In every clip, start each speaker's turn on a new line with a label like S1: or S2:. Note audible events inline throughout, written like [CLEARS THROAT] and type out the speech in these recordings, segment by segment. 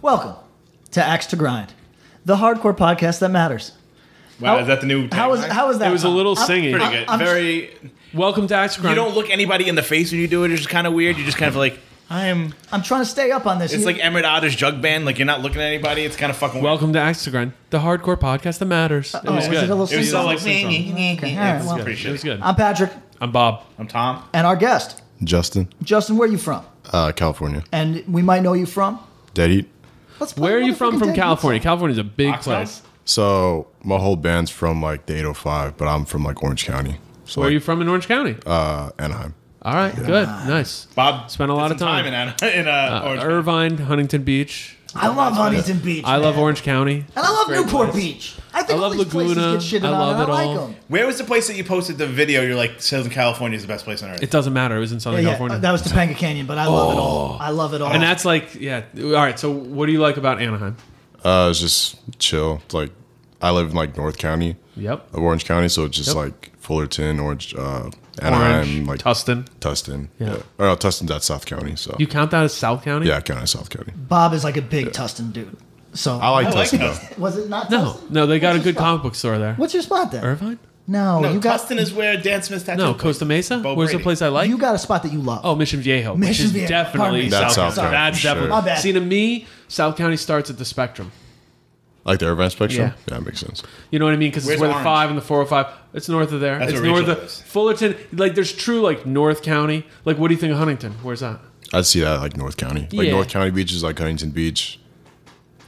S1: Welcome to Axe to Grind, the hardcore podcast that matters.
S2: Wow,
S1: How-
S2: is that the new?
S1: How was
S2: tagline?
S1: how was that?
S3: It was a little singing.
S2: Pretty good.
S1: I'm-
S2: Very.
S3: Welcome to Axe
S2: you
S3: Grind.
S2: don't look anybody in the face when you do it. It's just kind of weird. You just kind of like I'm.
S1: I'm trying to stay up on this.
S2: It's like Emmett Otter's jug band. Like you're not looking at anybody. It's kind of fucking. Weird.
S3: Welcome to Axe to Grind, the hardcore podcast that matters. It
S1: oh,
S3: was
S1: was it
S3: good.
S1: a little Um,
S2: It was all
S1: sing-song?
S2: like.
S1: Okay, all right,
S2: It's
S1: well,
S2: pretty
S3: It was
S2: shitty.
S3: good.
S1: I'm Patrick,
S3: I'm Bob.
S2: I'm Tom.
S1: and our guest
S4: Justin,
S1: Justin. Where are you from?
S4: uh, California.
S1: And we might know you from.
S4: Dead Heat.
S1: Let's play
S3: Where are you
S1: motherfucking
S3: from? From
S1: Dead Eats.
S3: California. California's a big
S2: Oxnard?
S3: place.
S4: So my whole band's from like the 805, but I'm from like Orange County. So
S3: Where are
S4: like,
S3: you from in Orange County?
S4: Uh, Anaheim.
S3: All right, good, nice.
S2: Bob
S3: Spent a lot
S2: did
S3: of
S2: some
S3: time.
S2: in Ana- [LAUGHS] in uh,
S3: Uh,
S2: Orange.
S3: Irvine, Huntington Beach.
S1: I love Huntington Beach.
S3: I love
S1: man.
S3: Orange County.
S1: and I love Newport Beach. I think
S3: I
S1: all
S3: love
S1: these
S3: Laguna.
S1: places get shitted
S3: I love
S1: on. and I
S3: it
S1: like
S3: all.
S1: them.
S2: Where was the place that you posted the video? You're like Southern California is the best place on earth.
S3: It doesn't matter. It was in Southern
S1: Yeah, yeah,
S3: California. Oh.
S1: uh, that was Topanga Canyon, but I love it all. I love it all.
S3: and that's like, yeah. All right. So, what do you like about Anaheim?
S4: Uh, it's just chill. It's like I live in like North County
S3: Yep.
S1: Oh,
S4: of Orange County, so it's just
S3: Yep.
S4: like Fullerton, Orange, uh, Anaheim,
S3: Orange,
S4: like
S3: Tustin.
S4: Tustin.
S3: Yeah.
S4: Or no, Tustin's at South County. So
S3: You count that as South County?
S4: yeah, kind of South County.
S1: Bob is like a big Tustin dude. So
S4: I like
S2: I like
S4: Tustin
S2: Tustin.
S4: though.
S1: was it not?
S3: No,
S1: Tustin?
S3: no. They
S1: What's
S3: got a
S1: your
S3: good
S1: spot?
S3: comic book store there.
S1: What's your spot then?
S3: Irvine?
S1: No,
S2: No,
S1: you got
S2: Tustin is where Dan Smith tattooed.
S3: No, Costa Mesa.
S2: Bo
S3: Where's the
S2: Brady.
S3: place I like?
S1: you got a spot that you love.
S3: Oh, Mission Viejo. which
S1: Mission
S3: is
S1: Viejo. Pardon me.
S3: Definitely
S4: That's
S3: South
S4: South
S3: County.
S4: County,
S3: That's
S4: for sure.
S3: definitely.
S1: My bad.
S3: See, to me, South County starts at the spectrum.
S4: Like the Irvine Spectrum.
S3: Yeah.
S4: Yeah, that makes sense.
S3: You know what I mean? Because it's
S2: Where's
S3: where the
S2: Orange?
S3: five and the four hundred five. It's north of there.
S2: That's
S3: it's
S2: where
S3: north
S2: Rachel
S3: of
S2: lives.
S3: Fullerton. Like, there's true like North County. Like, what do you think of Huntington? Where's that?
S4: I'd see that like North County. Like
S3: Yeah.
S4: North County Beach is like Huntington Beach.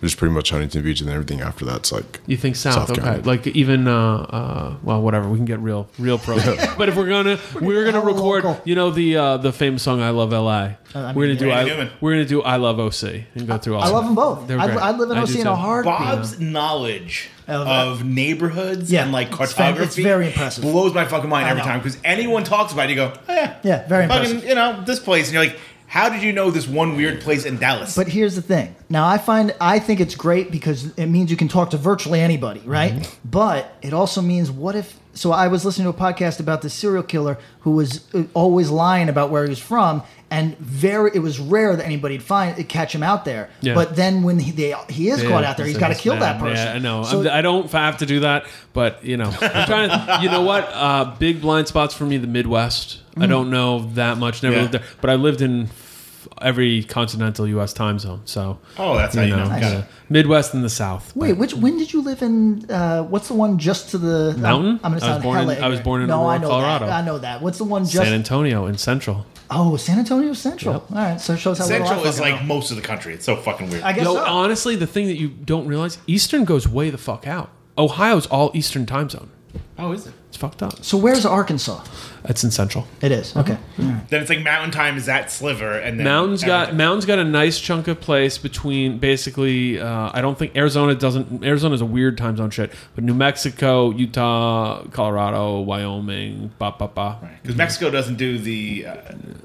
S4: There's pretty much Huntington Beach, and then everything after that's like
S3: You think south?
S4: South
S3: okay.
S4: County.
S3: Like even uh, uh, well, whatever. We can get real,
S1: [LAUGHS]
S3: real pro. but if we're gonna, we're gonna
S1: hell Uh,
S3: record.
S1: local.
S3: You know the uh, the famous song "I Love L.A." we're gonna do.
S2: Randy
S3: I,
S2: Newman.
S3: we're gonna do "I Love O.C." and go through all.
S1: I love them both.
S3: They're
S1: I,
S3: great.
S1: I live in
S3: I do
S1: OC in a
S3: too.
S1: hard.
S2: Bob's knowledge
S1: Of- uh,
S2: of, neighborhoods
S1: Yeah,
S2: and like
S1: it's fan-
S2: cartography
S1: it's very impressive.
S2: blows my fucking mind
S1: I
S2: every
S1: know.
S2: time because anyone talks about it, you go, oh, yeah,
S1: Yeah, very
S2: fucking,
S1: impressive.
S2: you know, this place, and you're like, how did you know this one weird place in Dallas?
S1: But here's the thing. Now I find I think it's great because it means you can talk to virtually anybody, right? But it also means what if? So I was listening to a podcast about this serial killer who was uh, always lying about where he was from, and very it was rare that anybody'd find catch him out there.
S3: Yeah.
S1: But then when he they, he is
S3: Yeah,
S1: caught out there,
S3: it's-
S1: he's got to
S3: it's
S1: kill that
S3: bad.
S1: person.
S3: Yeah, I know.
S1: So-
S3: I'm- I don't have to do that, but you know, I'm trying to. You
S1: [LAUGHS]
S3: know what? Uh, big blind spots for me: the Midwest.
S1: Mm-hmm.
S3: I don't know that much. Never
S2: Yeah.
S3: lived there, but I lived in f- every continental U.S. time zone. So,
S2: Oh, that's how you know. Got
S3: yeah.
S2: it.
S3: Midwest and the South.
S1: Wait, which when did you live in? Uh, what's the one just to the
S3: Mountain?
S1: I'm, gonna
S3: I was
S1: sound
S3: born in-
S1: hella
S3: I was
S1: ignorant.
S3: born in
S1: no,
S3: Aurora,
S1: I know
S3: Colorado.
S1: That. I know that. What's the one just?
S3: San Antonio and Central.
S1: oh, San Antonio Central. All right, so it shows how little I
S2: Central is
S1: fucking
S2: like
S1: know.
S2: most of the country. It's so fucking weird.
S1: I guess
S3: Yo,
S1: so.
S3: honestly, the thing that you don't realize: Eastern goes way the fuck out. Ohio's all Eastern time zone.
S2: oh, is it?
S3: It's fucked up.
S1: so where's Arkansas?
S3: That's in Central.
S1: It is okay.
S3: Mm-hmm.
S2: Then it's like Mountain Time is that sliver, and then
S3: Mountain's got
S2: everything.
S3: Mountain's got a nice chunk of place between basically. Uh, I don't think Arizona doesn't. Arizona's a weird time zone shit, but New Mexico, Utah, Colorado, Wyoming, ba ba ba.
S2: because Mexico doesn't do the uh,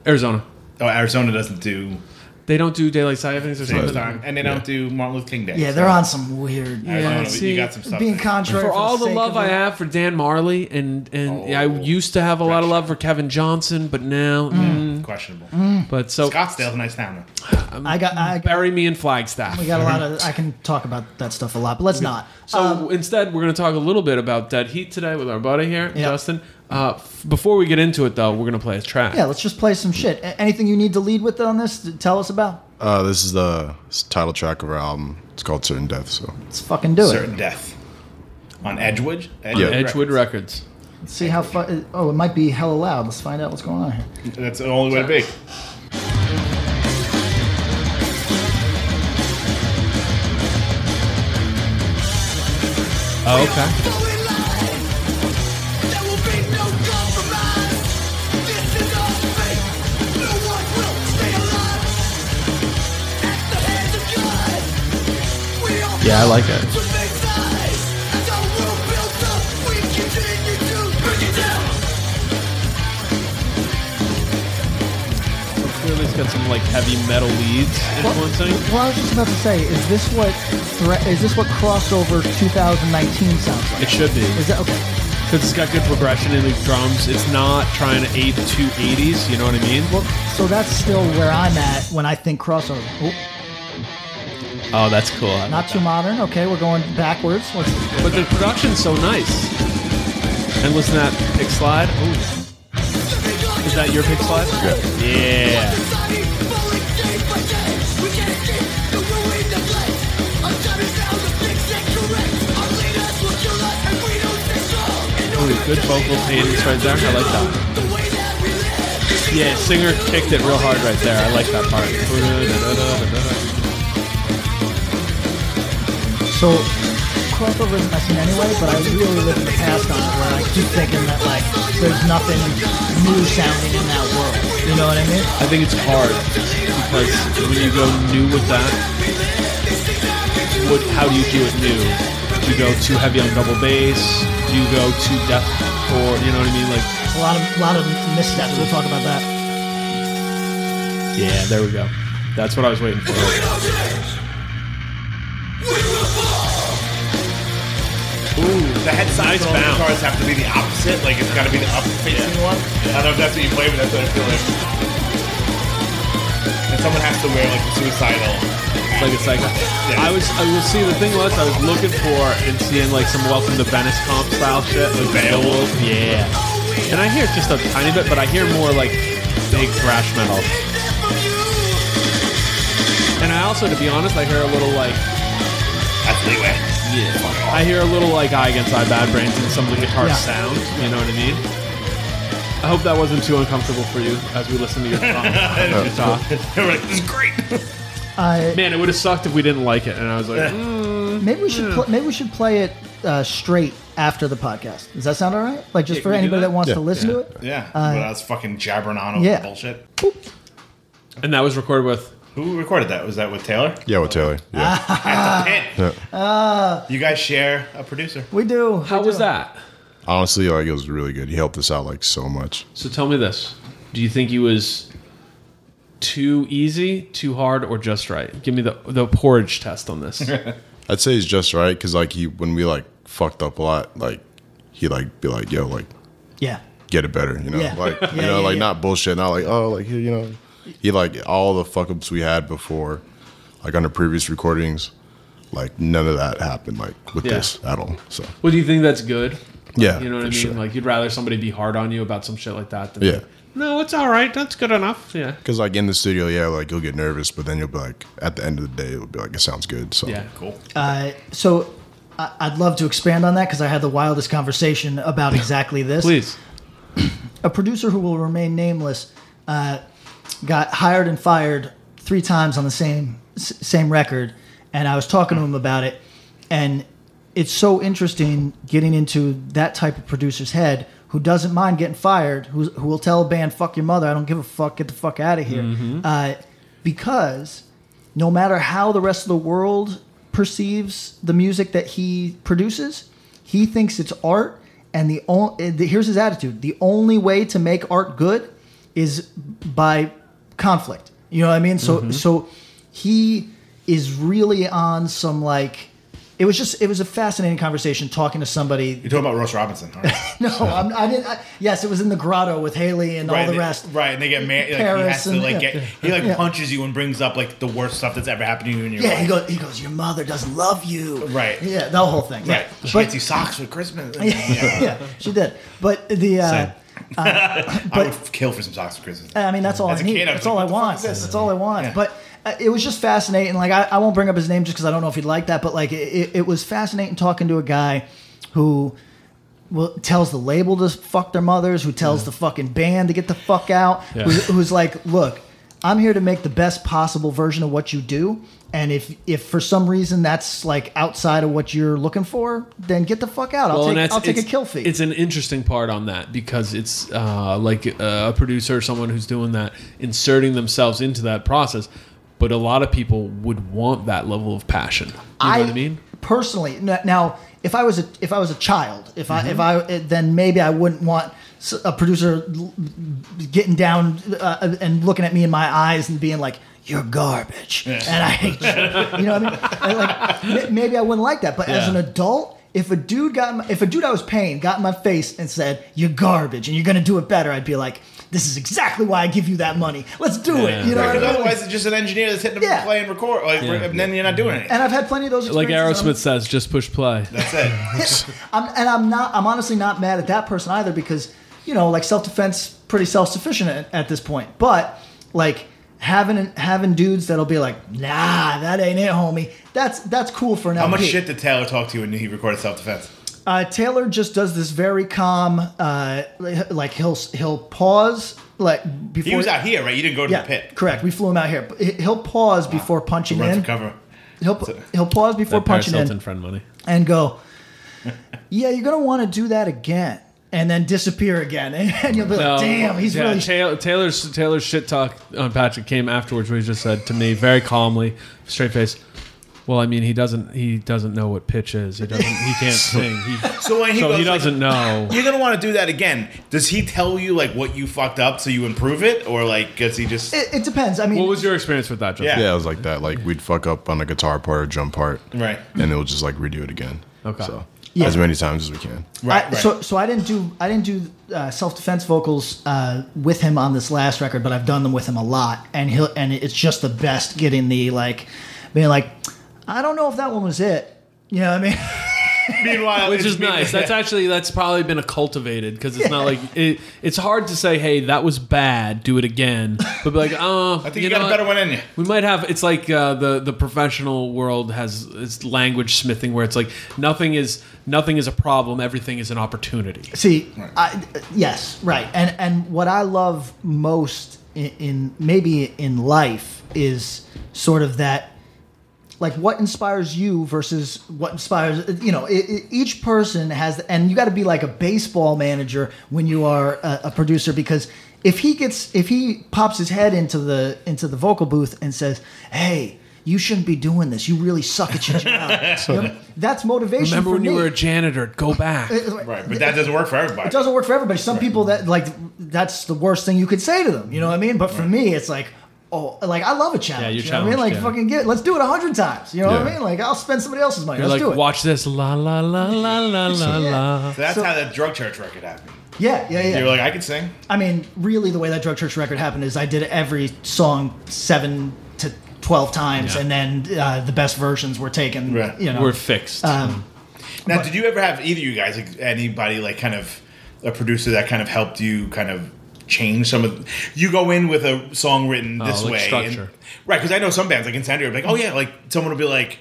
S3: Arizona.
S2: oh Arizona doesn't do
S3: They don't do daylight savings or
S2: James
S3: something.
S2: time, and they don't do Martin Luther King Day.
S1: Yeah, they're on some weird.
S2: I don't know, but
S3: see,
S2: you got some stuff.
S1: Being
S2: there.
S1: contrary
S3: For
S1: for
S3: all the
S1: sake
S3: love
S1: of
S3: I
S1: it.
S3: have for Dan Marley, and and I
S2: Oh.
S3: used to have a lot of love for Kevin Johnson, but now, mm,
S2: questionable.
S3: but so
S2: Scottsdale's a nice town. though.
S1: I got, I got,
S3: bury me in Flagstaff.
S1: we got a lot of. I can talk about that stuff a lot, but let's not. Uh,
S3: So instead, we're going to talk a little bit about Dead Heat today with our buddy here,
S1: Yeah.
S3: Justin. Uh, f- before we get into it, though, we're going to play a track.
S1: Yeah, let's just play some shit. A- Anything you need to lead with on this? to Tell us about.
S4: Uh, this is the title track of our album. It's called Certain Death. So
S1: Let's fucking do
S2: Certain death on Edgewood.
S4: Yeah.
S3: Edgewood
S2: Records.
S3: Records.
S1: it. See how fu- Oh, it might be hella loud. Let's find out what's going on here.
S2: That's the only way to be.
S5: Certain
S3: Oh, okay.
S6: Yeah, I like it.
S3: Clearly, it's got some like heavy metal leads influencing.
S1: Well, I was just about to say, is this what thre- is this what crossover 2019 sounds like?
S3: It should be
S1: Is that okay?
S3: because it's got good progression in the drums. It's not trying to ape to '80s. You know what I mean?
S1: Well, so that's still where I'm at when I think crossover. Oh,
S6: Oh, that's cool.
S1: not too modern. Okay, we're going backwards. Let's,
S3: But the production's so nice. And listen to that pick slide. Oh, Ooh, is that your pick slide? Yeah.
S7: Ooh,
S3: good vocal cadence right there. I like
S7: that.
S3: Yeah, singer kicked it real hard right there. I like that part.
S1: so crossover isn't my scene anyway, but I really live in the past on it where I keep thinking that like there's nothing new sounding in that world. You know what I mean?
S3: I think it's hard because when you go new with that, what, how do you do it new? Do you go too heavy on double bass? Do you go too death or you know what I mean? Like,
S1: A lot of lot of missteps. We'll talk about that.
S3: yeah, there we go. That's what I was waiting for.
S2: The head size
S3: Nice
S2: on
S3: bounce.
S2: the guitars have to be the opposite. Like it's got to be the up facing one. I don't know if that's what you play, but that's what I feel like. And someone has to wear like a suicidal.
S3: Like it's like I was. I was see the thing was I was looking for and seeing like some Welcome to Venice comp style shit with Beowulf. Yeah, and I hear just a tiny bit, but I hear more like big thrash metal. And I also, to be honest, I hear a little like
S2: That's leeway. [LAUGHS]
S3: Yeah. I hear a little like eye against eye bad brains in some of the guitar
S1: Yeah.
S3: sound. You know what I mean? I hope that wasn't too uncomfortable for you as we listen to your [LAUGHS] song. your talk.
S2: They were like, this is great. [LAUGHS]
S1: Uh,
S3: Man, it would have sucked if we didn't like it. And I was like, mm,
S1: Maybe we should pl- maybe we should play it uh, straight after the podcast. Does that sound all right? Like just
S3: Yeah,
S1: for
S3: can we do
S1: anybody
S3: that?
S1: that wants
S4: Yeah.
S1: to listen to it.
S2: Yeah, but I was fucking jabbering on over
S1: yeah.
S2: bullshit.
S3: and that was recorded with.
S2: Who recorded that? Was that with Taylor?
S4: Yeah, with Taylor. Yeah.
S1: Ah, [LAUGHS]
S2: Hit. you guys share a producer.
S1: We do.
S3: How
S1: we
S3: was
S1: do.
S3: that?
S4: Honestly, like it was really good. He helped us out like so much.
S3: So tell me this: Do you think he was too easy, too hard, or just right? Give me the the porridge test on
S4: [LAUGHS]
S3: this.
S4: I'd say he's just right because like he when we like fucked up a lot, like he like be like, yo, like
S1: Yeah.
S4: get it better, you know,
S1: Yeah. [LAUGHS]
S4: like you
S1: Yeah,
S4: know,
S1: yeah,
S4: like
S1: yeah.
S4: not bullshit, not like oh, like here, you know, he like all the fuck ups we had before, like on the previous recordings, like none of that happened like with
S3: Yeah.
S4: this at all. So
S3: well, do you think that's good?
S4: yeah,
S3: You know what I
S4: for
S3: mean?
S4: sure.
S3: Like you'd rather somebody be hard on you about some shit like that than
S4: Yeah.
S3: No, it's all right. That's good enough. Yeah.
S4: Cause like in the studio, yeah, like you'll get nervous, but then you'll be like, at the end of the day, it'll be like, it sounds good. So
S3: Yeah.
S2: Cool.
S1: Uh, so I- I'd love to expand on that because I had the wildest conversation about exactly this.
S3: Please.
S1: A producer who will remain nameless uh, got hired and fired three times on the same s- same record, and I was talking to him about it, and it's so interesting getting into that type of producer's head who doesn't mind getting fired, who's, who will tell a band "fuck your mother," I don't give a fuck, get the fuck out of here, uh, because no matter how the rest of the world perceives the music that he produces, he thinks it's art. And the only here's his attitude: the only way to make art good is by conflict. You know what I mean? So
S2: Mm-hmm.
S1: so he is really on some like. It was just it was a fascinating conversation talking to somebody. [LAUGHS]
S2: You're talking about Ross Robinson. All right. [LAUGHS]
S1: No, I'm, I didn't. I, yes, it was in the grotto with Haley and all
S2: and
S1: the
S2: they-
S1: rest.
S2: Right, and they get married. Like, he
S1: Paris
S2: has to
S1: and-
S2: like
S1: yeah.
S2: get. He like
S1: Yeah.
S2: punches you and brings up like the worst stuff that's ever happened to you in your
S1: Yeah,
S2: life.
S1: he goes. He goes. Your mother doesn't love you.
S2: Right.
S1: Yeah, the whole thing.
S2: Right,
S1: Yeah.
S2: she
S1: But-
S2: gets you socks for Christmas.
S1: [LAUGHS] yeah, she did. But the uh,
S2: Same. [LAUGHS] I would f- kill for some socks for Christmas.
S1: I mean, that's all
S2: As
S1: I
S2: a
S1: need.
S2: kid, I was
S1: that's all I
S2: like, "What the fuck
S1: want.
S2: is this?"
S1: That's all I want. But uh, it was just fascinating. Like I, I won't bring up his name just because I don't know if he'd like that. But like it, it, it was fascinating talking to a guy who. Well, tells the label to fuck their mothers, who tells the fucking band to get the fuck out,
S3: Yeah.
S1: who's, who's like, look, I'm here to make the best possible version of what you do. And if if for some reason that's like outside of what you're looking for, then get the fuck out. I'll
S3: and
S1: take
S3: that's-
S1: I'll take a
S3: it's-
S1: kill fee.
S3: It's an interesting part on that because it's uh, like a producer or someone who's doing that, inserting themselves into that process. But a lot of people would want that level of passion. You know what I mean?
S1: personally n- now if I was a if I was a child, if I
S3: Mm-hmm.
S1: if I then maybe I wouldn't want s- a producer l- getting down uh, and looking at me in my eyes and being like. You're garbage, and I hate
S3: [LAUGHS]
S1: you. You know what I mean? And, like, m- maybe I wouldn't like that, but as
S3: Yeah.
S1: an adult, if a dude got in my, if a dude I was paying got in my face and said you're garbage and you're gonna do it better, I'd be like, this is exactly why I give you that money. Let's do it. You know what I
S2: Because
S1: mean?
S2: otherwise, it's just an engineer that's hitting
S1: Yeah.
S2: a play and record. Like,
S3: Yeah.
S2: And then you're not doing anything.
S1: And I've had plenty of those.
S3: Like
S1: experiences. um,
S3: Aerosmith says, just push play.
S2: That's it.
S1: I'm, and I'm not. I'm honestly not mad at that person either because you know, like self defense, pretty self sufficient at, at this point. But like having having dudes that'll be like, nah, that ain't it, homie. That's that's cool for an
S2: How much
S1: LP.
S2: shit did Taylor talk to you when he recorded self defense?
S1: Uh, Taylor just does this very calm. Uh, like he'll he'll pause like before
S2: He was out here, right? You didn't go to
S1: Yeah,
S2: the pit.
S1: correct. We flew him out here. But he- He'll pause before punching
S2: Run
S1: in.
S2: for cover.
S1: He'll he'll pause before
S3: That Paris
S1: punching in.
S3: Hilton friend money.
S1: and go, yeah, you're gonna want to do that again, and then disappear again, [LAUGHS] and you'll be like, damn, he's
S3: Um, yeah,
S1: really.
S3: Taylor, Taylor's Taylor's shit talk on Patrick came afterwards, where he just said to me very calmly, straight face. Well, I mean, he doesn't. He doesn't know what pitch is. He doesn't. He can't sing. He,
S2: [LAUGHS] So when he
S3: so
S2: goes
S3: he
S2: like,
S3: doesn't know.
S2: You're gonna want to do that again. Does he tell you like what you fucked up so you improve it, or like does he just?
S1: it, it depends. I mean,
S3: What was your experience with that, Justin?
S2: Yeah.
S4: Yeah, it was like that. Like we'd fuck up on a guitar part or drum part,
S2: Right.
S4: And they'll just like redo it again.
S3: Okay.
S4: So
S1: Yeah.
S4: as many times as we can.
S2: Right,
S1: I-
S2: right.
S1: So, so I didn't do I didn't do uh, self defense vocals uh, with him on this last record, but I've done them with him a lot, and he'll and it's just the best getting the like, being like, I don't know if that one was it. You know what I mean? [LAUGHS]
S2: Meanwhile,
S3: Which
S2: it's
S3: is
S2: me- [LAUGHS]
S3: nice. That's actually that's probably been a cultivated because it's not like it, it's hard to say, hey, that was bad. Do it again. But be like, oh,
S2: I think you, got a better one in you.
S3: We might have. It's like uh, the the professional world has its language smithing, where it's like nothing is nothing is a problem. Everything is an opportunity.
S1: See, I, yes, right, and and what I love most in, in maybe in life is sort of that, like what inspires you versus what inspires you know. i i each person has, and you got to be like a baseball manager when you are a, a producer because if he gets if he pops his head into the into the vocal booth and says, "Hey." You shouldn't be doing this. You really suck at
S3: [LAUGHS]
S1: your job. You know, that's motivation.
S3: Remember
S1: for
S3: when you
S1: me.
S3: were a janitor? Go back.
S2: Right, but that doesn't work for everybody.
S1: It doesn't work for everybody. Some people that like that's the worst thing you could say to them. You know what I mean? But for me, it's like, oh, like I love a challenge.
S3: you're
S1: you know what I mean? Like
S3: challenged, yeah.
S1: fucking get, let's do it a hundred times. You know what I
S4: Yeah.
S1: mean? Like I'll spend somebody else's money.
S3: You're
S1: let's
S3: like,
S1: do it.
S3: watch this. La la la
S1: [LAUGHS]
S3: la la la la.
S2: So that's
S1: So-
S2: how that drug church record happened.
S1: Yeah, yeah, yeah.
S2: You were like, I can sing.
S1: I mean, really, the way that drug church record happened is I did every song seven to twelve times,
S3: Yeah.
S1: and then uh, the best versions were taken.
S2: Right.
S1: You know,
S3: We're fixed.
S1: um,
S2: Now, did you ever have either of you guys, like, anybody, like, kind of a producer that kind of helped you kind of change some of? You go in with a song written this
S3: Oh, like
S2: way,
S3: structure.
S2: And, right? Because I know some bands like Incendiary, like, oh yeah, like someone will be like,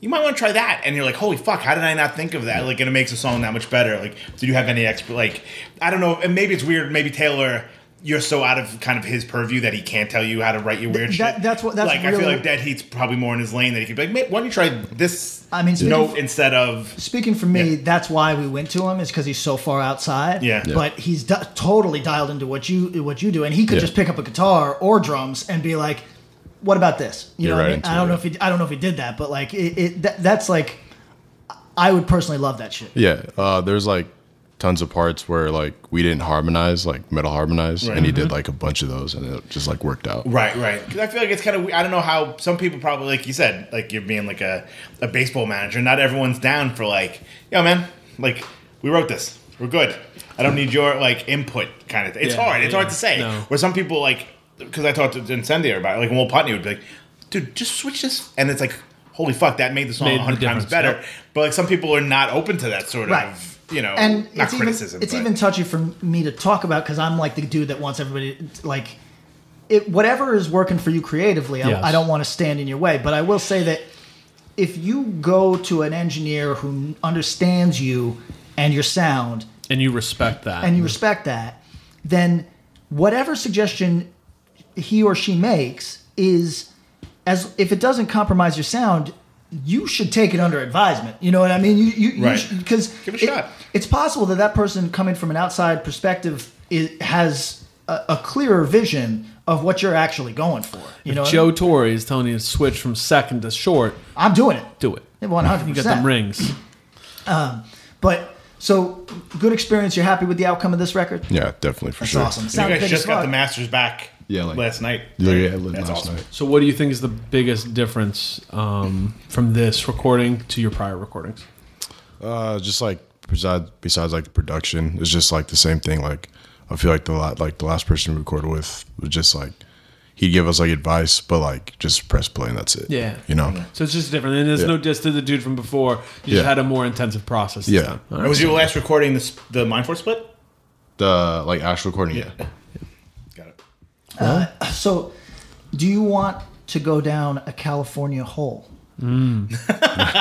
S2: you might want to try that, and you're like, holy fuck, how did I not think of that? Like, and it makes a song that much better. Like, did you have any expert? Like, I don't know, and maybe it's weird. Maybe Taylor. You're so out of kind of his purview that he can't tell you how to write your weird
S1: that-
S2: shit.
S1: that's what- that's
S2: like. I
S1: really-
S2: feel like Dead Heat's probably more in his lane that he could be like, "Mate, why don't you try this?
S1: I mean, speaking
S2: note
S1: of-
S2: instead of
S1: Speaking for me,
S2: Yeah.
S1: that's why we went to him is because he's so far outside.
S2: Yeah. Yeah.
S1: But he's di- totally dialed into what you what you do, and he could just pick up a guitar or drums and be like, "What about this?" You
S4: You're
S1: know, what
S4: right
S1: I, mean?
S4: into
S1: I don't
S4: it.
S1: know if he I don't know if he did that, but like it, it that, that's like, I would personally love that shit.
S4: Yeah. Uh, there's like tons of parts where like we didn't harmonize, like metal harmonize, and he did like a bunch of those, and it just like worked out.
S2: Mm-hmm. Right, right. Because I feel like it's kind of. I don't know how some people probably, like you said, like you're being like a, a baseball manager. Not everyone's down for like, yo, man, like we wrote this, we're good. I don't need your like input kind of. thing. It's
S3: Yeah,
S2: hard. It's
S3: yeah,
S2: hard to say.
S3: no.
S2: Where some people like, because I talked to Incendiary about it, like Will Putney would be like, dude, just switch this, and it's like, holy fuck, that made the song
S3: Made
S2: a
S3: the
S2: hundred times
S3: difference,
S2: better.
S3: yeah.
S2: But like some people are not open to that sort
S1: Right.
S2: of, you know,
S1: and
S2: not
S1: it's
S2: criticism.
S1: Even, it's
S2: but-
S1: even touchy for me to talk about because I'm like the dude that wants everybody like it. Whatever is working for you creatively,
S3: Yes.
S1: I, I don't want to stand in your way. But I will say that if you go to an engineer who understands you and your sound,
S3: and you respect that.
S1: and you respect that, then whatever suggestion he or she makes is as if it doesn't compromise your sound, you should take it under advisement. You know what I mean? You you
S2: Right.
S1: because
S2: Give it a shot.
S1: It's possible that that person coming from an outside perspective is, has a, a clearer vision of what you're actually going for. You know, what I
S3: Joe
S1: mean?
S3: Torre is telling you to switch from second to short.
S1: I'm doing it.
S3: Do it.
S1: One hundred
S3: You
S1: percent.
S3: got them rings.
S1: But so good experience. You're happy with the outcome of this record.
S4: Yeah, definitely for
S1: That's
S4: sure.
S1: awesome.
S2: You
S1: Sounds
S2: guys
S1: good
S2: just
S1: as
S2: got
S1: fuck.
S2: the masters back.
S4: Yeah, like-
S2: last night.
S4: Yeah, yeah,
S2: That's
S4: last
S2: awesome.
S4: night.
S3: So, what do you think is the biggest difference um, from this recording to your prior recordings?
S4: Uh, just like besides besides like the production, it's just like the same thing. Like I feel like the la like the last person we recorded with was just like he'd give us like advice, but like just press play and that's it.
S3: Yeah.
S4: you know.
S3: So it's just different, and there's
S4: Yeah.
S3: no diss to the dude from before. You just
S4: Yeah.
S3: had a more intensive process. This
S4: Yeah.
S3: time.
S4: It
S3: All right.
S2: Was your last recording the, s- the Mind Force split?
S4: The like actual recording. Yeah.
S2: Got it.
S1: [SIGHS] So, do you want to go down a California hole?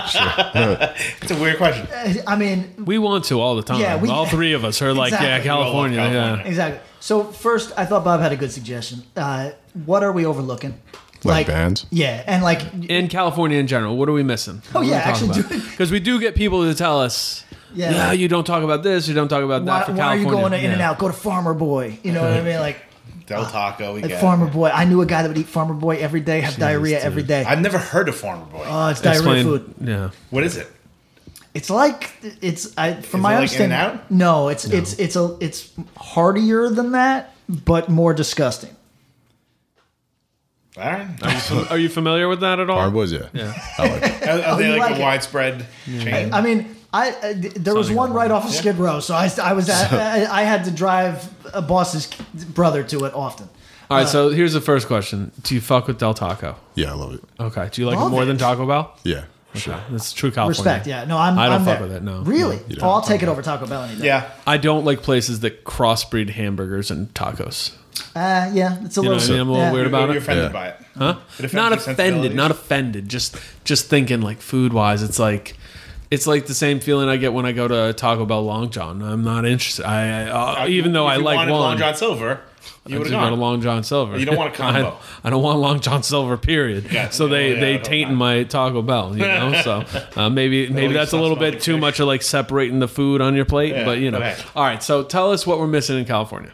S2: It's a weird question.
S1: I I mean,
S3: We want to all the time.
S1: Yeah, we- [LAUGHS]
S3: all three of us are like, yeah,
S1: Exactly. We all
S2: love
S3: California,
S2: California.
S3: yeah.
S1: exactly. So first, I thought Bob had a good suggestion. Uh, what are we overlooking?
S4: Like bands?
S1: Yeah, and like
S3: In California in general, what are we missing?
S1: Oh, yeah, actually, dude.
S3: because we do get people to tell us,
S1: Yeah,
S3: yeah,
S1: like-
S3: you don't talk about this, you don't talk about
S1: why,
S3: that for
S1: why are you
S3: California.
S1: going to In and
S3: Yeah.
S1: Out? Go to Farmer Boy. You know what I mean?
S3: [LAUGHS]
S1: Like,
S2: Del Taco. We
S1: like
S2: get
S1: Farmer
S2: it.
S1: Boy. I knew a guy that would eat Farmer Boy every day, have diarrhea
S3: dude.
S1: every day.
S2: I've never heard of Farmer Boy.
S1: Oh, it's diarrhea
S3: Explain-
S1: food.
S3: Yeah.
S2: what is it?
S1: It's like it's I from
S2: Is
S1: my
S2: it like
S1: understanding.
S2: In-N-Out?
S1: No, it's it's it's a it's heartier than that, but more disgusting.
S2: All right.
S3: Are you familiar with that at all?
S4: Farm Boys. Yeah. I like it.
S2: Are, are
S1: you
S2: they like,
S1: like it.
S2: a widespread chain?
S1: I mean, I uh, th- there was one right off of Skid Row, so I, I was at, I, I had to drive a boss's k- brother to it often.
S3: All right. So here's the first question: Do you fuck with Del Taco?
S4: Yeah, I love it.
S3: Okay. Do you like it
S1: Love
S3: more
S1: it.
S3: than Taco Bell?
S4: Yeah, for sure.
S3: That's true California.
S1: Respect, yeah. No, I'm.
S3: I don't
S1: I'm
S3: fuck
S1: there.
S3: with it, no.
S1: really?
S4: You don't.
S1: oh, I'll take it over Taco Bell any day.
S2: yeah.
S3: I don't like places that crossbreed hamburgers and tacos.
S1: uh, yeah. It's a
S3: You
S1: little.
S3: know what I mean? I'm a little
S1: yeah.
S3: weird
S2: You're,
S3: about
S2: you're
S3: it.
S2: offended
S4: Yeah.
S2: by it.
S3: Huh?
S2: It offends
S3: Not
S2: your
S3: offended,
S2: sensibilities.
S3: not offended. Just just thinking like food wise, it's like it's like the same feeling I get when I go to Taco Bell Long John. I'm not interested. I, I uh, even though
S2: If
S3: I
S2: you
S3: like
S2: wanted
S3: one,
S2: Long John Silver, you
S3: I
S2: would
S3: just
S2: have
S3: go to
S2: gone.
S3: Long John Silver.
S2: You don't want a combo.
S3: [LAUGHS] I, I don't want Long John Silver. Period.
S2: Yeah,
S3: so
S2: yeah,
S3: they
S2: yeah, I
S3: they
S2: don't
S3: tainting
S2: mind.
S3: my Taco Bell. You know,
S2: [LAUGHS]
S3: so uh, maybe maybe
S2: least
S3: that's a
S2: not
S3: little bit
S2: smelling
S3: too
S2: fish.
S3: much of like separating the food on your plate.
S2: Yeah,
S3: but you know,
S2: but hey.
S3: all right. So tell us what we're missing in California.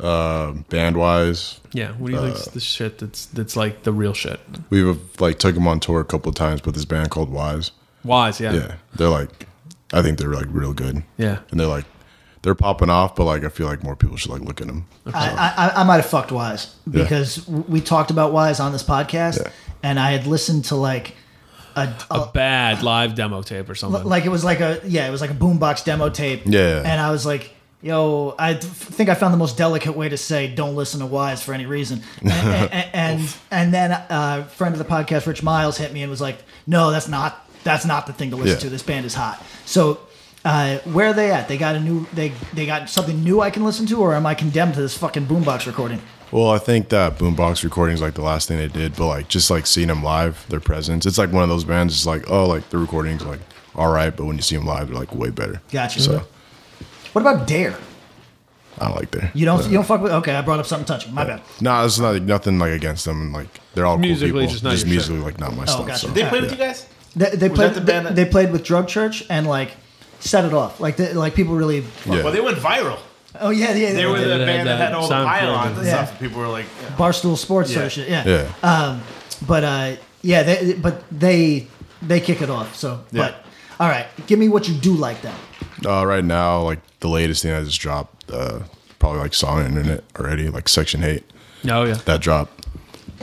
S4: Um, band wise,
S3: Yeah, what do you think's the shit that's that's like the real shit?
S4: we've like took him on tour a couple of times with this band called Wise.
S3: Wise, yeah.
S4: Yeah, they're like, I think they're like real good.
S3: Yeah.
S4: and they're like, they're popping off, but like I feel like more people should like look at them.
S1: I, I, I might have fucked Wise because w- we talked about Wise on this podcast,
S4: Yeah.
S1: and I had listened to like a, a-
S3: A bad live demo tape or something.
S1: like it was like a yeah, it was like a boombox demo tape.
S4: Yeah.
S1: and I was like. Yo, I th- think I found the most delicate way to say "don't listen to Wise" for any
S4: [LAUGHS]
S1: reason, and and, and, and then uh, a friend of the podcast, Rich Miles, hit me and was like, "No, that's not that's not the thing to listen
S4: Yeah.
S1: to. This band is hot." So, uh, where are they at? They got a new they they got something new I can listen to, or am I condemned to this fucking boombox recording?
S4: Well, I think that Boombox recording is like the last thing they did, but like just like seeing them live, their presence, it's like one of those bands. It's like oh, like the recordings like all right, but when you see them live, they're like way better.
S1: Gotcha.
S4: So
S1: What about Dare?
S4: I like their.
S1: You don't you don't fuck with? Okay, I brought up something touching. My bad.
S4: No, nah, it's not nothing like against them. Like they're all
S3: Musically,
S4: cool people.
S3: just
S4: Just,
S3: not your shit.
S4: musically, like not my stuff.
S1: Oh, gotcha.
S4: So.
S2: Did they play with
S4: yeah.
S2: you guys?
S1: They, they
S2: Was
S1: played.
S2: that the band that-
S1: they played with Drug Church and like set it off. Like the, like people really.
S4: Yeah.
S2: Well, they went viral.
S1: Oh yeah, yeah.
S2: They were the
S3: Yeah,
S2: band that
S3: that
S2: had all the
S3: sound
S2: pylons
S3: creator.
S2: and
S1: Yeah.
S2: stuff. People were like, yeah.
S1: barstool sports sort
S2: Yeah.
S1: of shit. Yeah.
S4: Yeah.
S1: Um, but uh, yeah, they, but they they kick it off. So,
S4: Yeah.
S1: but all right, give me what you do like then.
S4: Uh, right now, like the latest thing I just dropped, uh, probably like saw on the internet already, like Section Hate.
S3: oh yeah.
S4: That dropped.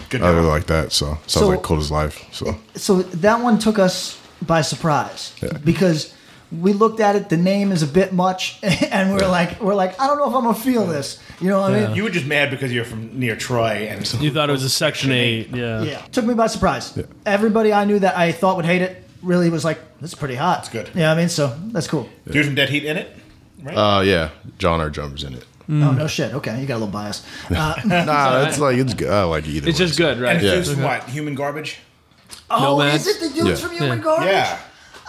S2: good
S4: I really
S2: job.
S4: like that. So sounds
S1: So-
S4: like cold as life. So
S1: So that one took us by surprise
S4: Yeah.
S1: because we looked at it. The name is a bit much, [LAUGHS] and we're like we're like I don't know if I'm gonna feel this. You know what I mean?
S2: You were just mad because you're from near Troy and
S3: You thought it was a section eight. Yeah.
S1: Yeah, took me by surprise. Everybody I knew that I thought would hate it really was like, "This is pretty hot." It's
S2: good.
S1: Yeah, I mean, so that's cool.
S2: dude from Dead Heat in it.
S4: uh, yeah, John our drummer's in it.
S1: Oh, No, no shit. Okay, you got a little bias. Uh,
S4: Nah, it's like it's good. I like either.
S3: It's
S4: way.
S3: just good, right?
S2: And
S4: Yeah.
S2: it's just what human garbage.
S1: oh,
S3: Nomads?
S1: is it the dudes
S4: Yeah.
S1: from Human
S3: Yeah.
S1: Garbage?
S2: Yeah,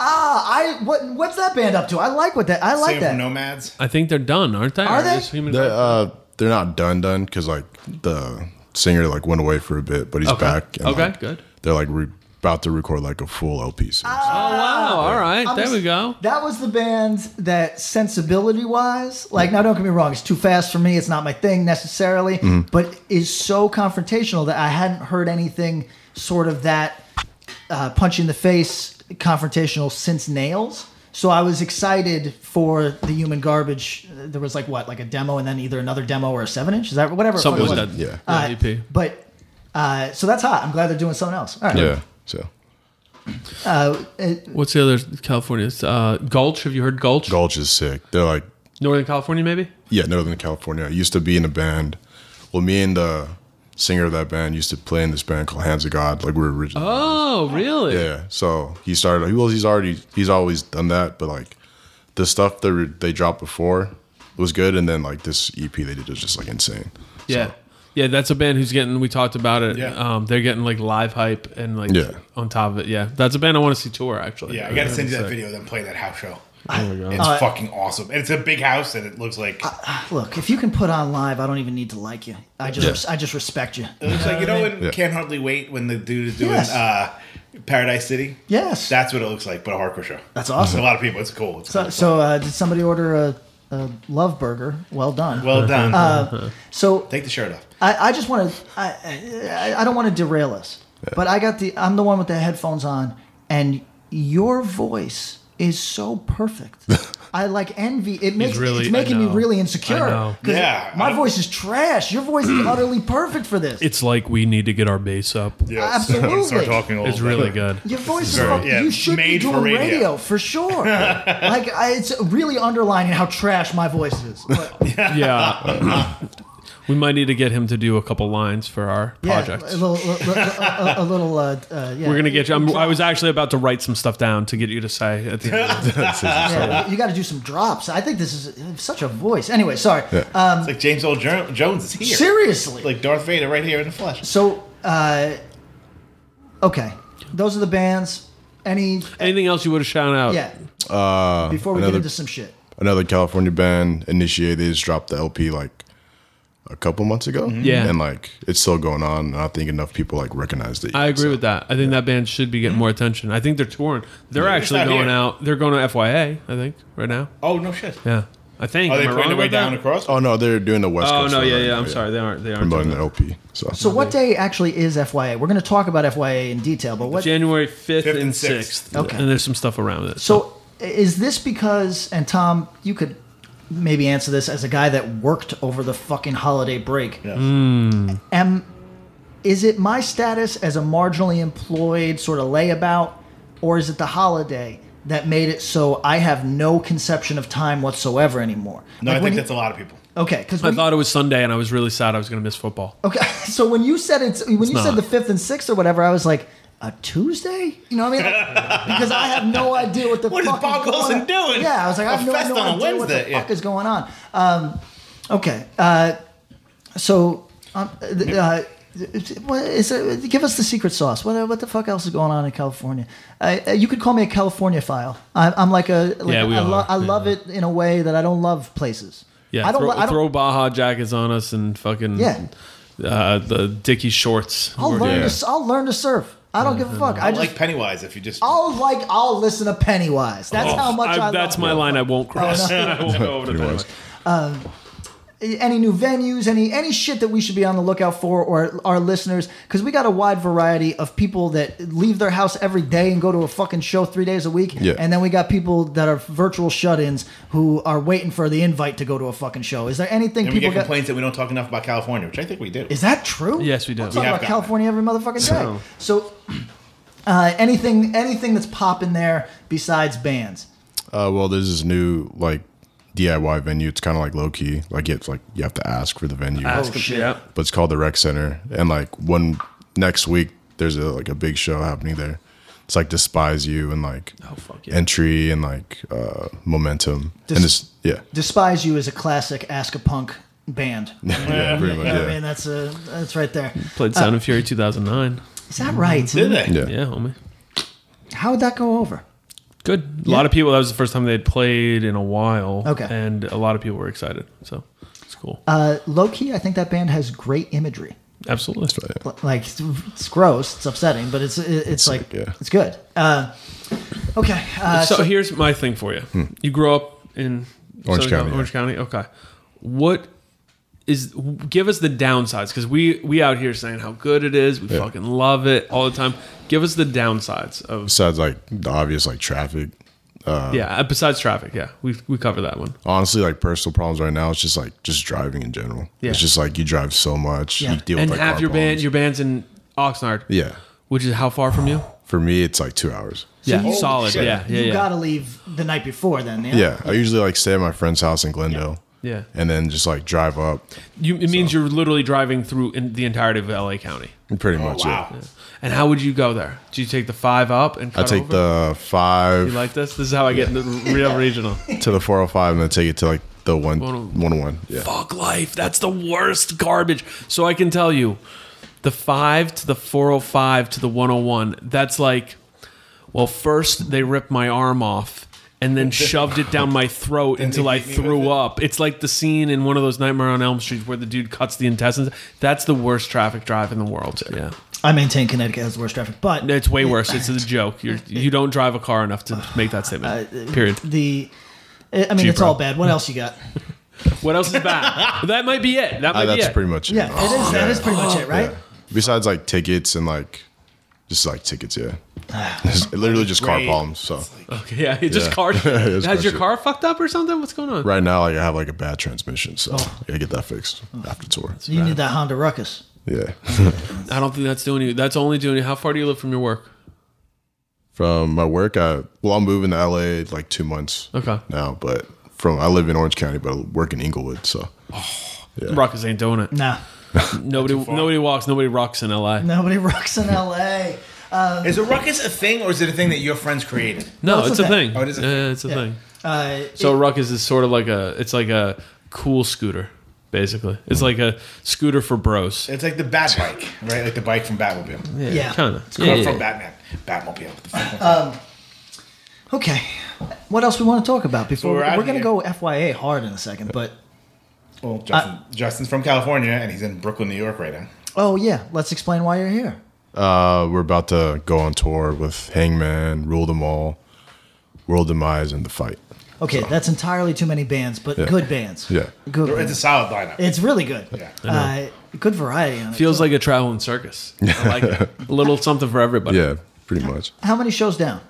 S1: Ah, I what? What's that band up to? I like what that. I like
S2: Same
S1: that.
S2: from Nomads.
S3: I think they're done, aren't they?
S1: Are
S3: Or
S1: they?
S3: just human-
S4: They're, uh, they're not done done because like the singer like went away for a bit, but he's
S3: Okay.
S4: back.
S3: Okay,
S4: like,
S3: good.
S4: They're like re- about to record like a full LP. Soon,
S3: Oh wow! All right, there we go.
S1: That was the band that sensibility wise, like now don't get me wrong, it's too fast for me, it's not my thing necessarily, but is so confrontational that I hadn't heard anything sort of that uh, punch in the face confrontational since Nails. So I was excited for the Human Garbage. uh, There was like what, like a demo, and then either another demo or a seven inch. Is that whatever? it
S3: Something
S1: was.
S3: like that.
S4: Yeah. E
S1: Uh,
S3: EP.
S1: But uh, so that's hot. I'm glad they're doing something else. All right.
S4: yeah. So
S3: What's the other California? It's, Uh, Gulch. Have you heard Gulch?
S4: Gulch is sick. They're like
S3: Northern California, maybe.
S4: yeah, Northern California. I used to be in a band. Well, me and the singer of that band used to play in this band called Hands of God. Like we were originally.
S3: Oh, really?
S4: Yeah. So he started. Well, he's already he's always done that, but like the stuff that re- they dropped before was good, and then like this EP they did was just like insane.
S3: Yeah. Yeah, that's a band who's getting. We talked about it.
S2: Yeah.
S3: Um, they're getting like live hype and like
S4: Yeah.
S3: on top of it. Yeah, that's a band I want to see tour actually.
S2: Yeah, I gotta send you that
S3: Sick.
S2: video of them playing that house show.
S3: Oh
S2: It's
S1: Uh,
S2: fucking awesome. And it's a big house and it looks like it
S1: Look, if you can put on live, I don't even need to like you. I just, I just respect you.
S2: looks like you know when
S4: Yeah.
S2: Can't Hardly Wait when the dude is doing
S1: Yes.
S2: uh Paradise City?
S1: Yes.
S2: That's what it looks like, but a hardcore show.
S1: That's awesome.
S2: A lot of people. It's cool. It's
S1: So,
S2: cool.
S1: so uh, did somebody order a, a love burger? Well done.
S3: [LAUGHS]
S2: well done.
S1: uh, so
S2: Take the
S1: [LAUGHS]
S2: shirt off.
S1: I, I just want to. I, I, I don't want to derail us, but I got the. I'm the one with the headphones on, and your voice is so perfect.
S3: [LAUGHS]
S1: I like envy. It makes
S3: really-
S1: it's
S3: I
S1: making me
S3: know.
S1: really
S3: I
S1: insecure.
S3: know.
S1: 'cause
S2: Yeah, I
S1: my
S2: don't-
S1: voice is trash. Your voice
S2: [CLEARS THROAT]
S1: is utterly perfect for this.
S3: It's like we need to get our bass up.
S2: Yes. I'm gonna
S1: Absolutely.
S2: Start talking a little
S3: It's really
S2: bit.
S3: good.
S1: Your voice is
S2: very-
S1: fuck-
S2: yeah,
S1: you should
S2: made
S1: be
S2: for
S1: doing radio.
S2: radio.
S1: for
S2: [LAUGHS]
S1: sure. like I, it's really underlining how trash my voice is. But,
S3: [LAUGHS] Yeah.
S2: [LAUGHS]
S3: we might need to get him to do a couple lines for our
S1: yeah,
S3: project.
S1: a little, a, a- a- a little. Uh, uh, yeah.
S3: We're gonna get you. I'm, I was actually about to write some stuff down to get you to say at
S1: [LAUGHS]
S2: [LAUGHS]
S3: the end.
S1: Yeah, you got to do some drops. I think this is such a voice. Anyway, sorry. Uh,
S2: It's like James Earl Jo- Jones is here.
S1: seriously.
S2: Like Darth Vader right here in the flesh.
S1: so, uh, okay, those are the bands. Any?
S3: Anything else you would have shout out?
S1: Yeah.
S4: Uh,
S1: Before we
S4: another,
S1: get into some shit.
S4: another California band, Initiate, they just dropped the LP like a couple months ago.
S3: Mm-hmm. Yeah.
S4: and like it's still going on. And I don't think enough people like recognize it.
S3: I agree
S4: So,
S3: with that. I think that band should be getting more attention. I think they're touring. They're actually
S2: Mm-hmm. not
S3: going
S2: here.
S3: out. They're going to FYA. I think right now.
S2: Oh no shit.
S3: Yeah, I think.
S2: Are they
S3: Am I
S2: playing
S3: wrong
S2: their way
S3: about
S2: down
S3: that?
S2: across?
S4: Oh no, they're doing the West
S3: Oh
S4: Coast.
S3: no,
S4: tour
S3: yeah,
S4: right
S3: yeah.
S4: now,
S3: I'm sorry. They aren't. They aren't.
S4: promoting
S3: doing
S4: the LP. So,
S1: So what day actually is FYA? We're going to talk about FYA in detail, but
S3: that.
S1: what?
S3: January fifth
S2: Fifth
S3: and
S2: and sixth.
S3: sixth.
S1: Okay.
S3: And there's some stuff around it.
S1: So is this because? And Tom, you could maybe answer this as a guy that worked over the fucking holiday break. Mm.
S2: Yeah.
S1: am is it my status as a marginally employed sort of layabout or is it the holiday that made it so i have no conception of time whatsoever anymore
S2: No,
S1: Like,
S2: I
S1: when
S2: think
S1: you-
S2: that's a lot of people.
S1: okay because
S3: I thought it was Sunday, and I was really sad. I was going to miss football.
S1: okay [LAUGHS] so when you said it's when you said
S3: not.
S1: the fifth and sixth or whatever i was like a Tuesday? You know what I mean? Like, because I have no idea what the
S2: What is
S1: fuck
S2: Bob
S1: going
S2: Wilson
S1: on.
S2: doing?
S1: Yeah, I was like, I
S2: A
S1: have no,
S2: fest
S1: no
S2: on a
S1: idea what the
S2: Wednesday, yeah.
S1: fuck is going on. Um, okay, uh, so um, th- uh, what is it, give us the secret sauce. What, what the fuck else is going on in California? Uh, uh, you could call me a California file. I, I'm like a like
S3: Yeah, we
S1: I,
S3: are.
S1: I
S3: Yeah.
S1: love it in a way that I don't love places.
S3: Yeah,
S1: I don't.
S3: throw,
S1: li- I don't
S3: throw Baja jackets on us and fucking
S1: Yeah.
S3: uh, the Dickie shorts.
S1: I'll
S3: We're-
S1: learn.
S4: Yeah.
S1: To, I'll learn to surf. I don't give a fuck. I
S2: I
S1: just.
S2: like Pennywise if you just
S3: [LAUGHS]
S1: I'll like. I'll listen to Pennywise. That's
S3: Oh,
S1: how much I.
S3: I-
S1: love Oh,
S3: that's
S1: it.
S3: my line. I won't cross. I won't go over to
S4: Pretty
S3: that.
S4: much.
S1: any new venues, any any shit that we should be on the lookout for, or our listeners, because we got a wide variety of people that leave their house every day and go to a fucking show three days a week,
S4: Yeah.
S1: and then we got people that are virtual shut-ins who are waiting for the invite to go to a fucking show. Is there anything
S2: and we
S1: people
S2: get
S1: got-
S2: complaints that we don't talk enough about California, which I think we do.
S1: Is that true?
S3: Yes, we do.
S1: I'm
S3: We
S1: talking
S2: have
S1: about
S2: gotten
S1: California every motherfucking day. So, uh, anything anything that's popping there besides bands.
S4: Uh, well, there's this new like DIY venue. It's kind of like low key. Like it's like you have to ask for the venue.
S3: Ask him. Yeah.
S4: but it's called the Rec Center. And like one next week, there's a like a big show happening there. It's like Despise You and like
S3: Oh, fuck yeah.
S4: Entry and like uh Momentum
S1: Des-
S4: and this yeah
S1: Despise You is a classic Ask a Punk band. You know
S4: [LAUGHS] yeah pretty much
S1: what I
S4: yeah.
S1: mean, that's a that's right there.
S3: Played Sound and Fury 2009.
S1: Is that right?
S2: Did they?
S4: Yeah.
S3: Yeah, homie.
S1: How would that go over?
S3: Good. A lot of people. That was the first time they had played in a while.
S1: Okay.
S3: And a lot of people were excited. So it's cool.
S1: Uh, low key, I think that band has great imagery.
S8: Absolutely.
S1: like it's, it's gross it's upsetting but it's it, it's like
S4: like, yeah.
S1: it's good uh, okay uh,
S3: so,
S1: so,
S3: here's my thing for you. You grew up in
S4: Hmm. Orange
S3: Southern
S4: County,
S3: Orange County. Okay. What is give us the downsides because we we out here saying how good it is. We fucking love it all the time. Give us the downsides of
S4: Besides like the obvious like traffic. Um,
S3: yeah. uh, Besides traffic, yeah, we we cover that one.
S4: Honestly, like personal problems right now, it's just like just driving in general.
S3: Yeah.
S4: It's just like you drive so much.
S1: Yeah.
S4: You deal
S3: and
S4: with like
S3: half
S4: car
S3: your band,
S4: problems.
S3: your band's in Oxnard.
S4: Yeah.
S3: Which is how far from you?
S4: For me it's like two hours.
S3: yeah,
S1: you-
S3: solid.
S2: shit.
S3: Yeah, yeah,
S1: you
S3: yeah.
S1: gotta leave the night before then yeah,
S4: Yeah. I usually like stay at my friend's house in Glendale.
S3: Yeah.
S4: And then just like drive up.
S3: You, it means you're literally driving through in the entirety of LA County.
S4: Pretty much
S2: wow.
S4: yeah.
S3: And how would you go there? Do you take the five up and
S4: I
S3: cut
S4: take
S3: over?
S4: the five
S3: You like this? This is how I get in the real regional.
S4: to the four oh five and then take it to like the one
S3: One-
S4: one oh one. Yeah.
S3: [LAUGHS] Fuck life. That's the worst garbage. So I can tell you, the five to the four hundred five to the one hundred one. That's like, well, first they ripped my arm off. And then shoved it down my throat until I threw up. It's like the scene in one of those Nightmare on Elm Street where the dude cuts the intestines. That's the worst traffic drive in the world. Yeah,
S1: i maintain connecticut has the worst traffic but
S3: it's way worse. It's a joke. You're, you don't drive a car enough to make that statement. Period.
S1: the i I mean it's all bad what else you
S4: [LAUGHS]
S1: got
S3: What else is bad? that might be it. That
S4: Ah,
S3: might be
S4: that's
S3: it.
S4: pretty much it.
S1: yeah it is that is pretty much it right
S4: Besides like tickets and like just like tickets, yeah. It's literally just car
S2: Great.
S4: problems. So
S3: Okay, [LAUGHS] yeah, it just
S4: [LAUGHS] Yeah.
S3: car.
S4: It's
S3: Has
S4: car
S3: your
S4: shit.
S3: car fucked up or something? What's going on?
S4: right now, like I have like a bad transmission, so I gotta get that fixed after tour.
S1: you need that honda ruckus
S4: Yeah, [LAUGHS]
S3: I don't think that's doing you. That's only doing you. How far do you live from your work?
S4: from my work, I well, I'm moving to LA like two months
S3: Okay.
S4: now, but from I live in Orange County, but I work in Inglewood, so
S3: Ruckus ain't doing it.
S1: nah
S3: Nobody, nobody walks. Nobody rocks in L.A. No,
S1: nobody [LAUGHS] rucks in la
S2: Is a ruckus a thing, or is it a thing that your friends created?
S1: it's
S3: it's
S1: a
S3: a
S1: thing.
S3: thing.
S2: Oh, it is a
S3: Yeah,
S2: thing.
S3: yeah, it's a thing.
S1: uh,
S3: So Ruckus is sort of like a. It's like a cool scooter, basically. It's
S4: Mm.
S3: like a scooter for bros.
S2: It's like the Bat Bike, right? Like the bike from Batmobile. Yeah.
S1: yeah
S3: Kind of. Yeah,
S2: Or
S3: yeah,
S2: from
S3: yeah.
S2: Batman. Batmobile. What the fuck?
S1: Okay. What else we want to talk about before
S2: we're
S1: we're,
S2: out
S1: going to go
S2: here.
S1: FYA hard in a second, but
S2: Well, Justin, Justin's from California, and he's in Brooklyn, New York right now.
S1: oh yeah, let's explain why you're here.
S4: uh, we're about to go on tour with Hangman, Rule Them All, World Demise, and The Fight.
S1: Okay, that's entirely too many bands, but
S4: Yeah.
S1: good bands.
S4: Yeah.
S1: Good.
S2: It's a
S1: It's,
S2: solid lineup.
S1: really good.
S2: Yeah.
S1: Uh, good variety on it.
S3: Feels like a traveling circus. I like
S4: [LAUGHS]
S3: it. A little something for everybody.
S4: Yeah, pretty much
S1: How many shows down?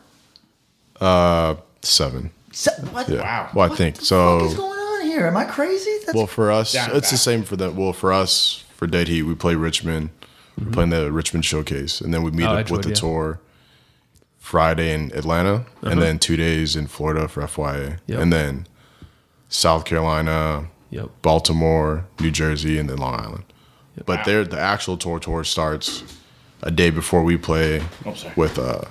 S4: seven.
S1: Se- what?
S4: Yeah.
S2: Wow.
S4: Well, I think so.
S1: What is going on here? Am I crazy? That's,
S4: Well, for us,
S2: Down
S4: it's the
S2: back.
S4: same for them. Well, for us, for Dead Heat, we play Richmond. We're playing the Richmond Showcase, and then we meet
S3: Mm-hmm. Oh,
S4: up
S3: Edgewood,
S4: with the
S3: yeah.
S4: tour Friday in Atlanta, and then two days in Florida for FYA,
S3: Uh-huh. Yep.
S4: and then South Carolina,
S3: Yep.
S4: Baltimore, New Jersey, and then Long Island. But there, the actual tour tour starts a day before we play
S2: Oh, sorry.
S4: with uh,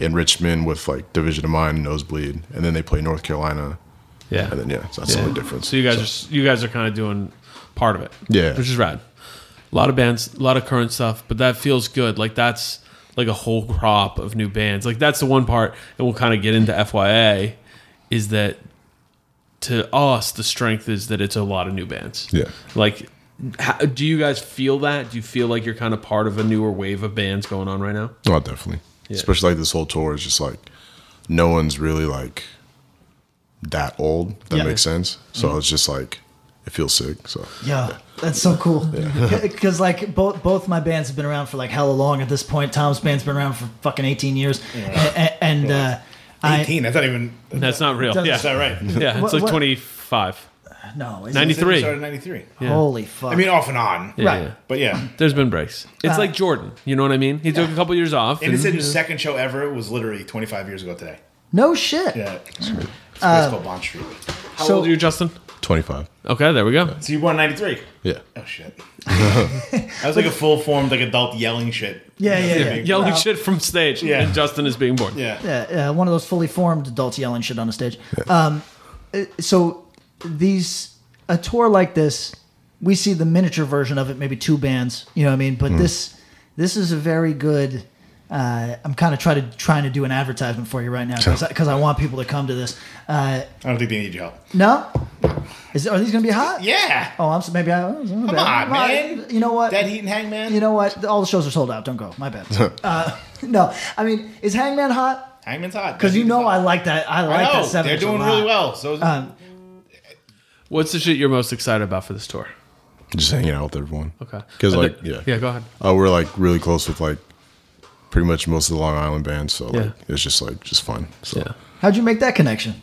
S4: in Richmond with like Division of Mind, and Nosebleed, and then they play North Carolina,
S3: Yeah.
S4: and then yeah, so that's the
S3: Yeah.
S4: only difference.
S3: So you guys are you guys are kind of doing part of it.
S4: Yeah.
S3: which is rad. A lot of bands, a lot of current stuff, but that feels good. Like that's like a whole crop of new bands. Like that's the one part, and we'll kind of get into FYA. Is that to us the strength is that it's a lot of new bands.
S4: Yeah.
S3: Like, how, do you guys feel that? Do you feel like you're kind of part of a newer wave of bands going on right now?
S4: Oh, definitely. Especially like this whole tour is just like no one's really like that old. if That
S1: Yeah.
S4: makes sense. So
S3: Mm-hmm.
S4: it's just like it feels sick. So
S1: yeah, that's so cool. [LAUGHS] Because like both both my bands have been around for like hella long at this point. Tom's band's been around for fucking 18 years, A- a- and, uh, I-
S2: 18. That's not even.
S3: That's not real.
S1: Doesn't-
S3: Yeah,
S2: Is that right?
S3: yeah. It's
S1: What-
S3: like
S1: what-
S3: 25.
S1: no, it's-
S3: 93. Three.
S2: Started in 93.
S1: Holy fuck!
S2: I mean, off and on.
S3: Yeah,
S1: Right. Uh,
S3: yeah.
S2: But yeah.
S3: There's been breaks. It's like Jordan. You know what I mean? He took a couple years off.
S2: And it's in his second show ever. It was literally 25 years ago today.
S1: no shit.
S2: Yeah. It's a place called Bond Street.
S3: how
S1: so-
S3: old are you, Justin?
S4: twenty five.
S3: Okay, there we go.
S2: So you won 93.
S4: Yeah.
S2: Oh,
S1: [LAUGHS]
S2: shit. I was like a full formed, like adult yelling shit.
S1: Yeah, yeah, yeah.
S3: Yelling
S1: Well-
S3: shit from stage.
S2: Yeah.
S3: And Justin is being born.
S2: Yeah.
S1: Yeah, yeah, Uh, one of those fully formed adults yelling shit on a stage. Um, uh, so these a tour like this, we see
S2: Mm.
S1: the miniature version of it, maybe two bands. You know what I mean? But this this is a very good Uh, I'm kind of trying to trying to do an advertisement for you right now because I, want people to come to this. Uh,
S2: I don't think they need your help.
S1: no, is are these gonna be hot?
S2: Yeah.
S1: Oh, I'm so maybe I. Come
S2: Come on, man.
S1: You know what?
S2: That Heat and Hangman.
S1: you know what? All the shows are sold out. Don't go. My
S2: [LAUGHS]
S1: bad. uh, no, I mean, is Hangman hot?
S2: Hangman's hot.
S1: Because you know I like that. I
S2: I
S1: like
S2: know
S1: that seven.
S2: they're doing really well. So
S1: Um,
S3: What's the shit you're most excited about for this tour?
S4: just hanging out with everyone.
S3: Okay.
S4: Because
S3: And
S4: like
S3: the-
S4: yeah,
S3: yeah, go ahead.
S4: Uh, we're like really close with like pretty much most of the Long Island bands, so like
S3: Yeah.
S4: it's just like just fun. So
S3: Yeah.
S1: How'd you make that connection?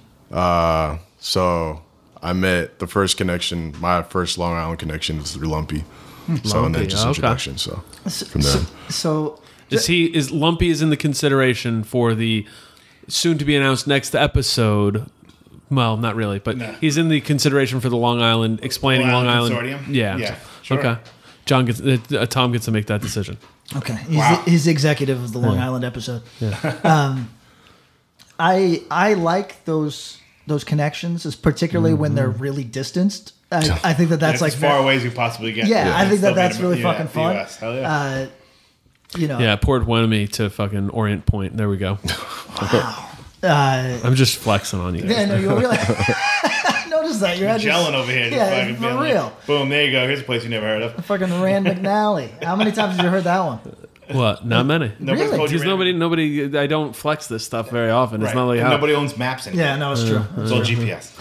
S4: so I met the first connection. My first Long Island connection was through Lumpy. So and
S3: Hmm. Lumpy,
S4: then just
S3: okay.
S4: introduction. So from there,
S1: So, so
S3: Is he is Lumpy is in the consideration for the soon to be announced next episode? Well, not really, but
S2: No.
S3: he's in the consideration for the Long Island explaining
S2: Long
S3: Long
S2: Island
S3: Island.
S2: Consortium?
S3: Yeah.
S2: Yeah, sure.
S3: Okay. John gets uh, uh, Tom gets to make that decision.
S1: okay, he's,
S2: Wow.
S1: he's executive of the Long Island episode. [LAUGHS] um, I I like those those connections, is particularly when
S4: Mm-hmm.
S1: they're really distanced. I, I think that that's like
S2: as far away as you possibly get.
S1: Yeah, I think that
S2: Still made
S1: that's
S2: it-
S1: really
S2: yeah,
S1: fucking
S2: the
S1: fun.
S2: US. Hell yeah.
S1: Uh, you know,
S3: Yeah, Port Wenemy to fucking Orient Point. There we [LAUGHS] go.
S1: uh,
S3: I'm just flexing on you. Guys.
S1: yeah, no, you really [LAUGHS] notice that you're
S2: Gelling over here. just
S1: Yeah,
S2: fucking
S1: for
S2: feeling like,
S1: real.
S2: boom, there you go. Here's a place you never heard of.
S1: Fucking Rand McNally. How many times have you heard that one?
S3: What? Not many.
S2: Nobody's
S1: Really?
S2: called you
S3: Because
S2: random.
S3: nobody, nobody. I don't flex this stuff very often. It's
S2: Right.
S3: not like
S2: And
S3: how
S2: nobody owns maps anymore.
S1: Yeah, no, it's true.
S2: It's all GPS.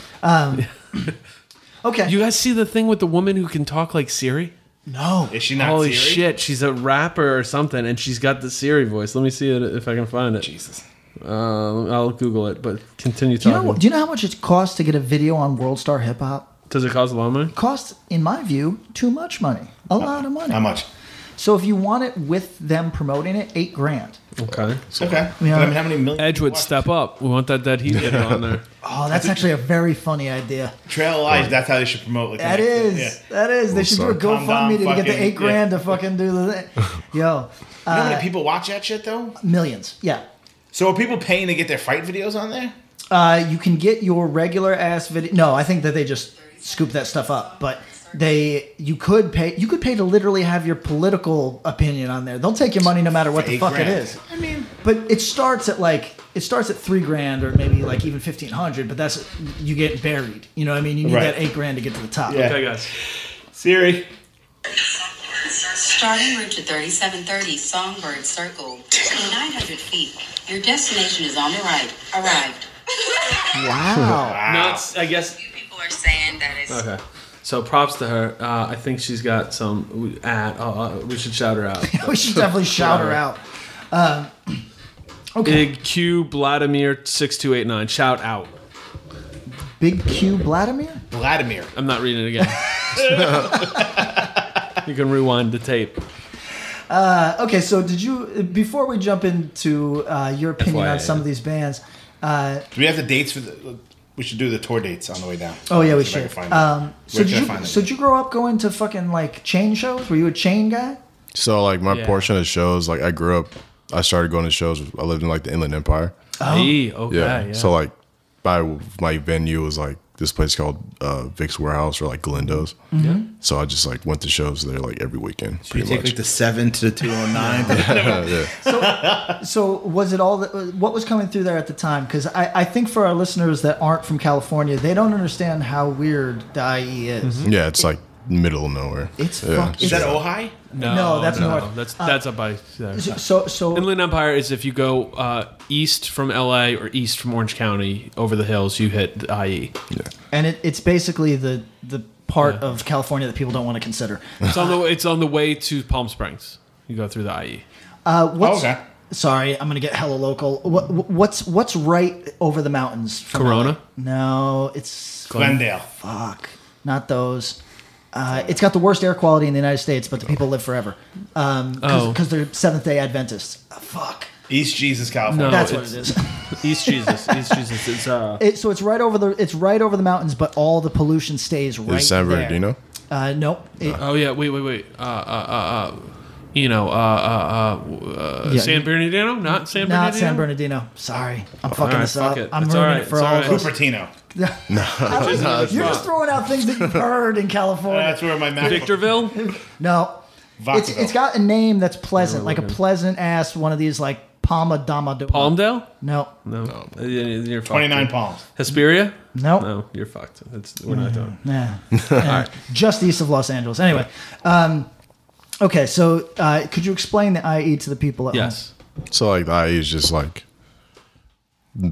S1: Okay.
S3: You guys see the thing with the woman who can talk like Siri?
S1: no.
S2: Is she not
S3: Holy
S2: Siri?
S3: shit, she's a rapper or something, and she's got the Siri voice. Let me see it if I can find it.
S2: Jesus.
S3: Um, I'll Google it, but continue
S1: Do you,
S3: talking.
S1: know, what- do you know how much it costs to get a video on World Star Hip Hop?
S3: Does it cost a lot of money?
S1: Costs, in my view, too much money. A lot of money.
S2: How much?
S1: So if you want it with them promoting it, eight grand.
S3: Okay.
S2: Okay.
S1: Yeah.
S2: But I mean, how many million?
S3: Edgewood,
S2: watch-
S3: step up. We want that dead heat hitter on there.
S1: Oh, that's actually a very funny idea.
S2: Trail Lies. That's how they should promote. Like,
S1: That
S2: the-
S1: is,
S2: Yeah.
S1: that is. They should do a
S4: sorry.
S1: GoFundMe to get
S2: Condom
S1: the
S2: fucking-
S1: eight grand to fucking do the thing. Yo,
S2: You know how
S1: uh,
S2: many people watch that shit though?
S1: millions. Yeah.
S2: So are people paying to get their fight videos on there?
S1: Uh, you can get your regular ass video. No, I think that they just scoop that stuff up, but they you could pay you could pay to literally have your political opinion on there. They'll take your money no matter what the
S2: Eight
S1: fuck
S2: grand.
S1: it is.
S2: I mean,
S1: But it starts at like it starts at three grand or maybe like even fifteen hundred. But that's you get buried. You know what I mean? You need
S2: Right.
S1: that eight grand to get to the top.
S2: Yeah.
S3: [LAUGHS] Okay, guys.
S2: Siri.
S9: Starting route to 3730 Songbird Circle. In 900 feet, your destination is on the right. Arrived.
S2: [LAUGHS]
S1: Wow.
S3: Not, s- I guess.
S9: You people are saying that it's
S3: Okay. So props to her. Uh, I think she's got some at. Uh, we should shout her
S2: [LAUGHS]
S3: out.
S1: we should definitely shout her out. Um, [CLEARS THROAT] okay.
S3: Big Q Vladimir six two eight nine. Shout out.
S1: Big Q Vladimir.
S2: Vladimir.
S3: I'm not reading it [LAUGHS] again. you can rewind the tape.
S1: Okay, so did you before we jump into uh, your opinion
S3: FYI,
S1: on some
S3: yeah.
S1: of these bands? Uh,
S2: Do we have the dates for the? We should do the tour dates on the way down.
S1: oh yeah, we
S2: See if I can
S1: should.
S2: find it.
S1: Um, so
S2: Where
S1: did
S2: can I
S1: you
S2: find it?
S1: so did you grow up going to fucking like chain shows? Were you a chain guy?
S4: so like my
S3: Yeah.
S4: portion of shows, like I grew up, I started going to shows. I lived in like the Inland Empire.
S1: Oh.
S3: Hey, okay.
S4: Yeah.
S3: Yeah.
S4: So like my my venue was like this place called uh, Vic's Warehouse or like Galindo's. Yeah. So I just like went to shows there like every weekend.
S10: You
S4: Pretty
S10: take
S4: much.
S10: like the seven to the
S2: [LAUGHS]
S10: two hundred nine.
S1: So was it all that what was coming through there at the time? Because I, I think for our listeners that aren't from California, they don't understand how weird the IE is.
S4: yeah, it's like middle of nowhere.
S1: It's
S4: yeah,
S1: fuck-
S2: Is that
S1: it's-
S2: Ojai?
S3: no,
S1: no, that's
S3: no,
S1: north. Uh,
S3: That's that's up by. there.
S1: So so
S3: Inland Empire is if you go uh, east from LA or east from Orange County over the hills, you hit the E. IE.
S1: and it, it's basically the the part of California that people don't want to consider.
S3: It's on the it's on the way to Palm Springs. You go through the E. IE. Oh,
S1: Uh, what's,
S2: okay.
S1: Sorry, I'm gonna get hella local. What, what's what's right over the mountains? From
S3: Corona?
S1: No, it's
S2: Glendale.
S1: fuck. Not those. Uh, it's got the worst air quality in the United States, but the people live forever. Um,
S3: Oh.
S1: because they're Seventh Day Adventists. Uh, fuck,
S2: East Jesus, California.
S3: No.
S1: that's what
S3: Oh, it's-
S1: it is.
S3: East Jesus, East Jesus. It's uh,
S1: It, so it's right over the it's right over the mountains, but all the pollution stays right
S4: Is San
S1: there.
S4: Bernardino?
S1: Uh, nope. It-
S3: oh yeah, wait, wait, wait. Uh, uh, uh, uh you know, uh, uh, uh, uh
S1: Yeah.
S3: San Bernardino, not San Bernardino.
S1: not San Bernardino. Sorry, I'm fucking
S3: right,
S1: this
S3: fuck
S1: up.
S3: it.
S1: I'm
S3: It's
S1: ruining
S3: alright,
S1: it for
S3: it's
S1: all
S3: alright.
S1: of us.
S2: Cupertino.
S1: I like-
S4: No, it's
S1: you're
S4: not.
S1: just throwing out things that you've heard in California.
S2: That's where my map.
S3: Victorville.
S1: No. It's,
S2: Vacaville.
S1: it's got a name that's pleasant, like a pleasant ass one of these like Palma Dama.
S3: Palmdale?
S1: No, no,
S3: No. Uh, You're fucked.
S2: 29 palms.
S3: Hesperia?
S1: no.
S3: No, you're fucked. It's, we're not done. [LAUGHS]
S1: Yeah. Uh-huh. And Just east of Los Angeles. Anyway. Um, okay, so uh, could you explain the IE to the people at
S3: Yes.
S4: So like the IE is just like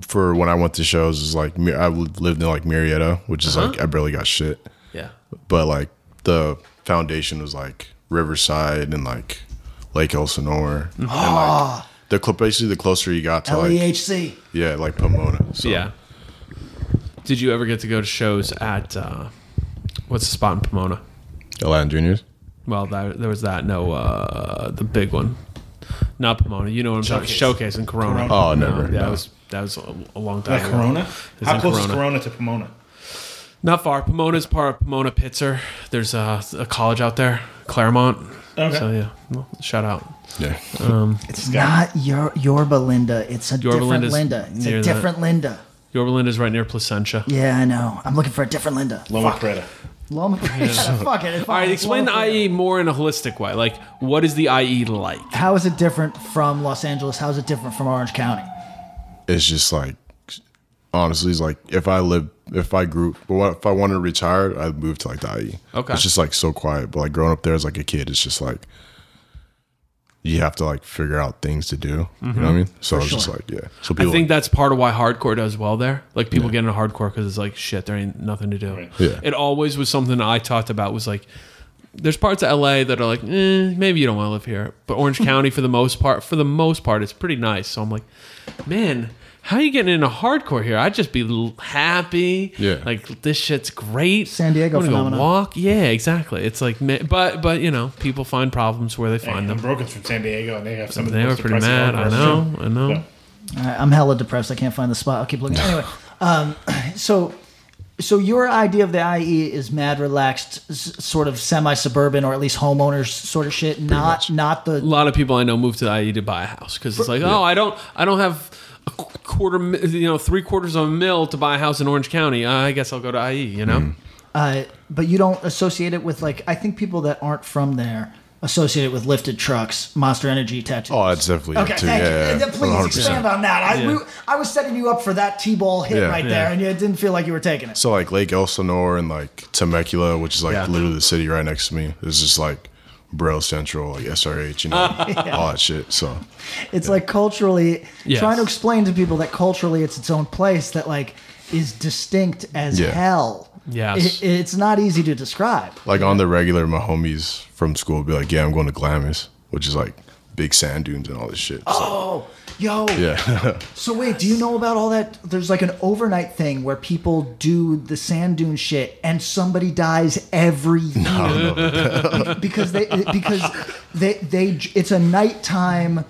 S4: for when I went to shows is like Mi- I lived in like Marietta, which is like I barely got shit,
S3: Yeah.
S4: but like the foundation was like Riverside and like Lake Elsinore. And
S1: [GASPS]
S4: like the cl- basically the closer you got to
S1: home? E
S4: like
S1: LEHC.
S4: yeah like Pomona. So
S3: Yeah. Did you ever get to go to shows at uh, what's the spot in Pomona?
S4: Aladdin Juniors.
S3: Well, that, there was that. No, uh, the big one, not Pomona. You know what I'm talking? Showcase in Corona.
S4: Oh, never,
S3: That
S4: no.
S3: was that was a, a long time.
S2: Like
S3: ago.
S2: Corona?
S3: It's
S2: How
S3: in
S2: close is
S3: Corona.
S2: Corona to Pomona?
S3: Not far. Pomona's part of Pomona Pitzer. There's a, a college out there, Claremont.
S2: Okay.
S3: So yeah, well, shout out.
S4: Yeah,
S1: It's not Yor- Yorba Linda. It's a different
S3: Linda's
S1: Linda. It's
S3: near
S1: a
S3: that.
S1: different Linda.
S3: Yorba Linda's right near Placentia.
S1: Yeah, I know. I'm looking for a different Linda.
S2: Loma Prieta.
S1: [LAUGHS] Loma Fuck it. it's
S3: All right,
S1: fine.
S3: explain
S1: Loma
S3: the E.
S1: Prieta.
S3: IE more in a holistic way. Like, what is the IE like?
S1: How is it different from Los Angeles? How is it different from Orange County?
S4: it's just like honestly, it's like if I lived, if I grew, but what if I wanted to retire, I'd move to like the IE.
S3: Okay.
S4: it's just like so quiet. But like growing up there as like a kid, it's just like you have to like figure out things to do. You know what I mean? So it's just like yeah. So people
S3: Mm-hmm. I think that's part of why hardcore does well there. Like people get into hardcore because it's like shit, there ain't nothing to do.
S4: Yeah.
S3: It always was something I talked about was like, there's parts of LA that are like, eh, maybe you don't want to live here, but Orange County for the most part, for the most part, it's pretty nice. So I'm like, man, how you getting into hardcore here? I'd just be l- happy.
S4: Yeah.
S3: like this shit's great.
S1: San Diego
S3: I'm gonna
S1: phenomenon.
S3: go walk. Yeah, exactly. It's like, ma- but but you know, people find problems where they find
S2: And the
S3: them.
S2: Brokens from San Diego, and they have some of the
S3: They were
S2: most
S3: pretty
S2: depressing
S3: mad. I
S2: artworks.
S3: know. I know.
S2: Yeah.
S1: I- I'm hella depressed. I can't find the spot. I'll keep looking. Anyway, um, [CLEARS THROAT] so so your idea of the IE is mad relaxed, s- sort of semi-suburban or at least homeowners sort of shit. Not not the
S3: a lot of people I know move to the IE to buy a house because it's like, oh, I don't, I don't have a qu- quarter, mi- you know, three quarters of a mil to buy a house in Orange County. Uh, I guess I'll go to IE. You know,
S1: uh, but you don't associate it with like I think people that aren't from there associate it with lifted trucks, Monster Energy tattoos.
S4: Oh, that's definitely
S1: Okay,
S4: it too.
S1: thank
S4: yeah,
S1: you. And
S4: yeah,
S1: then Please
S4: 100%.
S1: expand on that. I, we, I was setting you up for that T-ball hit
S4: Yeah.
S1: right
S4: Yeah.
S1: there, and you didn't feel like you were taking it.
S4: So like Lake Elsinore and like Temecula, which is like
S3: Yeah.
S4: literally the city right next to me, is just like Braille Central, like SRH, you know, all that shit. So
S1: It's like culturally
S3: Yes.
S1: trying to explain to people that culturally it's its own place that like is distinct as
S4: Yeah.
S1: hell.
S3: Yes.
S1: It- it's not easy to describe.
S4: like on the regular, my homies from school would be like, "Yeah, I'm going to Glamis," which is like big sand dunes and all this shit. So,
S1: Oh, yo.
S4: yeah, [LAUGHS]
S1: So wait, do you know about all that? There's like an overnight thing where people do the sand dune shit, and somebody dies every year because they because they they it's a nighttime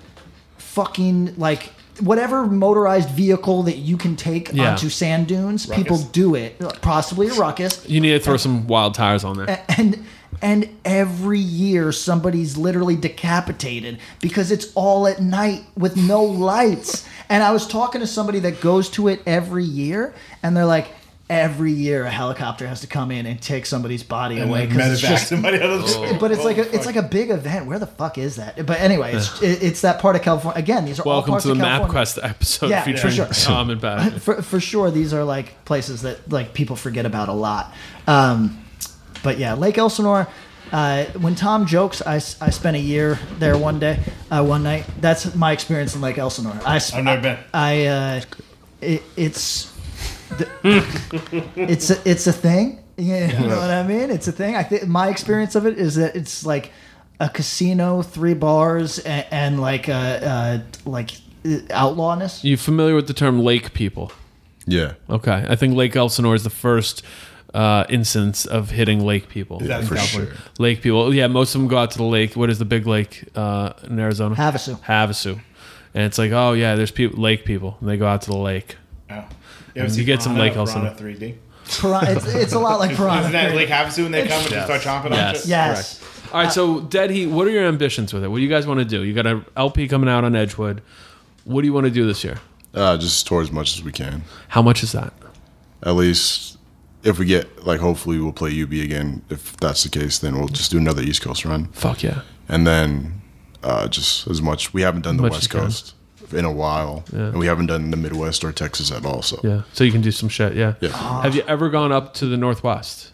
S1: fucking like whatever motorized vehicle that you can take
S3: Yeah.
S1: onto sand dunes, people do it, possibly a ruckus,
S3: you need to throw some wild tires on there.
S1: and. And every year, somebody's literally decapitated because it's all at night with no lights. And I was talking to somebody that goes to it every year, and they're like, every year a helicopter has to come in and take somebody's body
S2: And
S1: away
S2: like Oh,
S1: 'cause
S2: medevac
S1: it's just
S2: somebody out of the
S3: Oh.
S1: but it's like a, it's like a big event. Where the fuck is that? But anyway, it's, it- it's that part of California. Again, these are all
S3: Welcome
S1: parts
S3: to
S1: of
S3: the
S1: California.
S3: MapQuest episode
S1: Yeah, for
S3: featuring
S1: sure.
S3: [LAUGHS] Tom
S1: [LAUGHS]
S3: and Pat.
S1: For, for sure, these are like places that like people forget about a lot. Um, but yeah, Lake Elsinore. Uh, when Tom jokes, I, s- I spent a year there one day, uh, one night. That's my experience in Lake Elsinore. I sp-
S2: I've never been.
S1: I uh, it, it's the, [LAUGHS] it's a, it's a thing. Yeah, you know what I mean. It's a thing. I think my experience of it is that it's like a casino, three bars, and, and like uh, uh, like uh, outlawness.
S3: You familiar with the term lake people?
S4: yeah,
S3: Okay, I think Lake Elsinore is the first uh, instance of hitting lake people.
S4: yeah,
S2: That's
S4: for
S2: definitely-
S4: sure.
S3: Lake people. Yeah, most of them go out to the lake. What is the big lake uh, in Arizona?
S1: Havasu.
S3: Havasu. And it's like, oh yeah, there's people, lake people, and they go out to the lake.
S2: Oh. You ever see
S3: get some Lake
S2: Piranha,
S3: Elsinore.
S2: Piranha 3D?
S1: Piranha, it's, it's a lot like
S2: [LAUGHS] Isn't that
S1: piranha.
S2: Lake Havasu when they come and just start chomping on
S3: Yes.
S2: shit?
S1: Yes.
S3: All right, so Dead Heat, what are your ambitions with it? What do you guys want to do? You got an LP coming out on Edgewood. What do you want to do this year?
S4: Uh, just tour as much as we can.
S3: How much is that?
S4: At least if we get like, hopefully we'll play UB again. If that's the case, then we'll just do another East Coast run.
S3: Fuck yeah.
S4: and then uh, just as much. We haven't done the
S3: Much
S4: West
S3: you can.
S4: Coast in a while, and we haven't done the Midwest or Texas at all. So
S3: Yeah. So you can do some shit. Yeah.
S4: Yeah.
S3: Have you ever gone up to the Northwest?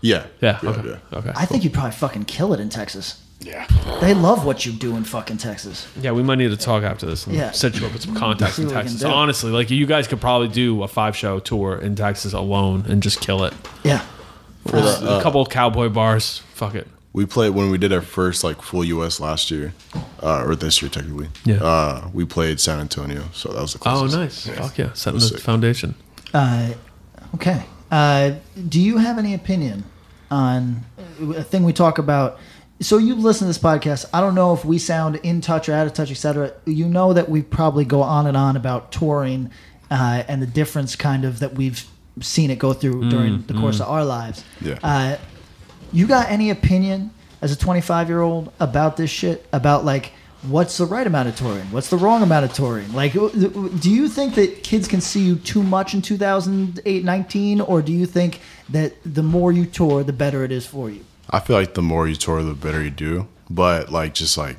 S4: yeah,
S3: Yeah.
S4: yeah,
S3: okay.
S4: yeah.
S3: Okay.
S1: I think you'd probably fucking kill it in Texas.
S2: Yeah.
S1: They love what you do in fucking Texas.
S3: Yeah, we might need to talk after this and
S1: Yeah.
S3: set you up with some contacts
S1: See
S3: in
S1: what we can
S3: Texas.
S1: do.
S3: Honestly, like you guys could probably do a five show tour in Texas alone and just kill it.
S1: Yeah.
S3: a couple of cowboy bars. Fuck it.
S4: We played when we did our first like full U.S. last year, uh, or this year technically.
S3: Yeah.
S4: uh, we played San Antonio, so that was the
S3: Oh,
S4: closest.
S3: nice. Fuck yeah. Setting
S4: was
S3: the
S4: sick.
S3: foundation.
S1: Uh, okay. Uh, do you have any opinion on a thing we talk about? So you listen to this podcast. I don't know if we sound in touch or out of touch, etc. You know that we probably go on and on about touring uh, and the difference, kind of, that we've seen it go through during the course of our lives.
S4: Yeah.
S1: Uh, you got any opinion as a 25 year old about this shit about like what's the right amount of touring what's the wrong amount of touring like w- w- do you think that kids can see you too much in 2008 19 or do you think that the more you tour the better it is for you
S4: I feel like the more you tour, the better you do. But like just like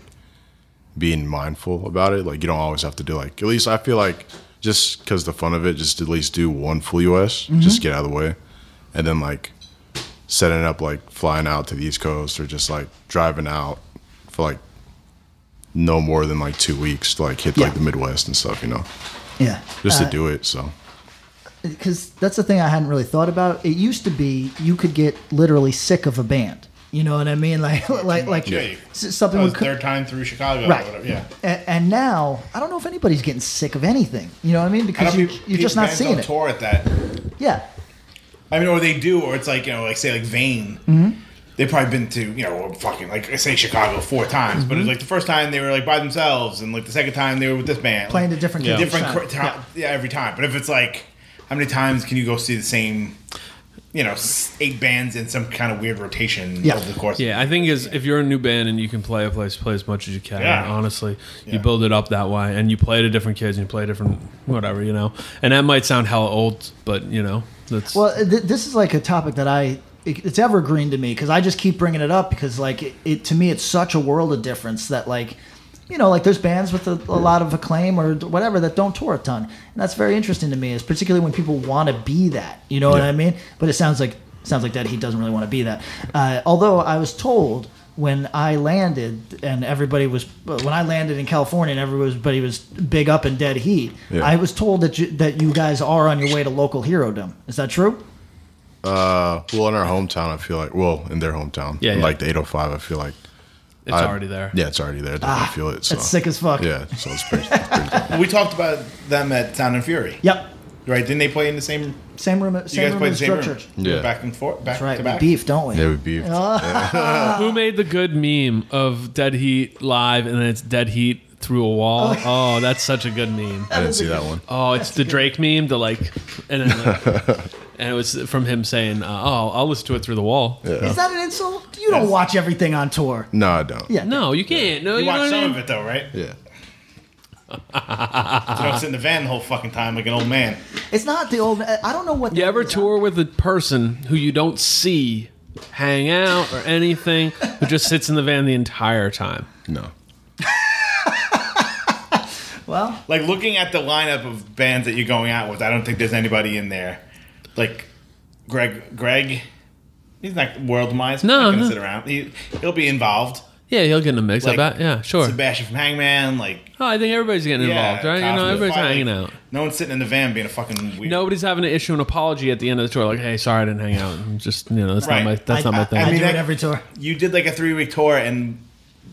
S4: being mindful about it, like you don't always have to do like. At least I feel like just because the fun of it, just at least do one full US,
S3: Mm-hmm.
S4: just get out of the way, and then like setting up like flying out to the East Coast or just like driving out for like no more than like two weeks to like hit
S1: Yeah.
S4: like the Midwest and stuff, you know,
S1: yeah
S4: just
S3: Uh,
S4: to do it. So
S1: because Uh, that's the thing I hadn't really thought about. It used to be you could get literally sick of a band. You know what I mean? [LAUGHS] Like like like
S2: Yeah, you-
S1: s-
S2: That
S1: something
S2: was
S1: would co-
S2: third time through Chicago
S1: right.
S2: or whatever. Yeah.
S1: A- And, now I don't know if anybody's getting sick of anything. You know what I mean? Because you,
S2: pe-
S1: you're just not
S2: bands
S1: seeing
S2: don't
S1: it.
S2: Tour at that.
S1: Yeah.
S2: I mean, or they do, or it's like you know, like say like Vane.
S1: Mm-hmm.
S2: They've probably been to you know, or fucking like I say Chicago four times,
S1: Mm-hmm.
S2: but it was like the first time they were like by themselves, and like the second time they were with this band,
S1: Playing
S2: like,
S1: to different
S2: yeah.
S1: kids
S2: different
S1: each
S2: cr-
S1: time.
S2: time- yeah. every time. But if it's like, how many times can you go see the same, you know, s- eight bands in some kind of weird rotation
S1: Yeah.
S2: over the course?
S3: Yeah, I think is if you're a new band and you can play a place, play as much as you can.
S2: Yeah.
S3: Honestly,
S2: Yeah.
S3: you build it up that way, and you play to different kids, and you play different whatever you know. And that might sound hell old, but you know that's
S1: Well, th- this is like a topic that I it- it's evergreen to me because I just keep bringing it up because like it, it to me it's such a world of difference that like you know like there's bands with a, a lot of acclaim or whatever that don't tour a ton and that's very interesting to me is particularly when people want to be that you know what I mean but it sounds like sounds like that he doesn't really want to be that uh, although I was told when I landed and everybody was when I landed in California and everybody was big up in dead heat
S4: Yeah.
S1: I was told that you, that you guys are on your way to local hero dom is that true
S4: Uh, well, in our hometown, I feel like well in their hometown,
S3: Yeah,
S4: in,
S3: yeah.
S4: like the 805, I feel like.
S3: it's
S4: I-
S3: already there.
S4: Yeah, it's already there. I definitely feel it.
S1: Ah,
S4: So.
S1: That's sick as fuck.
S4: Yeah, so it's
S1: [LAUGHS]
S4: pretty. it's pretty cool.
S2: we talked about them at Sound and Fury.
S1: Yep.
S2: right. Didn't they play in the same?
S1: Same room.
S2: You
S1: Same
S2: guys
S1: room
S2: played in
S1: as
S2: the same
S1: Drug
S2: room.
S1: Church.
S4: Yeah.
S2: Were back and forth, back
S1: That's right.
S2: to
S1: We
S2: back.
S1: beef, don't we?
S4: Yeah, we beefed.
S3: Who made the good meme of Dead Heat live, and then it's Dead Heat through a wall? Oh, that's such a good meme.
S4: I didn't see that one.
S3: Oh, it's the Drake meme, the like, and then
S4: [LAUGHS]
S3: like- and it was from him saying, uh, "Oh, I'll listen to it through the wall."
S1: Is that an insult? You don't
S2: Yes.
S1: watch everything on tour.
S4: No, I don't.
S1: Yeah.
S3: No, you can't. No,
S2: You
S3: you,
S2: watched
S3: know what I
S2: some
S3: mean?
S2: of it though, right?
S4: Yeah.
S2: So I was in the van the whole fucking time like an old man.
S1: It's not the old. I don't know what.
S3: You
S1: the-
S3: ever tour with a person who you don't see hang out or anything, who just sits in the van the entire time?
S4: No.
S1: Well,
S2: Like looking at the lineup of bands that you're going out with, I don't think there's anybody in there. Like Greg, Greg, he's not world demise. he's
S3: No,
S2: not gonna
S3: no.
S2: sit around. He, he'll be involved.
S3: Yeah, he'll get in the mix.
S2: Like,
S3: I bet. Yeah, sure.
S2: Sebastian from Hangman, like
S3: Oh, I think everybody's getting involved,
S2: yeah,
S3: right? You know,
S2: Cosmo.
S3: everybody's
S2: Finally,
S3: hanging out.
S2: No one's sitting in the van being a fucking weird.
S3: Nobody's having to issue an apology at the end of the tour, like, "Hey, sorry, I didn't hang out. I'm just, you know, that's
S2: Right.
S3: not my that's
S1: I-
S3: not my thing."
S1: I,
S2: mean,
S1: do
S2: that-
S1: it every tour.
S2: you did like a three week tour, and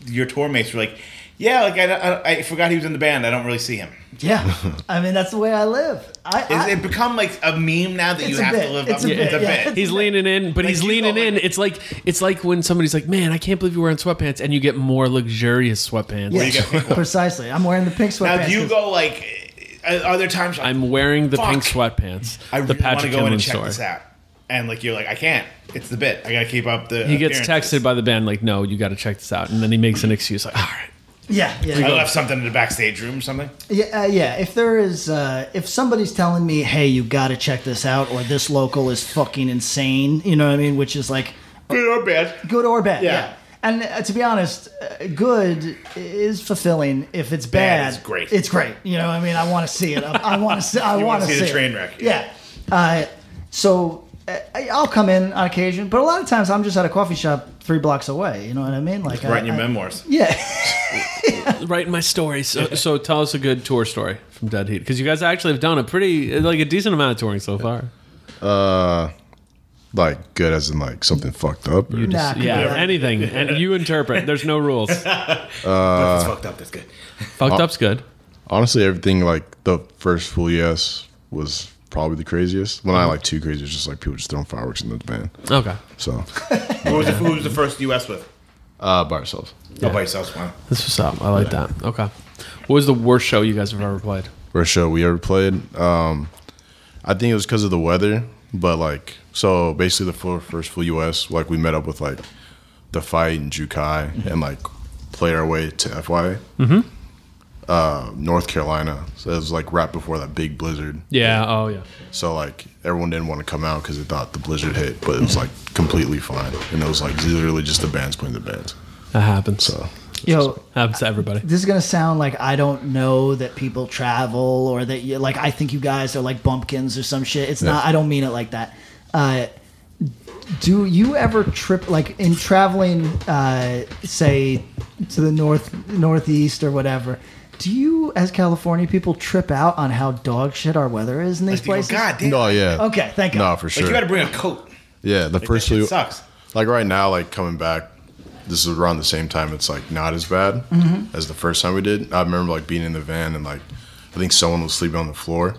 S2: your tour mates were like, "Yeah, like I, I, I forgot he was in the band. I don't really see him."
S1: Yeah. I mean, that's the way I live. I.
S2: Is
S1: I
S2: it become like a meme now that
S1: It's
S2: you
S1: a
S2: have
S1: bit.
S2: to live
S1: It's
S2: up
S1: a
S2: to?
S1: bit,
S2: It's a
S1: yeah.
S2: bit.
S3: He's leaning in, but he's
S2: you
S3: leaning
S2: go,
S3: in.
S2: like-
S3: it's like it's like when somebody's like, "Man, I can't believe you're wearing sweatpants," and you get more luxurious sweatpants.
S1: yeah,
S2: you get
S1: [LAUGHS]
S2: pink
S1: precisely. I'm wearing the pink sweatpants.
S2: Now, do you
S1: 'cause-
S2: go like? uh, Are there times like,
S3: I'm wearing the pink
S2: Fuck.
S3: sweatpants.
S2: I
S3: the
S2: really want to
S3: Patrick
S2: go in
S3: Kinlan
S2: and check
S3: story.
S2: this out, and like you're like, I can't. It's the bit. I gotta keep up the.
S3: He gets
S2: appearances.
S3: texted by the band like, "No, you got to check this out," and then he makes an excuse like, "All right."
S1: Yeah. Yeah.
S2: I
S1: yeah.
S2: left something in the backstage room or something.
S1: Yeah, uh, yeah. If there is, uh, if somebody's telling me, "Hey, you got to check this out," or "This local is fucking insane," you know what I mean? Which is like
S2: Good or bad.
S1: good or bad. Yeah.
S2: Yeah.
S1: And uh, to be honest, uh, good is fulfilling. If it's bad,
S2: Bad is great.
S1: It's great. You know, I mean, I want to see it. I, I want to see. I
S2: [LAUGHS] You
S1: want
S2: wanna
S1: to
S2: see the
S1: it.
S2: train wreck,
S1: Yeah.
S2: yeah.
S1: Uh, so uh, I- I'll come in on occasion, but a lot of times I'm just at a coffee shop three blocks away. You know what I mean? Like I-
S2: Writing your
S1: I-
S2: memoirs.
S1: Yeah. [LAUGHS]
S3: writing my stories. So, [LAUGHS] so tell us a good tour story from Dead Heat because you guys actually have done a pretty like a decent amount of touring so far.
S4: Uh, like good as in like something fucked up. Or,
S1: Nah, come
S3: Yeah,
S1: on.
S3: anything, and you interpret. There's no [LAUGHS] rules.
S1: uh,
S2: That's fucked up. That's good.
S4: Uh,
S3: Fucked up's good.
S4: honestly, everything like the first full yes was probably the craziest. When I
S1: Mm-hmm.
S4: like too crazy, it's just like people just throwing fireworks in the van.
S3: Okay,
S4: So [LAUGHS]
S2: Who was, the, who was the first U.S. with?
S4: uh, by ourselves,
S2: Oh, by yourself, wow.
S3: this was up. I like that. Okay, what was the worst show you guys have ever played?
S4: first show we ever played. Um, I think it was because of the weather, but like so basically the full, first full US, like we met up with like the fight and Jukai and like played our way to FYA. Mm-hmm. Uh, North Carolina. So it was like right before that big blizzard.
S3: Yeah. Oh yeah.
S4: So like everyone didn't want to come out because they thought the blizzard hit, but it was like completely fine, and it was like literally just the bands playing the bands.
S3: That happens.
S4: So
S1: Yo,
S3: happens to everybody.
S1: this is gonna sound like I don't know that people travel or that you like I think you guys are like bumpkins or some shit. It's not. I don't mean it like that. Uh, do you ever trip like in traveling, uh, say to the north northeast or whatever? Do you, as California people, trip out on how dog shit our weather is in these
S2: Like, you go,
S1: places?
S2: God damn.
S4: no, Oh, yeah,
S1: Okay, thank you.
S4: no, for
S2: Like,
S4: sure.
S2: you got to bring a coat.
S4: yeah, the
S2: That
S4: first
S2: shit
S4: few
S2: sucks.
S4: like right now, like coming back, this is around the same time. It's like not as bad
S1: Mm-hmm.
S4: as the first time we did. I remember like being in the van and like I think someone was sleeping on the floor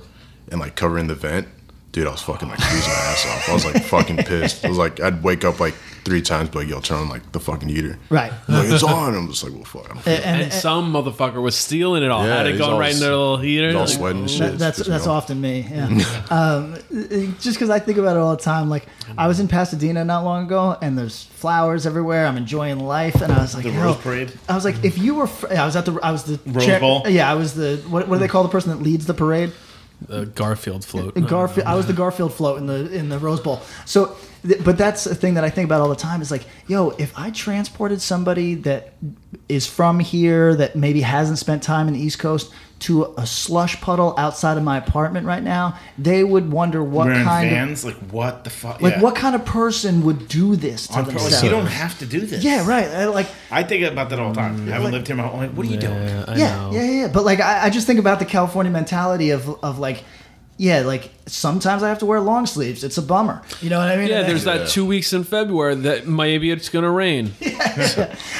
S4: and like covering the vent. Dude, I was fucking like freezing my ass off. I was like fucking pissed. I was like, I'd wake up like three times, but like, yo, turn on like the fucking heater.
S1: Right. Uh,
S4: Like it's on. I'm just like, well, fuck. I don't feel
S3: And, uh, some motherfucker was stealing it all.
S4: Yeah,
S3: Had it
S4: he's
S3: going
S4: all
S3: right in their
S4: s-
S3: little heater.
S4: all
S3: Like,
S4: sweating and shit.
S1: uh, That, that's
S4: It's pissing
S1: that's
S4: me off.
S1: often me. Yeah. [LAUGHS] um, it- just because I think about it all the time. Like I was in Pasadena not long ago, and there's flowers everywhere. I'm enjoying life, and I was like,
S2: The
S1: yo-
S2: Rose Parade?
S1: I was like, if you were, fr- I was at the, I was the
S2: Rose Bowl?
S1: Yeah, I was the. What, what do they call the person that leads the parade?
S3: the Garfield float.
S1: Garfield. I was the Garfield float in the in the Rose Bowl. So, th- but that's a thing that I think about all the time. Is like, yo, if I transported somebody that is from here that maybe hasn't spent time in the East Coast to a slush puddle outside of my apartment right now, they would wonder what
S2: Wearing
S1: kind of
S2: vans. like, what the fuck?
S1: like
S2: yeah.
S1: what kind of person would do this to
S2: On purpose.
S1: themselves.
S2: you don't have to do this.
S1: yeah, right. I, like
S2: I think about that all the time. I haven't lived here my whole life. What are you doing?
S3: Yeah, I
S1: yeah,
S3: know.
S1: yeah, yeah. But like, I, I just think about the California mentality of of like, yeah, like sometimes I have to wear long sleeves. It's a bummer. You know what I mean?
S3: Yeah,
S1: And-
S3: there's that two weeks in February that maybe it's
S1: [LAUGHS]
S3: gonna rain.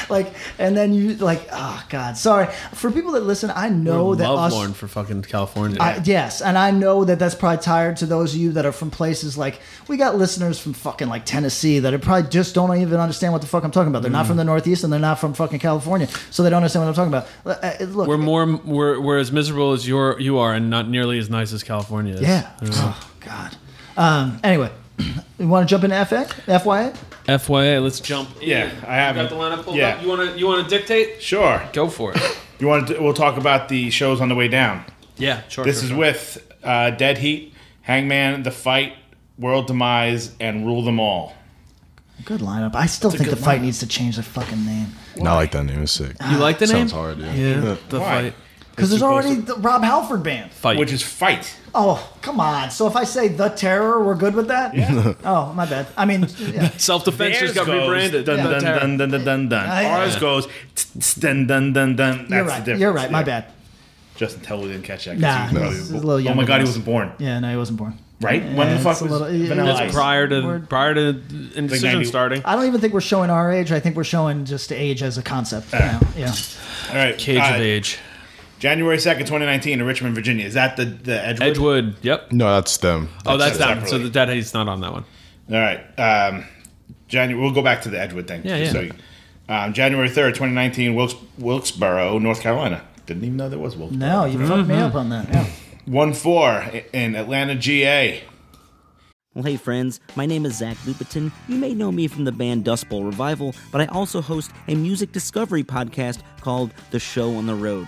S1: like and then you like oh god sorry for people that listen i know
S3: We're
S1: Oh, that us
S3: lovelorn for fucking California.
S1: I, yes and i know that that's probably tired to those of you that are from places like we got listeners from fucking like tennessee that are probably just don't even understand what the fuck i'm talking about they're not from the northeast and they're not from fucking california so they don't understand what i'm talking about Uh, uh, look
S3: we're more we're, we're as miserable as you you are, and not nearly as nice as California is.
S1: yeah oh god um anyway [CLEARS THROAT] you want to jump into FX? FYA?
S3: FYA, let's jump. In.
S2: Yeah, I have
S3: You got
S2: it.
S3: the lineup pulled
S2: Yeah.
S3: up. You wanna you wanna dictate?
S2: Sure.
S3: Go for it.
S2: You want to? We'll talk about the shows on the way down.
S3: [LAUGHS] yeah, sure.
S2: This
S3: sure,
S2: is
S3: sure.
S2: with uh, Dead Heat, Hangman, The Fight, World Demise, and Rule Them All.
S1: Good lineup. I still think the fight needs to change their fucking name.
S4: Not like that name is sick.
S1: Uh,
S3: you like the name?
S4: Sounds hard. Yeah.
S3: Yeah, the
S2: Why?
S3: fight.
S1: Because there's
S2: too close
S1: already
S2: to-
S1: the Rob Halford band.
S3: Fight.
S2: Which is Fight.
S1: Oh, come on. So if I say the terror, we're good with that? [LAUGHS] oh, my bad. I
S2: [LAUGHS]
S1: mean, yeah.
S3: self defense just got rebranded.
S2: Dun, dun,
S3: Yeah.
S2: dun, dun, dun, dun, dun.
S1: I-
S2: Ours
S3: Yeah.
S2: goes tss, tss, dun, dun, dun, dun. That's
S1: you're
S2: the
S1: right.
S2: difference.
S1: You're right. My
S2: Yeah.
S1: bad.
S2: Justin Tell didn't catch that. 'cause
S1: Nah,
S2: he was
S1: he's
S2: probably-
S1: a little
S2: Oh my
S1: younger
S2: god,
S1: than
S2: he
S1: us.
S2: wasn't born.
S1: Yeah, no, he wasn't born.
S2: Right?
S1: Yeah,
S2: when the fuck
S1: it's a
S2: was
S1: little- yeah,
S2: Vanilla
S1: it's
S2: Ice?
S3: Prior to
S1: Word.
S3: prior to
S2: Like
S3: indecision
S2: 90
S3: starting.
S1: I don't even think we're showing our age. I think we're showing just age as a concept.
S2: Ah.
S1: now. Yeah.
S2: All right.
S3: Cage
S2: uh,
S3: of age.
S2: January 2nd, 2019 in Richmond, Virginia. Is that the, the Edgewood?
S3: Edgewood. Yep.
S4: No, that's them.
S3: Oh, that's that. one.
S2: separately.
S3: So the dead he's not on that one.
S2: All right. Um, January. We'll go back to the Edgewood thing.
S3: Yeah,
S2: just
S3: yeah.
S2: you- um, January third, twenty nineteen, Wilkes Wilkesboro, North Carolina. Didn't even know there was Wilkesboro.
S1: No, you fucked me up on that. Yeah.
S2: One four in Atlanta, GA.
S11: Well, hey, friends, my name is Zach Lupitin. You may know me from the band Dust Bowl Revival, but I also host a music discovery podcast called The Show on the Road.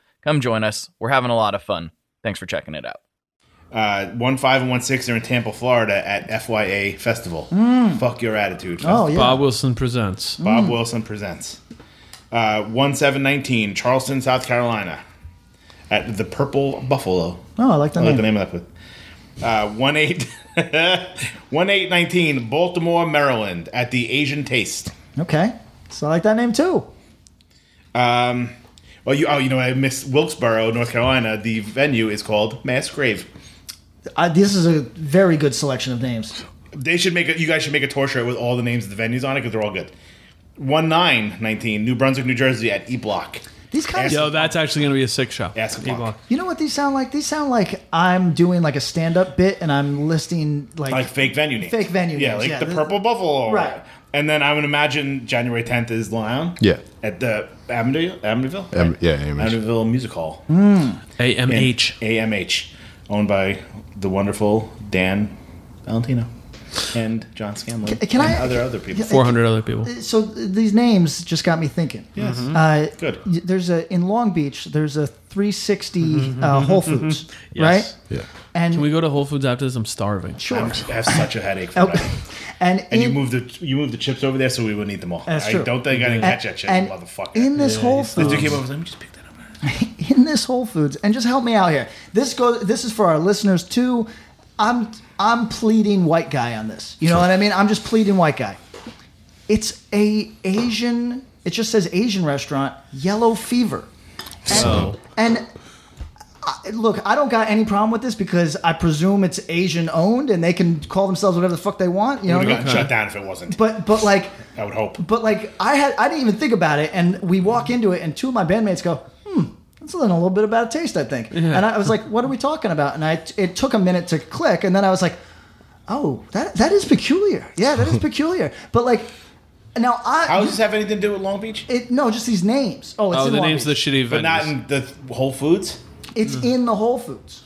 S12: Come join us. We're having a lot of fun. Thanks for checking it out.
S2: Uh, one five and one six are in Tampa, Florida, at FYA Festival.
S1: Mm.
S2: Fuck your attitude.
S1: Oh, Hmm. yeah.
S3: Bob Wilson presents.
S2: Bob Wilson presents. Uh, one seven nineteen, Charleston, South Carolina, at the Purple Buffalo.
S1: Oh, I like that
S2: I like the
S1: name.
S2: name of that. place. Uh, one eight [LAUGHS] one eight nineteen, Baltimore, Maryland, at the Asian Taste.
S1: Okay. So I like that name too.
S2: Um, well, you oh, you know, I missed Wilkesboro, North Carolina. The venue is called Mass Grave.
S1: I, this is a very good selection of names.
S2: They should make a, you guys should make a tour shirt with all the names of the venues on it because they're all good. One nine nineteen, New Brunswick, New Jersey, at E Block.
S1: These kind of
S3: Yo, that's actually going to be a sick show.
S2: Ask
S3: People.
S1: You know what these sound like? These sound like I'm doing like a stand up bit and I'm listing like,
S2: like fake venue names.
S1: fake venue
S2: Yeah,
S1: names,
S2: like
S1: yeah.
S2: the Purple Buffalo.
S1: Right.
S2: And then I would imagine January 10th is Long Island.
S4: Yeah.
S2: At the Amityville? Amityville?
S4: Am- yeah,
S2: Amityville.
S4: Amityville.
S2: Music Hall.
S3: AMH.
S2: And AMH. Owned by the wonderful Dan Valentino and John Scanlon.
S1: Can
S2: and
S1: I-
S2: other other people.
S3: 400 other people.
S1: so these names just got me thinking.
S2: Yes. Mhm.
S1: Uh,
S2: Good.
S1: y- There's a in Long Beach. There's a 360 uh, Whole Foods,
S3: Yes.
S1: right?
S4: Yeah.
S1: And
S3: Can we go to Whole Foods after this? I'm starving.
S1: Sure.
S2: I'm- I have such a headache from
S1: Okay.
S2: that.
S1: And, in,
S2: And you moved the you moved the chips over there, so we wouldn't eat them all.
S1: That's
S2: I
S1: true.
S2: don't think I didn't
S1: Yeah.
S2: catch that shit,
S1: And-
S2: motherfucker.
S1: in this Yeah, Whole he's-
S2: The dude
S1: Foods-
S2: came over. and was like, Let me just pick that up.
S1: in this Whole Foods, and just help me out here. This goes. This is for our listeners too. I'm I'm pleading white guy on this. You know what I mean? I'm just pleading white guy. It's a Asian. It just says Asian restaurant. Yellow fever.
S3: So
S1: And I, look, I don't got any problem with this because I presume it's Asian owned and they can call themselves whatever the fuck they want. You
S2: You
S1: know,
S2: would have gotten
S3: Okay.
S2: shut down if it wasn't.
S1: but but like
S2: I would hope.
S1: but like I had I didn't even think about it, and we walk into it, and two of my bandmates go, "Hmm, that's a little, a little bit of bad taste, I think." And I was like, "What are we talking about?" And I it took a minute to click, and then I was like, "Oh, that that is peculiar. Yeah, that is peculiar." But like now I
S2: How does this have anything to do with Long Beach?
S1: it, no just these names. Oh, it's
S3: oh,
S1: in
S3: the
S1: Long
S3: name's of the
S1: Beach.
S3: shitty
S2: But not
S3: venues.
S2: in the Whole Foods.
S1: it's in the Whole Foods.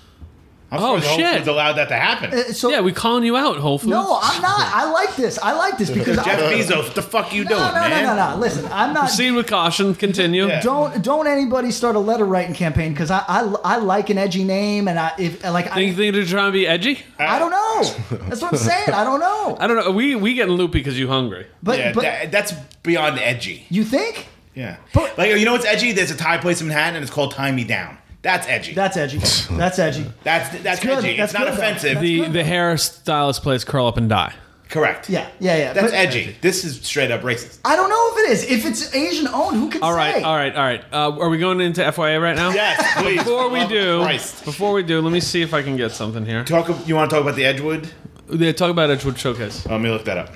S2: I'm
S3: Oh,
S2: surprised the Whole
S3: shit.
S2: Foods allowed that to happen.
S1: Uh, So
S3: Yeah, we calling you out, Whole Foods.
S1: no, I'm not. I like this. I like this because
S2: [LAUGHS] Jeff
S1: I,
S2: Bezos, what the fuck you
S1: uh, no,
S2: doing,
S1: no, no,
S2: man?
S1: no, no. Listen, I'm not.
S3: Proceed with caution. Continue.
S2: Yeah.
S1: Don't don't anybody start a letter writing campaign because I, I I like an edgy name and I if like I,
S3: Think, think they're trying to be edgy?
S1: I don't know. That's what I'm saying. I don't
S3: [LAUGHS]
S1: know.
S3: I don't know. We we getting loopy because you hungry.
S1: But
S2: yeah,
S1: but
S2: that, that's beyond edgy.
S1: you think
S2: Yeah.
S1: But-
S2: like, you know what's edgy? There's a Thai place in Manhattan and it's called Tie Me Down. That's edgy.
S1: that's edgy? That's
S3: [LAUGHS]
S1: edgy.
S2: that's, that's
S1: good.
S2: edgy.
S1: That's
S2: it's not
S1: good, though.
S2: offensive.
S1: That's-
S3: The
S1: good.
S3: the hairstylist plays curl up and die.
S2: Correct.
S1: Yeah, yeah, yeah.
S2: That's
S1: But
S2: edgy. This is straight
S1: [LAUGHS]
S2: up racist.
S1: I don't know if it is. If it's Asian owned, who can
S3: All right,
S1: say?
S3: all right, all right. Uh, are we going into FYA right now?
S2: Yes, please.
S3: Before we
S2: Love
S3: do,
S2: Oh, Christ.
S3: before we do, let me see if I can get something here.
S2: Talk, you want to talk about the Edgewood?
S3: They talk about Edgewood Showcase.
S2: Oh, let me look that up.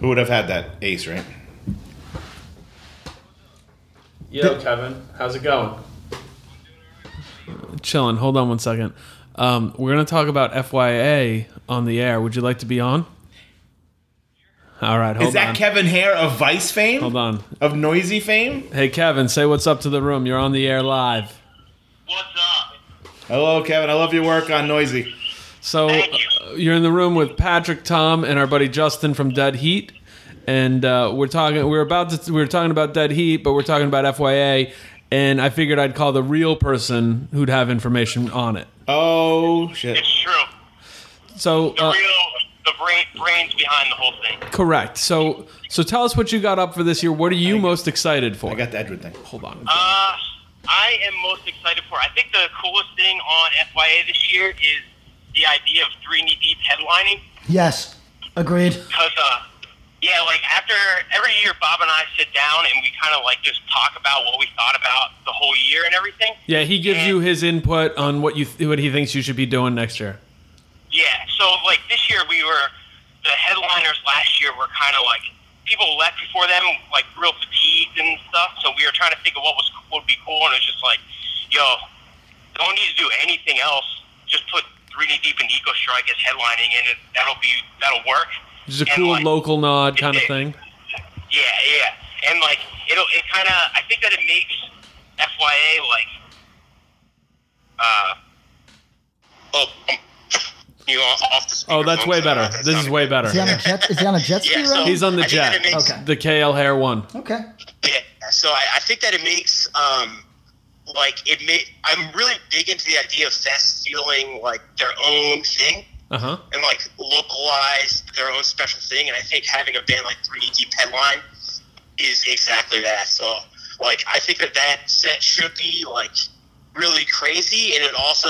S2: Who would have had that? Ace, right?
S3: Yo, Kevin, how's it going? Chilling. Hold on one second. Um, we're going to talk about FYA on the air. Would you like to be on? All right, hold
S2: Is that
S3: on.
S2: Kevin Hare of Vice fame?
S3: Hold on.
S2: Of noisy fame?
S3: Hey, Kevin, say what's up to the room. You're on the air live.
S2: Hello, Kevin. I love your work on Noisy.
S3: So uh, you're in the room with Patrick, Tom, and our buddy Justin from Dead Heat, and uh, we're talking. We're about to. We were talking about Dead Heat, but we're talking about FYA, and I figured I'd call the real person who'd have information on it.
S2: Oh shit! It's
S13: true.
S3: So uh,
S13: The brain, brains behind the whole thing.
S3: correct. So so tell us what you got up for this year. What are you most excited for? I got
S2: the Edward thing.
S3: Hold on.
S13: Uh, I am most excited for. I think the coolest thing on FYA this year is the idea of three knee deep headlining.
S1: Yes, agreed.
S13: Because, uh, yeah, like after every year, Bob and I sit down and we kind of like just talk about what we thought about the whole year and everything.
S3: Yeah, he gives you his input on what you th- what he thinks you should be doing next year.
S13: Yeah, so like this year we were the headliners last year were kind of like people left before them like real fatigued and stuff. So we were trying to think of what was what would be cool, and it's just like, yo, don't need to do anything else. Just put three knee deep in Eco Strike as headlining, and it, that'll be that'll work.
S3: Just a cool local nod kind of thing.
S13: Yeah, yeah, and like it'll it kind of I think that it makes FYA like uh oh [LAUGHS] you know, off the
S3: Oh, that's way better. This is way better.
S1: Is he on a [LAUGHS] jet? Is he on a jet ski?
S13: Yeah, so-
S1: right?
S3: He's on the
S13: I think that
S3: jet.
S13: it makes-
S3: The KL Hair one.
S1: Okay.
S13: Yeah, so I, I think that it makes um, like it. May, I'm really big into the idea of fest feeling like their own thing
S3: Uh huh.
S13: and like localize their own special thing. And I think having a band like Three Deep Headline is exactly that. So like I think that that set should be like really crazy, and it also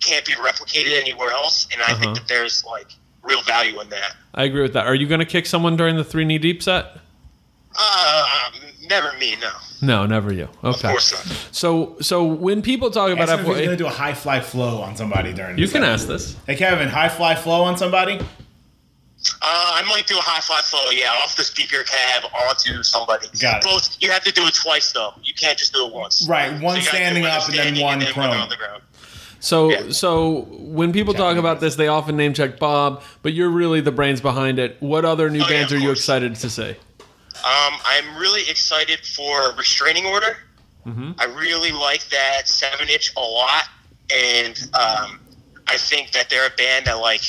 S13: can't be replicated anywhere else. And I
S3: Uh-huh.
S13: think that there's like real value in that.
S3: I agree with that. Are you going to kick someone during the three knee deep set?
S13: Uh, never me, no.
S3: No, never you. Okay.
S13: course
S3: So, so when people talk about
S2: Ask him if he's
S3: FYA,
S2: gonna do a high fly flow on somebody during.
S3: You
S2: this
S3: can
S2: episode.
S3: ask this.
S2: Hey Kevin, high fly flow on somebody.
S13: Uh, I might do a high fly flow, yeah, off the speaker cab onto somebody.
S2: Got it.
S13: Both. You have to do it twice though. You can't just do it once.
S2: Right, one
S13: So you gotta
S2: standing
S13: do it
S2: up and then
S13: standing
S2: one prone.
S13: on the ground.
S3: so so when people talk about this, they often name check Bob, but you're really the brains behind it. What other
S13: Oh,
S3: new bands are you excited to see?
S13: Um, I'm really excited for restraining order.
S3: Mm-hmm.
S13: I really like that seven inch a lot, and um, I think that they're a band that like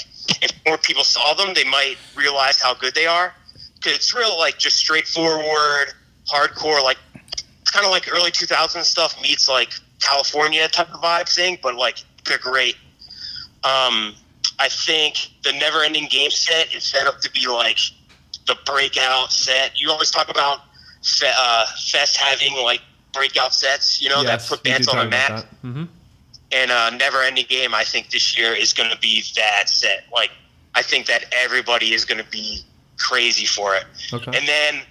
S13: if more people saw them, they might realize how good they are. Because it's real like just straightforward hardcore, like kind of like early 2000 stuff meets like California type of vibe thing, but like they're great. Um, I think the never ending game set is set up to be like the breakout set. You always talk about fe- uh, Fest having like breakout sets, you know, Oh, that put bands on the map.
S3: Mm-hmm.
S13: And uh, never ending game, I think this year is going to be that set. Like, I think that everybody is going to be crazy for it.
S3: Okay.
S13: And then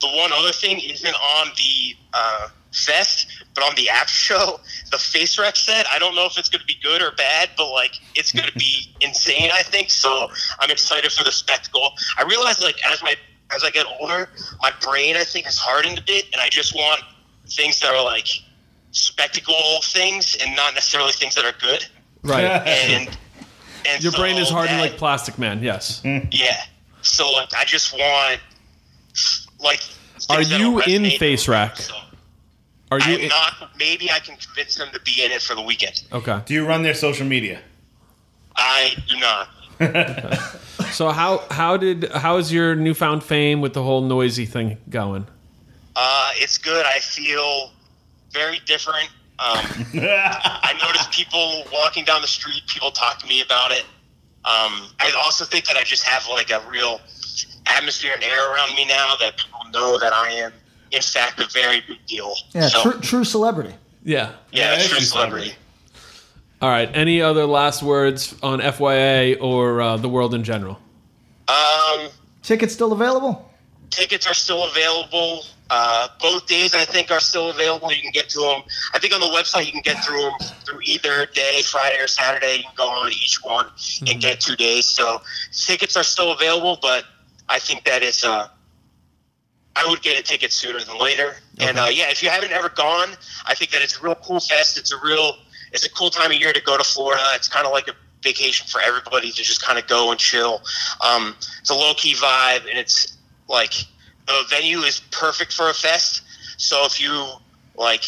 S13: the one other thing isn't on the uh, fest, but on the after [LAUGHS] show, the face rec set. I don't know if it's going to be good or bad, but like it's going to be insane. I think so. I'm excited for the spectacle. I realize like as my as I get older, my brain I think is hardened a bit, and I just want things that are like spectacle things and not necessarily things that are good.
S3: [LAUGHS] Right.
S13: [LAUGHS] And, and
S3: Your brain
S13: so Mm.
S3: is hardened
S13: that-
S3: like plastic, man. Yes.
S13: yeah. So like, I just want like.
S3: Are
S13: things that'll
S3: you in
S13: resonate.
S3: face rack? Are you?
S13: I'm
S3: in-
S13: not. Maybe I can convince them to be in it for the weekend.
S3: okay.
S2: Do you run their social media?
S13: I do not.
S3: So how how did how is your newfound fame with the whole noisy thing going?
S13: Uh, it's good. I feel very different. Um, I notice people walking down the street. People talk to me about it. Um, I also think that I just have like a real atmosphere and air around me now that people know that I am, in fact, a very big deal.
S1: Yeah,
S13: So,
S1: true, true celebrity.
S3: Yeah.
S13: yeah, a true celebrity.
S3: All right. Any other last words on FYA or uh, the world in general?
S13: Um,
S1: Tickets still available?
S13: tickets are still available. Uh, both days, I think, are still available. You can get to them. I think on the website, you can get through them through either day, Friday or Saturday. You can go on each one and get two days. So tickets are still available, but I think that it's. Uh, I would get a ticket sooner than later. And uh, yeah, if you haven't ever gone, I think that it's a real cool fest. It's a real. It's a cool time of year to go to Florida. It's kind of like a vacation for everybody to just kind of go and chill. Um, it's a low key vibe, and it's like the venue is perfect for a fest. So if you like,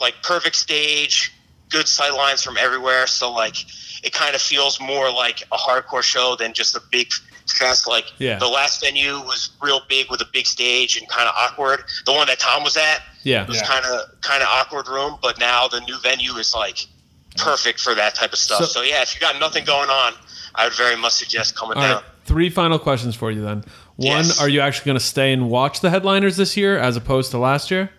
S13: like perfect stage, good sight lines from everywhere. So like, it kind of feels more like a hardcore show than just a big fest. Like
S3: Yeah.
S13: the last venue was real big with a big stage and kind of awkward. The one that Tom was at
S3: Yeah.
S13: was
S3: Yeah.
S13: kind of kind of awkward room, but now the new venue is like perfect for that type of stuff.
S3: So-
S13: So, yeah, if you got nothing going on, I would very much suggest coming
S3: All
S13: down.
S3: right, three final questions for you then. One,
S13: Yes.
S3: are you actually going to stay and watch the headliners this year as opposed to last year?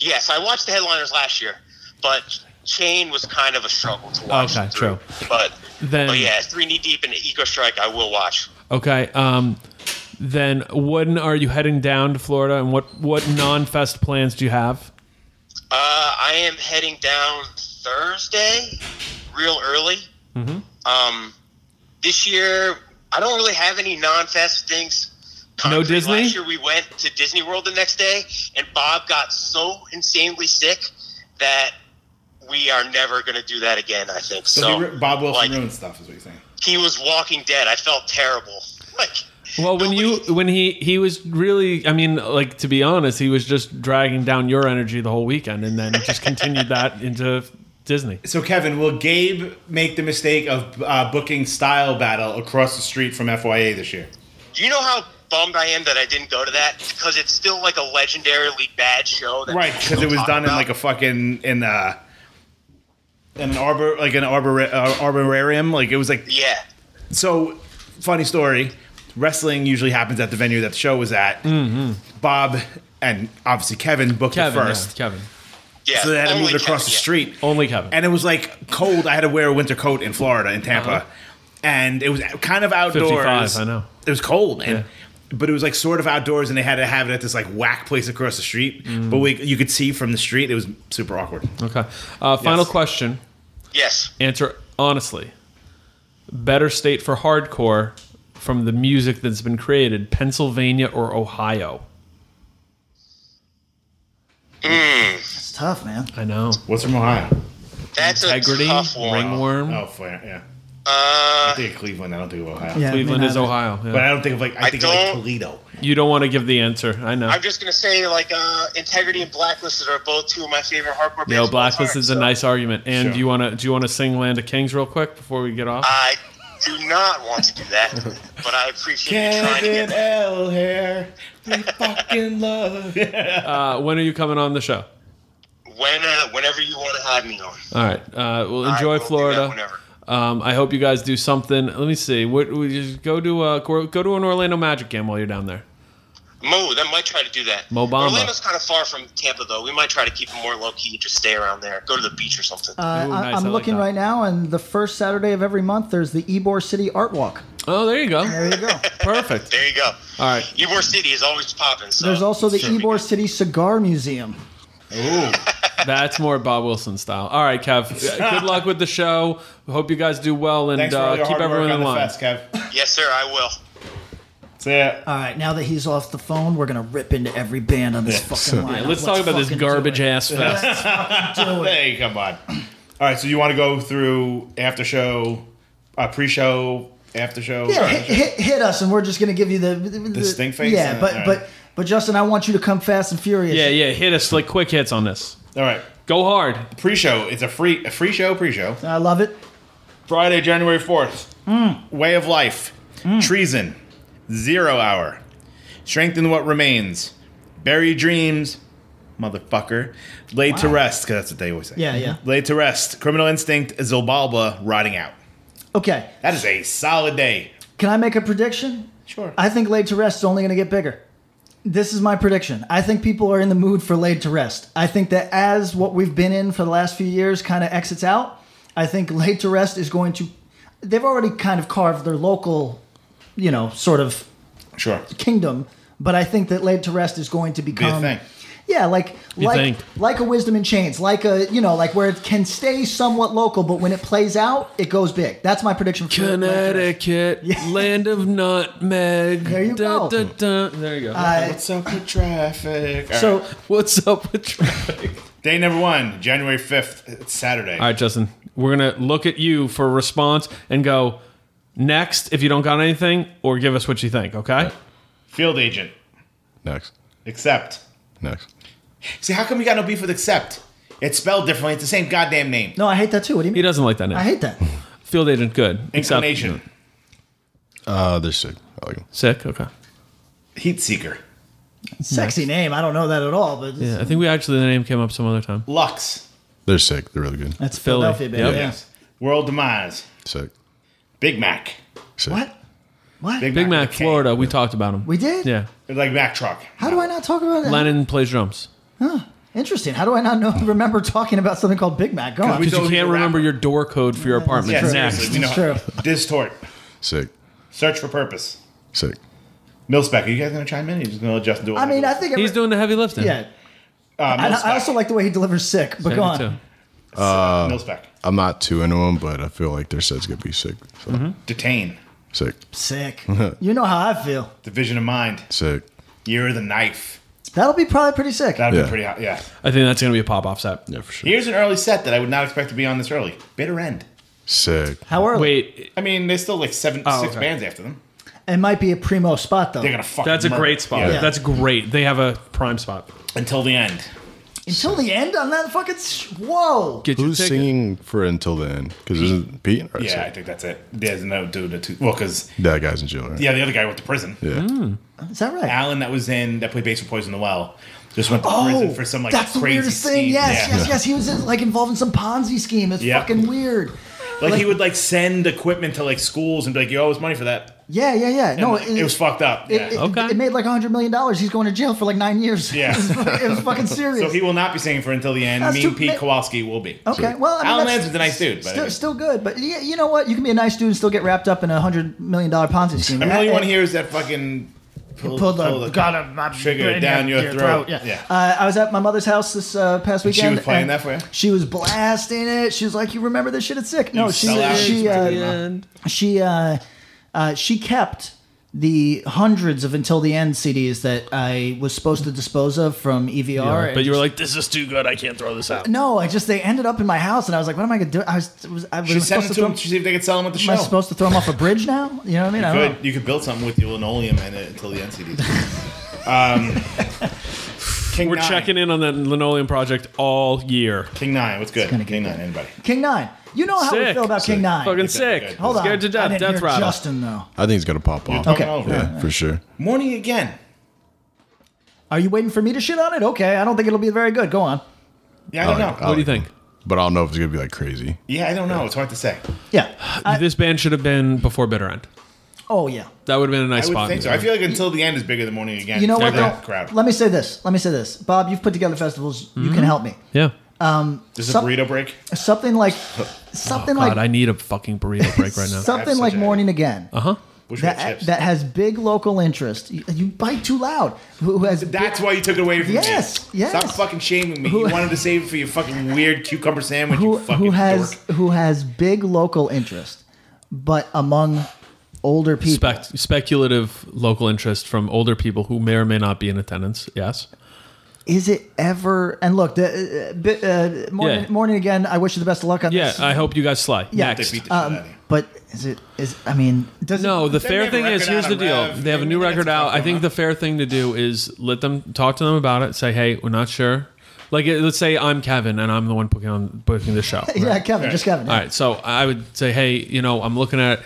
S13: Yes, I watched the headliners last year, but Chain was kind of a struggle to watch.
S3: Okay, true.
S13: But
S3: Then-
S13: but yeah, three knee deep in the Eco Strike, I will watch.
S3: Okay. Um, then when are you heading down to Florida, and what what non fest plans do you have?
S13: Uh, I am heading down Thursday, real early.
S3: Mm-hmm.
S13: Um, this year, I don't really have any non-fest things.
S3: No
S13: concrete.
S3: Disney?
S13: Last year, we went to Disney World the next day, and Bob got so insanely sick that we are never going to do that again. I think
S2: So,
S13: so.
S2: he ru- Bob Wilson ruined stuff, is what you're saying.
S13: he was Walking Dead. I felt terrible.
S3: Well, when you when he he was really, I mean, like to be honest, he was just dragging down your energy the whole weekend, and then just continued that into Disney.
S2: So, Kevin, will Gabe make the mistake of uh, booking Style Battle across the street from FYA this year?
S13: Do you know how bummed I am that I didn't go to that? Because it's still like a legendarily bad show. That
S2: Right,
S13: people
S2: because it was
S13: talk
S2: done in
S13: about.
S2: like a fucking in uh in an arbor like an arbor uh, arborarium. Like it was like
S13: yeah.
S2: So funny story. Wrestling usually happens at the venue that the show was at.
S3: Mm-hmm.
S2: Bob and obviously Kevin booked
S3: Kevin
S2: it first.
S3: yeah, Kevin.
S13: Yeah,
S2: so they had to move
S3: only
S2: it across
S3: Kevin,
S2: the
S3: yeah.
S2: street.
S3: Only Kevin.
S2: And it was like cold. I had to wear a winter coat in Florida, in Tampa,
S3: Uh-huh.
S2: and it was kind of outdoors.
S3: 55, I know.
S2: It was cold, and
S3: Yeah.
S2: but it was like sort of outdoors, and they had to have it at this like whack place across the street.
S3: Mm.
S2: But we, you could see from the street, it was super awkward.
S3: Okay. Uh, final
S2: Yes.
S3: question.
S13: Yes.
S3: Answer honestly. Better state for hardcore from the music that's been created, Pennsylvania or Ohio?
S1: It's tough, man.
S3: I know.
S2: What's from Ohio?
S13: That's
S3: Integrity, ringworm.
S2: Oh, fair, yeah.
S13: Uh,
S2: I think of Cleveland. I don't think of Ohio.
S3: Yeah, Cleveland is Ohio. yeah.
S2: but I don't think of like I,
S13: I
S2: think of like
S13: don't-
S2: Toledo.
S3: You don't want to give the answer. I know.
S13: I'm just gonna say like uh, Integrity and Blacklisted are both two of my favorite hardcore bands.
S3: No,
S13: of all
S3: Blacklist
S13: time,
S3: is a
S13: so
S3: nice argument. And
S13: Sure. Uh,
S3: do you want to do you want to sing Land of Kings real quick before we get off?
S13: I do not want to do
S2: [LAUGHS]
S13: that, but I appreciate you trying to get.
S2: L hair, we fucking love.
S3: uh, when are you coming on the show?
S13: When, uh, whenever you want to have me on.
S3: All right. Uh, well,
S13: I
S3: enjoy
S13: will do that
S3: Florida.
S13: whenever.
S3: Um, I hope you guys do something. Let me see. What we just go to uh, go go to an Orlando Magic game while you're down there.
S13: Mo, that might try to do that.
S3: Mo Bamba.
S13: Orlando's kind of far from Tampa, though. We might try to keep it more low key, just stay around there, go to the beach or something.
S1: Uh, I, I'm looking right now, and the first Saturday of every month, there's the Ybor City Art Walk.
S3: Oh, there you go.
S1: There you go.
S2: [LAUGHS]
S3: Perfect.
S13: there you go.
S3: All right.
S13: Ybor City is always popping. So
S2: Oh,
S1: There's also the
S13: Sure.
S1: Ybor City Cigar Museum.
S3: Ooh. That's more Bob Wilson style. All right,
S2: [LAUGHS]
S3: Kev. Good luck with the show. Hope you guys do well and
S2: Thanks for all
S3: uh,
S2: your
S3: keep
S2: hard
S3: everyone
S2: work
S3: in
S2: on the
S3: line.
S2: fest, Kev.
S13: Yes, sir. I will.
S2: See ya.
S1: All right, now that he's off the phone, we're gonna rip into every band on this fucking
S3: Yeah,
S1: line.
S3: let's talk about this
S2: [LAUGHS]
S3: garbage ass fest.
S2: hey, come on. All right, so you want to go through after show, uh, pre show, after show?
S1: Yeah, hit, hit, hit us, and we're just gonna give you the the,
S2: sting face?
S1: Yeah,
S2: Uh,
S1: but
S2: all right.
S1: but but Justin, I want you to come fast and furious.
S3: Yeah, yeah. Hit us like quick hits on this.
S2: All right,
S3: go hard.
S2: Pre show. It's a free a free show. Pre show.
S1: I love it.
S2: Friday, January fourth.
S1: Mm.
S2: Way of life. Treason. Zero hour. Strengthen what remains. Bury your dreams. Motherfucker. Laid to
S1: Wow.
S2: rest, because that's what they always say. Mm-hmm.
S1: Yeah, yeah.
S2: Laid to rest. Criminal Instinct, Zobalba, rotting out.
S1: Okay,
S2: That is a solid day.
S1: can I make a prediction?
S2: Sure.
S1: I think laid to rest is only gonna get bigger. This is my prediction. I think people are in the mood for laid to rest. I think that as what we've been in for the last few years kind of exits out, I think laid to rest is going to. They've already kind of carved their local, you know, sort of
S2: Sure.
S1: kingdom, but I think that laid to rest is going to become
S2: thing.
S1: Yeah, like
S2: You
S1: like
S2: think.
S1: like a wisdom in chains, like a you know, like where it can stay somewhat local, but when it plays out, it goes big. That's my prediction. For Laid to Rest.
S3: Connecticut, land of nutmeg. There you
S1: go.
S3: There you go.
S1: Uh,
S2: What's up with traffic?
S1: So
S3: what's up with traffic?
S2: Day number one, January 5th, it's Saturday.
S3: All right, Justin, we're gonna look at you for a response and go next if you don't got anything, or give us what you think. Okay.
S2: Field agent.
S4: Next.
S2: Accept.
S4: Next.
S2: See, how come you got no beef with accept? It's spelled differently. It's the same goddamn name.
S1: No, I hate that too. What do you mean?
S3: He doesn't like that name.
S1: I hate that.
S3: Field agent, good. Except-
S2: Inclination.
S4: Uh, they're sick. I like them.
S3: Sick. Okay.
S2: Heat seeker.
S1: Sexy name. I don't know that at all, but
S3: Yeah, I think we actually the name came up some other time.
S2: Lux.
S4: They're sick. They're really good.
S1: that's
S3: Philly.
S1: Philadelphia, baby.
S3: Yep.
S1: Yeah.
S2: World demise.
S4: Sick.
S2: Big Mac.
S1: What? What?
S3: Big, Mac, Florida. We talked about him.
S1: We did?
S3: Yeah.
S2: It's like Mac truck.
S1: How do I not talk about that?
S3: Lennon plays drums.
S1: Huh. Interesting. How do I not know, [LAUGHS] remember talking about something called Big Mac? Go on.
S3: Because you can't remember your door code for your apartment.
S2: Yeah,
S3: Next.
S2: seriously. We
S1: It's
S2: know. Distort.
S4: Sick.
S2: Search for purpose.
S4: Sick.
S2: Milspec. Are you guys going to chime in? Or are you just going to let Justin do it?
S1: I mean, I think
S3: He's doing the heavy lifting.
S1: Yeah.
S2: Uh,
S1: I,
S2: Milspec.
S1: I also like the way he delivers sick, but go on.
S4: Uh,
S2: Mills back.
S4: I'm not too into them, but I feel like their set's gonna be sick. So.
S2: Detain.
S4: Sick.
S1: Sick.
S2: [LAUGHS]
S1: You know how I feel.
S2: Division of mind.
S4: sick.
S2: Year of the knife.
S1: That'll be probably pretty sick.
S2: That'd
S4: Yeah.
S2: be pretty hot. Yeah.
S3: I think that's going to be a pop off set.
S4: Yeah, for sure.
S2: Here's an early set that I would not expect to be on this early. Bitter end.
S4: Sick.
S1: How early?
S3: Wait,
S2: I mean, there's still like seven, six
S3: Oh, okay.
S2: bands after them.
S1: It might be a primo spot though.
S2: They're gonna fuck.
S3: that's a great spot.
S1: Yeah.
S3: That's great. They have a prime spot.
S2: until the end.
S1: Until the end on that fucking. Sh- Whoa.
S3: Get your
S4: Who's
S3: ticket.
S4: singing for until the end? Because isn't Pete? All right,
S2: Yeah, I
S4: sick.
S2: think that's it. There's no dude to two. Well, because
S4: that guy's in jail. Right?
S2: yeah, the other guy went to prison.
S4: Yeah.
S1: Is that right?
S2: Alan that was in that played bass with Poison the Well just went to
S1: Oh,
S2: prison for some like
S1: that's the
S2: crazy
S1: weirdest thing.
S2: scheme.
S1: Yes,
S2: Yeah.
S1: yes, yes. He was like involved in some Ponzi scheme. It's
S2: Yeah.
S1: fucking weird.
S2: Like, he would like send equipment to like schools and be like, "You owe us money for that."
S1: Yeah, yeah, yeah.
S2: And,
S1: No,
S2: like, it, was fucked up.
S1: It,
S2: yeah.
S1: it- it made like hundred million dollars. He's going to jail for like nine years.
S2: Yeah.
S1: it, was fucking, [LAUGHS] it was fucking serious.
S2: [LAUGHS] so he will not be singing for until the end.
S1: That's
S2: Me
S1: too
S2: and Pete
S1: ma-
S2: Kowalski will be.
S1: okay, well, I mean,
S2: Alan
S1: that's
S2: Lance was a nice dude. But
S1: Still, still good, but yeah, you know what? You can be a nice dude and still get wrapped up in a hundred million dollar Ponzi scheme.
S2: I mean, all you
S1: That-
S2: want to hear is that fucking pull,
S1: pulled the-
S2: got
S1: brain
S2: trigger down your, throat.
S1: Yeah.
S2: yeah.
S1: Uh, I was at my mother's house this uh, past
S2: And she
S1: weekend.
S2: was playing
S1: and
S2: that for you?
S1: She was blasting it. She was like, "You remember this shit? It's sick." No,
S2: You
S1: she
S2: sell out.
S1: she
S2: It's pretty
S1: uh, she uh, uh, she kept the hundreds of until the end CDs that I was supposed to dispose of from EVR. and
S3: But you were like, this is too good. I can't throw this out.
S1: no, I just they ended up in my house, and I was like, "What am I gonna do?" I was, was I was
S2: She sent
S1: supposed
S2: them
S1: to
S2: to
S1: throw.
S2: him to see if they could sell them at the
S1: [LAUGHS] Am I
S2: show.
S1: supposed to throw them off a bridge now? You know what I mean? I don't
S2: Good. You could build something with your linoleum and it until the NCDs.
S3: [LAUGHS]
S2: um, King
S3: We're
S2: Nine.
S3: checking in on that linoleum project all year.
S2: King Nine. What's good? King Nine. Anybody?
S1: know. King Nine. You know Oh, how we
S3: Sick.
S1: feel about King
S3: Sick.
S1: Nine.
S3: Fucking
S2: good,
S3: sick.
S2: good.
S1: Hold on.
S3: Scared to
S1: I
S3: death.
S1: didn't
S3: Death
S1: hear
S3: rattle.
S1: Justin though.
S4: I think it's gonna pop off.
S2: talking
S1: Okay.
S2: over.
S4: Yeah, for sure.
S2: Morning again.
S1: Are you waiting for me to shit on it? Okay, I don't think it'll be very good. Go on.
S2: Yeah, I
S1: Oh,
S2: don't
S4: like-
S2: know.
S4: I
S3: What do you
S4: like
S3: think?
S4: them. But I don't know if it's gonna be like crazy.
S2: Yeah, I don't know. It's hard to say.
S1: Yeah.
S3: [SIGHS]
S1: I-
S3: this band should have been before Bitter End.
S1: oh yeah.
S3: That would have been a nice
S2: I would
S3: spot.
S2: think so. I feel like until the end is bigger than morning again.
S1: You know
S2: for
S1: what?
S2: That
S1: though?
S2: crowd.
S1: Let me say this. Let me say this. Bob, you've put together festivals. You
S3: Mm-hmm.
S1: can help me.
S3: yeah.
S2: This is a
S1: Some-
S2: burrito break.
S1: Something
S3: [LAUGHS]
S1: like, something
S3: Oh, God,
S1: like,
S3: I need a fucking burrito
S1: [LAUGHS]
S3: break right now.
S1: something
S2: That's
S1: like
S2: such a-
S1: Morning Again.
S3: Uh huh.
S2: Which were
S1: That,
S2: chips.
S1: that has big local interest. You, you bite too loud. Who who has?
S2: That's why you took it away from
S1: Yes,
S2: me.
S1: yes.
S2: Stop fucking shaming me. you wanted to save it for your fucking weird cucumber sandwich.
S1: who
S2: you fucking
S1: who has
S2: dork.
S1: who has big local interest, but among older people.
S3: Spec- speculative local interest from older people who may or may not be in attendance. Yes.
S1: Is it ever? And look, the uh, bi- uh, morning,
S3: Yeah.
S1: morning again. I wish you the best of luck on
S3: Yeah.
S1: this.
S3: I hope you guys slay.
S1: Yeah.
S2: They
S3: Next.
S2: beat the shit out
S1: um,
S2: of you.
S1: but is it? Is I mean, does it-
S3: No, the
S2: They
S3: fair
S2: have a
S3: thing is
S2: record
S3: here's
S2: out
S3: the
S2: on
S3: deal.
S2: Rev.
S3: They have a new
S2: Maybe
S3: record
S2: that's
S3: out.
S2: what's
S3: I
S2: going
S3: think
S2: on.
S3: the fair thing to do is let them talk to them about it. Say, hey, we're not sure. Like, it- let's say I'm Kevin and I'm the one booking on booking the show.
S2: [LAUGHS]
S1: Yeah,
S3: right?
S1: Kevin, just Kevin.
S3: All right, so I would say, hey, you know, I'm looking at,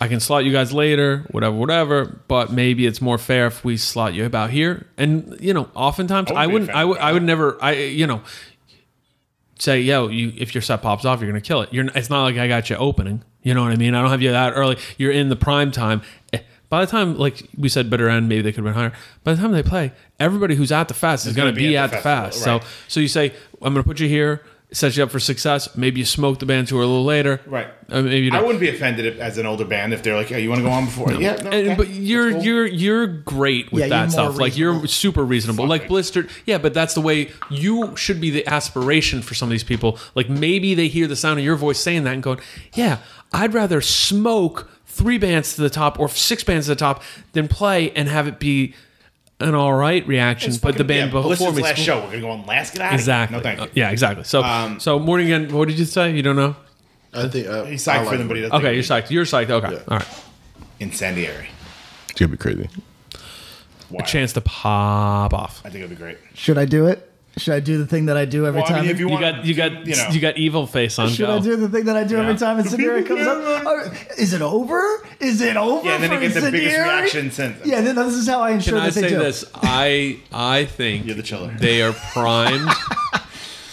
S3: I can slot you guys later, whatever, whatever. But maybe it's more fair if we slot you about here. And you know, oftentimes
S2: I
S3: I
S2: wouldn't
S3: wouldn't,
S2: be
S3: I would,
S2: offended by
S3: I would never, I you know, say, yo, you if your set pops off, you're gonna kill it. You're, it's not like I got you opening. You know what I mean? I don't have you that early. You're in the prime time. Eh, By the time, like we said, bitter end, maybe they could have been higher. By the time they play, everybody who's at the fast is
S2: gonna
S3: going to be, at the
S2: festival,
S3: fast.
S2: right.
S3: So so you say, I'm going to put you here, set you up for success. Maybe you smoke the band tour a little later.
S2: Right.
S3: Uh, maybe you
S2: I
S3: don't.
S2: wouldn't be offended if, as an older band if they're like, "Hey, you want to go on before?" Yeah, no,
S3: And-
S2: okay.
S3: But you're
S2: That's cool.
S3: you're you're great with
S1: Yeah, you're
S3: that
S1: more
S3: stuff. Like you're
S1: reasonable.
S3: super reasonable. like blistered, yeah. But that's the way you should be the aspiration for some of these people. Like maybe they hear the sound of your voice saying that and going, "Yeah, I'd rather smoke three bands to the top or six bands to the top than play and have it be." an all right reaction,
S2: It's
S3: but the
S2: fucking-
S3: band
S2: yeah,
S3: before
S2: Ballista's
S3: me
S2: last show. We're gonna go on last. Get out of
S3: Exactly.
S2: Here. No thank
S3: Uh,
S2: you.
S3: yeah, exactly. So,
S2: Um,
S3: so morning again. What did you say? You don't know?
S4: I think uh,
S2: He's psyched I for like them, but he doesn't
S3: Okay,
S2: think-
S3: you're psyched. You're psyched. Okay, all right.
S2: Incendiary.
S4: It's gonna be crazy.
S3: A chance to pop off.
S2: I think it'd be great.
S1: Should I do it? Should I do the thing that I do every
S3: Well, I
S1: time?
S3: mean, if you You wanna- got- you got- you know. you got evil face on,
S1: Should
S3: go.
S1: I do the thing that I do every time Incendiary comes
S3: [LAUGHS]
S1: up? Or- Is it over? Is it over?
S2: Yeah, and then
S1: for
S2: it gets the biggest
S1: Incendiary?
S2: reaction since.
S1: Yeah, then this is how I
S3: Can
S1: ensure
S3: I
S1: that they
S3: say
S1: do.
S3: this? I I think You're the chiller. they are primed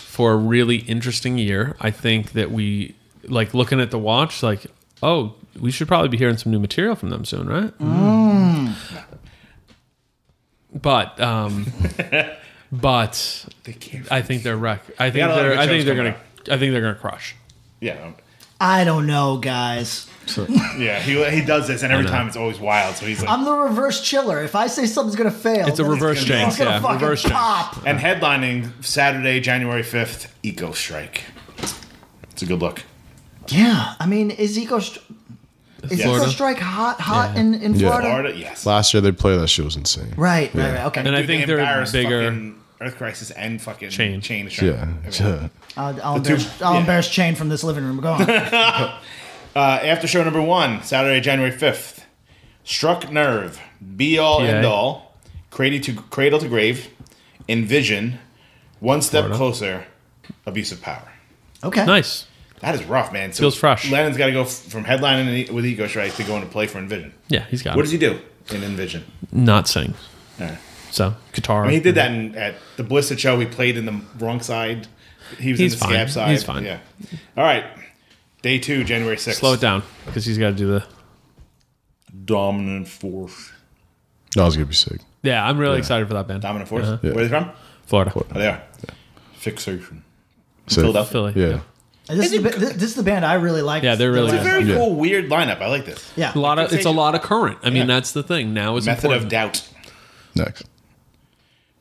S3: for a really interesting year. I think that we like looking at the watch, like, oh, we should probably be hearing some new material from them soon, right?
S1: Mm.
S3: But um, but I think they're wreck. I
S2: They got a
S3: think
S2: lot of
S3: they're
S2: good
S3: I think
S2: shows
S3: they're
S2: coming
S3: gonna I think they're gonna crush.
S2: Yeah.
S1: I don't know, guys.
S2: yeah, he, he does this, and every
S3: I know.
S2: time it's always wild. So he's like,
S1: I'm the reverse chiller. If I say something's gonna fail,
S3: It's a
S1: then
S3: reverse
S1: gonna-
S3: jinx,
S1: It's gonna
S3: yeah,
S1: fucking
S3: reverse jinx.
S1: pop.
S2: and headlining Saturday, January 5th, Eco Strike. It's a good look.
S1: Yeah, I mean, is Eco Str- is
S2: Yeah.
S1: Eco
S2: Florida?
S1: Strike hot? Hot in, in Florida?
S2: yes.
S4: Last year they played that shit was insane.
S1: Right,
S4: Yeah.
S1: right, right. Okay.
S3: And I
S2: Dude,
S3: think
S2: they
S3: they're
S2: embarrassed
S3: bigger-
S2: fucking Earth Crisis and fucking
S3: Chain.
S2: Chain.
S4: Yeah. [LAUGHS] yeah.
S1: I'll, I'll,
S2: The two-
S1: embarrass, I'll
S2: yeah.
S1: embarrass Chain from this living room. Go on.
S3: [LAUGHS]
S2: uh, after show number one, Saturday, January 5th. Struck Nerve, Be All
S3: PA.
S2: End All, Cradle to, Cradle to Grave, Envision, One Step Closer, Abuse of Power.
S1: Okay.
S3: Nice.
S2: That is rough, man. So
S3: Feels fresh.
S2: Lennon's got to go f- from headlining in- with Ego Strike to going to play for Envision.
S3: Yeah, he's got
S2: What does
S3: it.
S2: he do in Envision?
S3: Not sing.
S2: Alright.
S3: So guitar.
S2: I mean, he did that in, at the Blissett show. He played in the wrong side. He was
S3: He's
S2: in the
S3: fine.
S2: scab side.
S3: He's fine.
S2: Yeah. All right. Day two, January 6th.
S3: Slow it down because he's got to do the
S2: Dominant Force.
S4: That was gonna be sick.
S3: Yeah, I'm really
S2: Yeah.
S3: excited for that band.
S2: Dominant Force.
S3: Uh-huh.
S2: Where are they from?
S3: Florida.
S2: Oh, they are. Fixation.
S4: Sick.
S2: Philadelphia.
S3: Philly,
S4: Yeah.
S1: This is, the, ba- this this is the band I really like.
S3: Yeah, they're really
S2: It's a very
S3: good. Yeah.
S2: cool, weird lineup. I like this.
S1: Yeah.
S3: A lot of it's a lot of current. I mean,
S2: Yeah.
S3: that's the thing. Now it's
S2: Method
S3: important.
S2: of doubt.
S4: Next.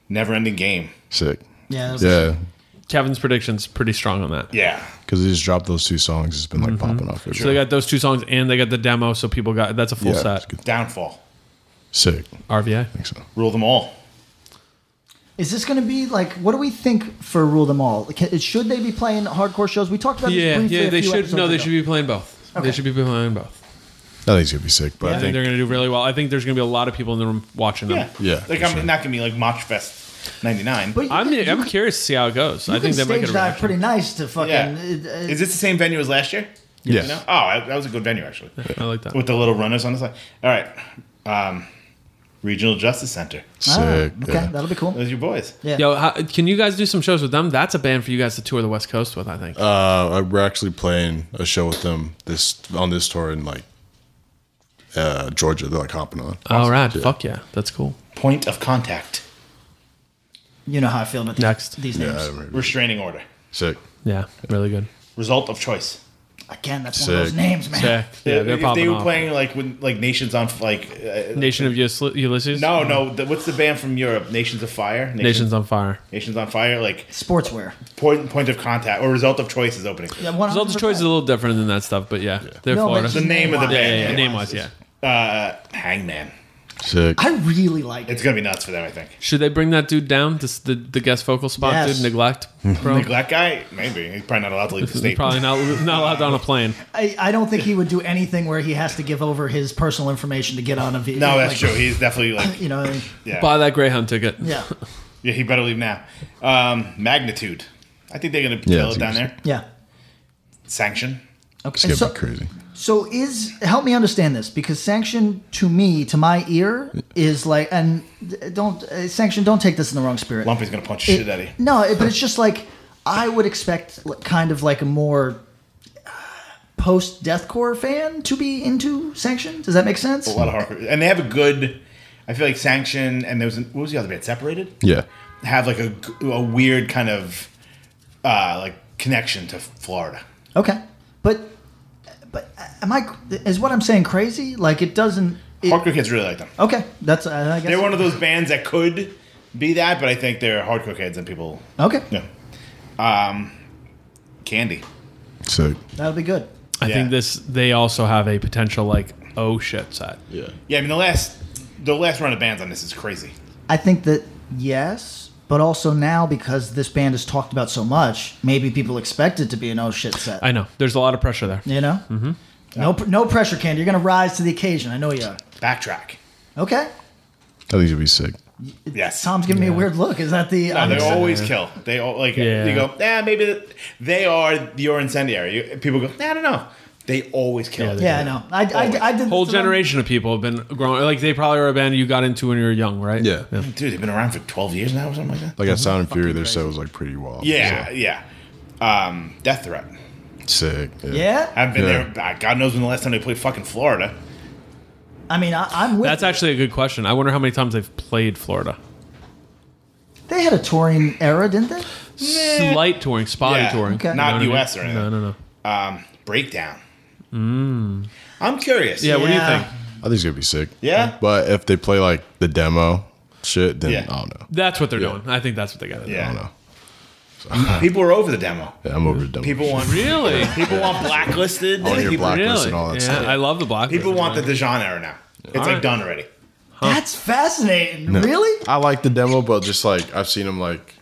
S2: Never ending game.
S4: Sick.
S1: Yeah, that was-
S4: Yeah.
S3: Kevin's prediction's pretty strong on that.
S2: Yeah.
S4: Because they just dropped those two songs. It's been like
S1: Mm-hmm.
S4: popping off.
S3: So they got those two songs and they got the demo, so people got that's a full
S4: Yeah,
S3: set.
S2: Downfall.
S4: sick.
S3: RVA.
S2: Rule them all.
S1: Is this going to be like? What do we think for Rule Them All? Like, ca- Should they be playing hardcore shows? We talked about this
S3: Yeah,
S1: briefly.
S3: yeah,
S1: a
S3: they
S1: few
S3: should
S1: episodes
S3: no, they
S1: ago.
S3: should be playing both. They should be playing both.
S4: I think it's gonna be sick, but
S3: I,
S4: I
S3: think,
S4: think
S3: they're gonna do really well. I think there's gonna be a lot of people in the room watching them.
S2: Yeah. Like,
S4: for
S2: I'm not going to be like Mach Fest 99.
S1: But
S3: I'm, I'm curious to see how it goes.
S1: You
S3: I think they
S1: can
S3: might get
S1: stage
S3: a
S1: dive
S3: reaction.
S1: pretty nice to fucking.
S2: Yeah.
S1: uh, uh,
S2: Is this the same venue as last year?
S3: Yes.
S2: No? Oh, that that was a good venue actually.
S3: I like that.
S2: With the little runners on the side. All right. Um, Regional Justice Center.
S1: ah, okay, that'll be cool.
S2: Those are your boys.
S1: Yeah.
S3: Yo, how, can you guys do some shows with them? That's a band for you guys to tour the West Coast with. I think.
S4: Uh, we're actually playing a show with them this on this tour in like uh, Georgia. They're like hopping on.
S3: All right, fuck yeah, that's cool.
S2: Point of contact.
S1: You know how I feel about these,
S3: Next.
S1: these
S4: Yeah,
S1: names.
S4: I remember.
S2: Restraining order.
S4: sick.
S3: Yeah, really good.
S2: Result of choice.
S1: Again, that's one of those
S4: Sick.
S1: names, man.
S3: Yeah, they're
S2: if they
S3: popping
S2: were
S3: off.
S2: playing like when like nations on like uh,
S3: Nation of Ulysses. Ulysses?
S2: no no the, what's the band from Europe Nations of Fire
S3: Nations on Fire.
S2: Nations on Fire like
S1: Sportswear.
S2: point point of contact or result of choice is opening
S1: Yeah, one
S3: Results of choice is a little different than that stuff, but yeah, they're
S1: No, but
S3: Florida.
S1: just The name
S2: of the
S3: Yeah, yeah,
S2: band.
S3: yeah, name wise, yeah.
S2: uh, Hangman
S4: Sick.
S1: I really like it.
S2: it's gonna be nuts for them I think
S3: Should they bring that dude down? This, the the guest vocal spot
S1: Yes.
S3: dude, neglect, bro.
S2: neglect guy maybe he's probably not allowed to leave the state
S3: [LAUGHS] Probably not not allowed on a plane.
S1: I, I don't think he would do anything where he has to give over his personal information to get on a vehicle.
S2: no that's true he's definitely like
S1: [CLEARS THROAT] You know, and-
S2: Yeah.
S3: Buy that Greyhound ticket.
S1: yeah,
S2: Yeah, he better leave now. Um, magnitude. I think they're going to
S4: Yeah,
S2: kill
S4: that's
S2: it down
S4: interesting.
S2: there.
S1: yeah.
S2: Sanction.
S4: It's
S1: Okay.
S4: gonna
S1: so,
S4: be crazy.
S1: so is help me understand this because sanction to me, to my ear, is like, and don't uh, sanction. Don't take this in the wrong spirit.
S2: Lumpy's going to punch
S1: It-
S2: shit out of you.
S1: No, it, but it's just like I would expect like, kind of like a more post deathcore fan to be into sanction. Does that make sense?
S2: A lot of hardcore. And they have a good. I feel like Sanction and there was an, what was the other band? Separated.
S4: Yeah.
S2: Have like a, a weird kind of uh, like connection to Florida.
S1: Okay, but but uh, am I is what I'm saying crazy? Like it doesn't. It,
S2: Hardcore kids really like them.
S1: okay, that's uh, I guess
S2: They're one of those bands that could be that, but I think they're hardcore kids and people.
S1: Okay,
S2: Yeah. Um, Candy.
S4: Sick.
S1: that'll be good.
S3: I
S2: Yeah.
S3: think this. They also have a potential like oh shit set.
S4: Yeah.
S2: Yeah, I mean the last the last run of bands on this is crazy.
S1: I think that yes, but also now because this band is talked about so much, maybe people expect it to be an oh shit set.
S3: I know. There's a lot of pressure there.
S1: You know?
S3: hmm
S1: No, pr- no pressure, Candy. You're going to rise to the occasion. I know you are.
S2: Backtrack.
S1: Okay.
S4: I think it'd be sick.
S2: Yes.
S1: Tom's giving me a weird look. Is that the?
S2: No,
S1: I'm
S2: they
S1: just-
S2: always kill. They all like
S4: Yeah.
S2: you go. Yeah, maybe th- they are your incendiary. You- People go. "Nah, I don't know. They always kill.
S1: Yeah, I know. I, I, I did
S3: Whole
S1: this to them.
S3: generation of people have been growing. Like they probably were a band you got into when you were young, right? Yeah.
S2: Dude, they've been around for 12 years now or something like that.
S4: Like at Sound and Fury, their set was like pretty wild.
S2: Yeah,
S4: so.
S2: yeah. Um, Death Threat.
S4: sick.
S2: I've been
S4: Yeah.
S2: there. God knows when the last time they played fucking Florida.
S1: I mean, I, I'm with.
S3: That's actually a good question. I wonder how many times they've played Florida.
S1: They had a touring era, didn't they?
S3: Slight touring, spotty
S2: Yeah,
S3: touring,
S1: okay.
S3: You
S2: Not
S3: know what I
S2: US or
S3: mean?
S2: anything.
S3: No, no,
S2: no. Um, breakdown.
S3: no. Mm.
S2: I'm curious.
S3: Yeah, what do you Yeah. think?
S4: I think it's gonna be sick.
S2: Yeah?
S4: But if they play like the demo shit, then
S2: Yeah.
S4: I don't know.
S3: That's what they're doing. I think that's what they got to do.
S2: Yeah. People are over the demo.
S4: Yeah, I'm over the demo.
S2: People want
S3: Really? Oh,
S2: People want blacklisted.
S4: All your
S2: people,
S4: blacklists and all that Really? stuff.
S3: I love the black.
S2: People want the Dijon era now. It's
S4: All
S2: like
S4: right.
S2: done already.
S1: That's fascinating.
S4: No.
S1: Really?
S4: I like the demo, but just like I've seen them like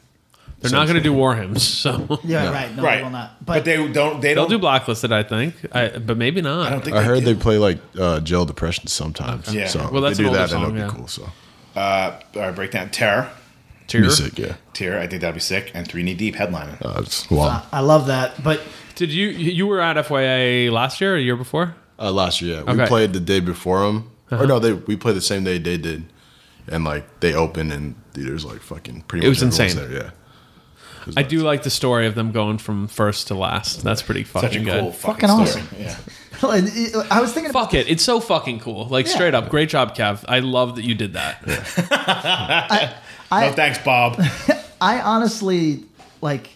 S3: They're not going to do war hymns. [LAUGHS] So
S1: Yeah, right. No,
S2: Right.
S1: they will not.
S2: But, they don't. They
S3: They'll
S2: don't.
S3: do blacklisted, I think. I, but maybe not. I don't
S4: I heard they play like uh, Jail Depression sometimes.
S2: Okay. Yeah.
S4: So
S2: Well,
S4: well,
S2: that's
S4: they do
S2: an older
S4: that, and
S2: song,
S4: it'll be
S2: yeah.
S4: cool. So
S2: Uh, all right, breakdown. Terror.
S4: Tear? Be sick, yeah.
S2: Tear. I think that'd be sick. And Three Knee Deep headlining.
S3: Oh,
S4: Uh, it's
S1: I, I love that. But [LAUGHS]
S3: Did you you were at FYA last year or year before?
S4: Uh, last year, yeah, we
S3: Okay.
S4: played the day before them,
S3: Uh-huh.
S4: or no, they we played the same day they did, and like they opened and theaters like fucking pretty.
S3: It
S4: much
S3: was
S4: everyone's
S3: insane.
S4: There, yeah.
S3: I do like the story of them going from first to last. That's pretty fucking good.
S1: fucking awesome.
S2: Yeah.
S1: I was thinking.
S3: Fuck it. It's so fucking cool. Like
S1: Yeah.
S3: straight up. Great job, Kev. I love that you did that.
S1: I-
S2: no thanks, Bob.
S1: I honestly like.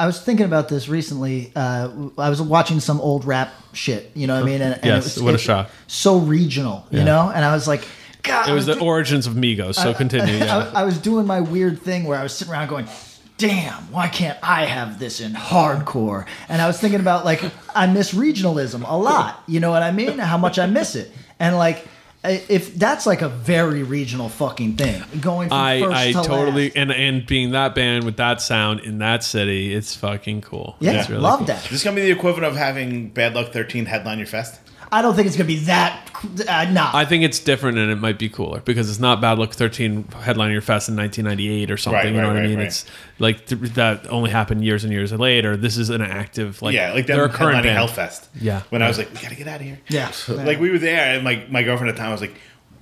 S1: I was thinking about this recently. Uh, I was watching some old rap shit. You know what I mean? And, and It
S3: Yes,
S1: was,
S3: what a
S1: it-
S3: shock.
S1: So regional, you
S3: Yeah.
S1: know. And I was like, God.
S3: it
S1: I [LAUGHS]
S3: was the
S1: doing-
S3: origins of Migos. So
S1: I-
S3: continue.
S1: I,
S3: Yeah.
S1: I, was doing my weird thing where I was sitting around going, "Damn, why can't I have this in hardcore?" And I was thinking about like I miss regionalism a lot. You know what I mean? How much I miss it, and like. i- If that's like a very regional fucking thing, going from first
S3: I, I
S1: to last.
S3: totally and and being that band with that sound in that city, it's fucking cool. It's really cool.
S2: Is this gonna be the equivalent of having Bad Luck 13 headline your fest?
S1: I don't think it's gonna be that. Uh, nah.
S3: I think it's different and it might be cooler because it's not Bad Luck 13 headlining your fest in 1998 or something.
S2: Right,
S3: you know
S2: right,
S3: what I
S2: right,
S3: mean?
S2: right.
S3: It's like th- that only happened years and years later. This is an active, like,
S2: yeah, like
S3: they're a current
S2: headlining
S3: band.
S2: Hellfest.
S3: Yeah.
S2: When I was like, we gotta get out of here.
S1: Yeah.
S2: like we were there, and my my girlfriend at the time was like,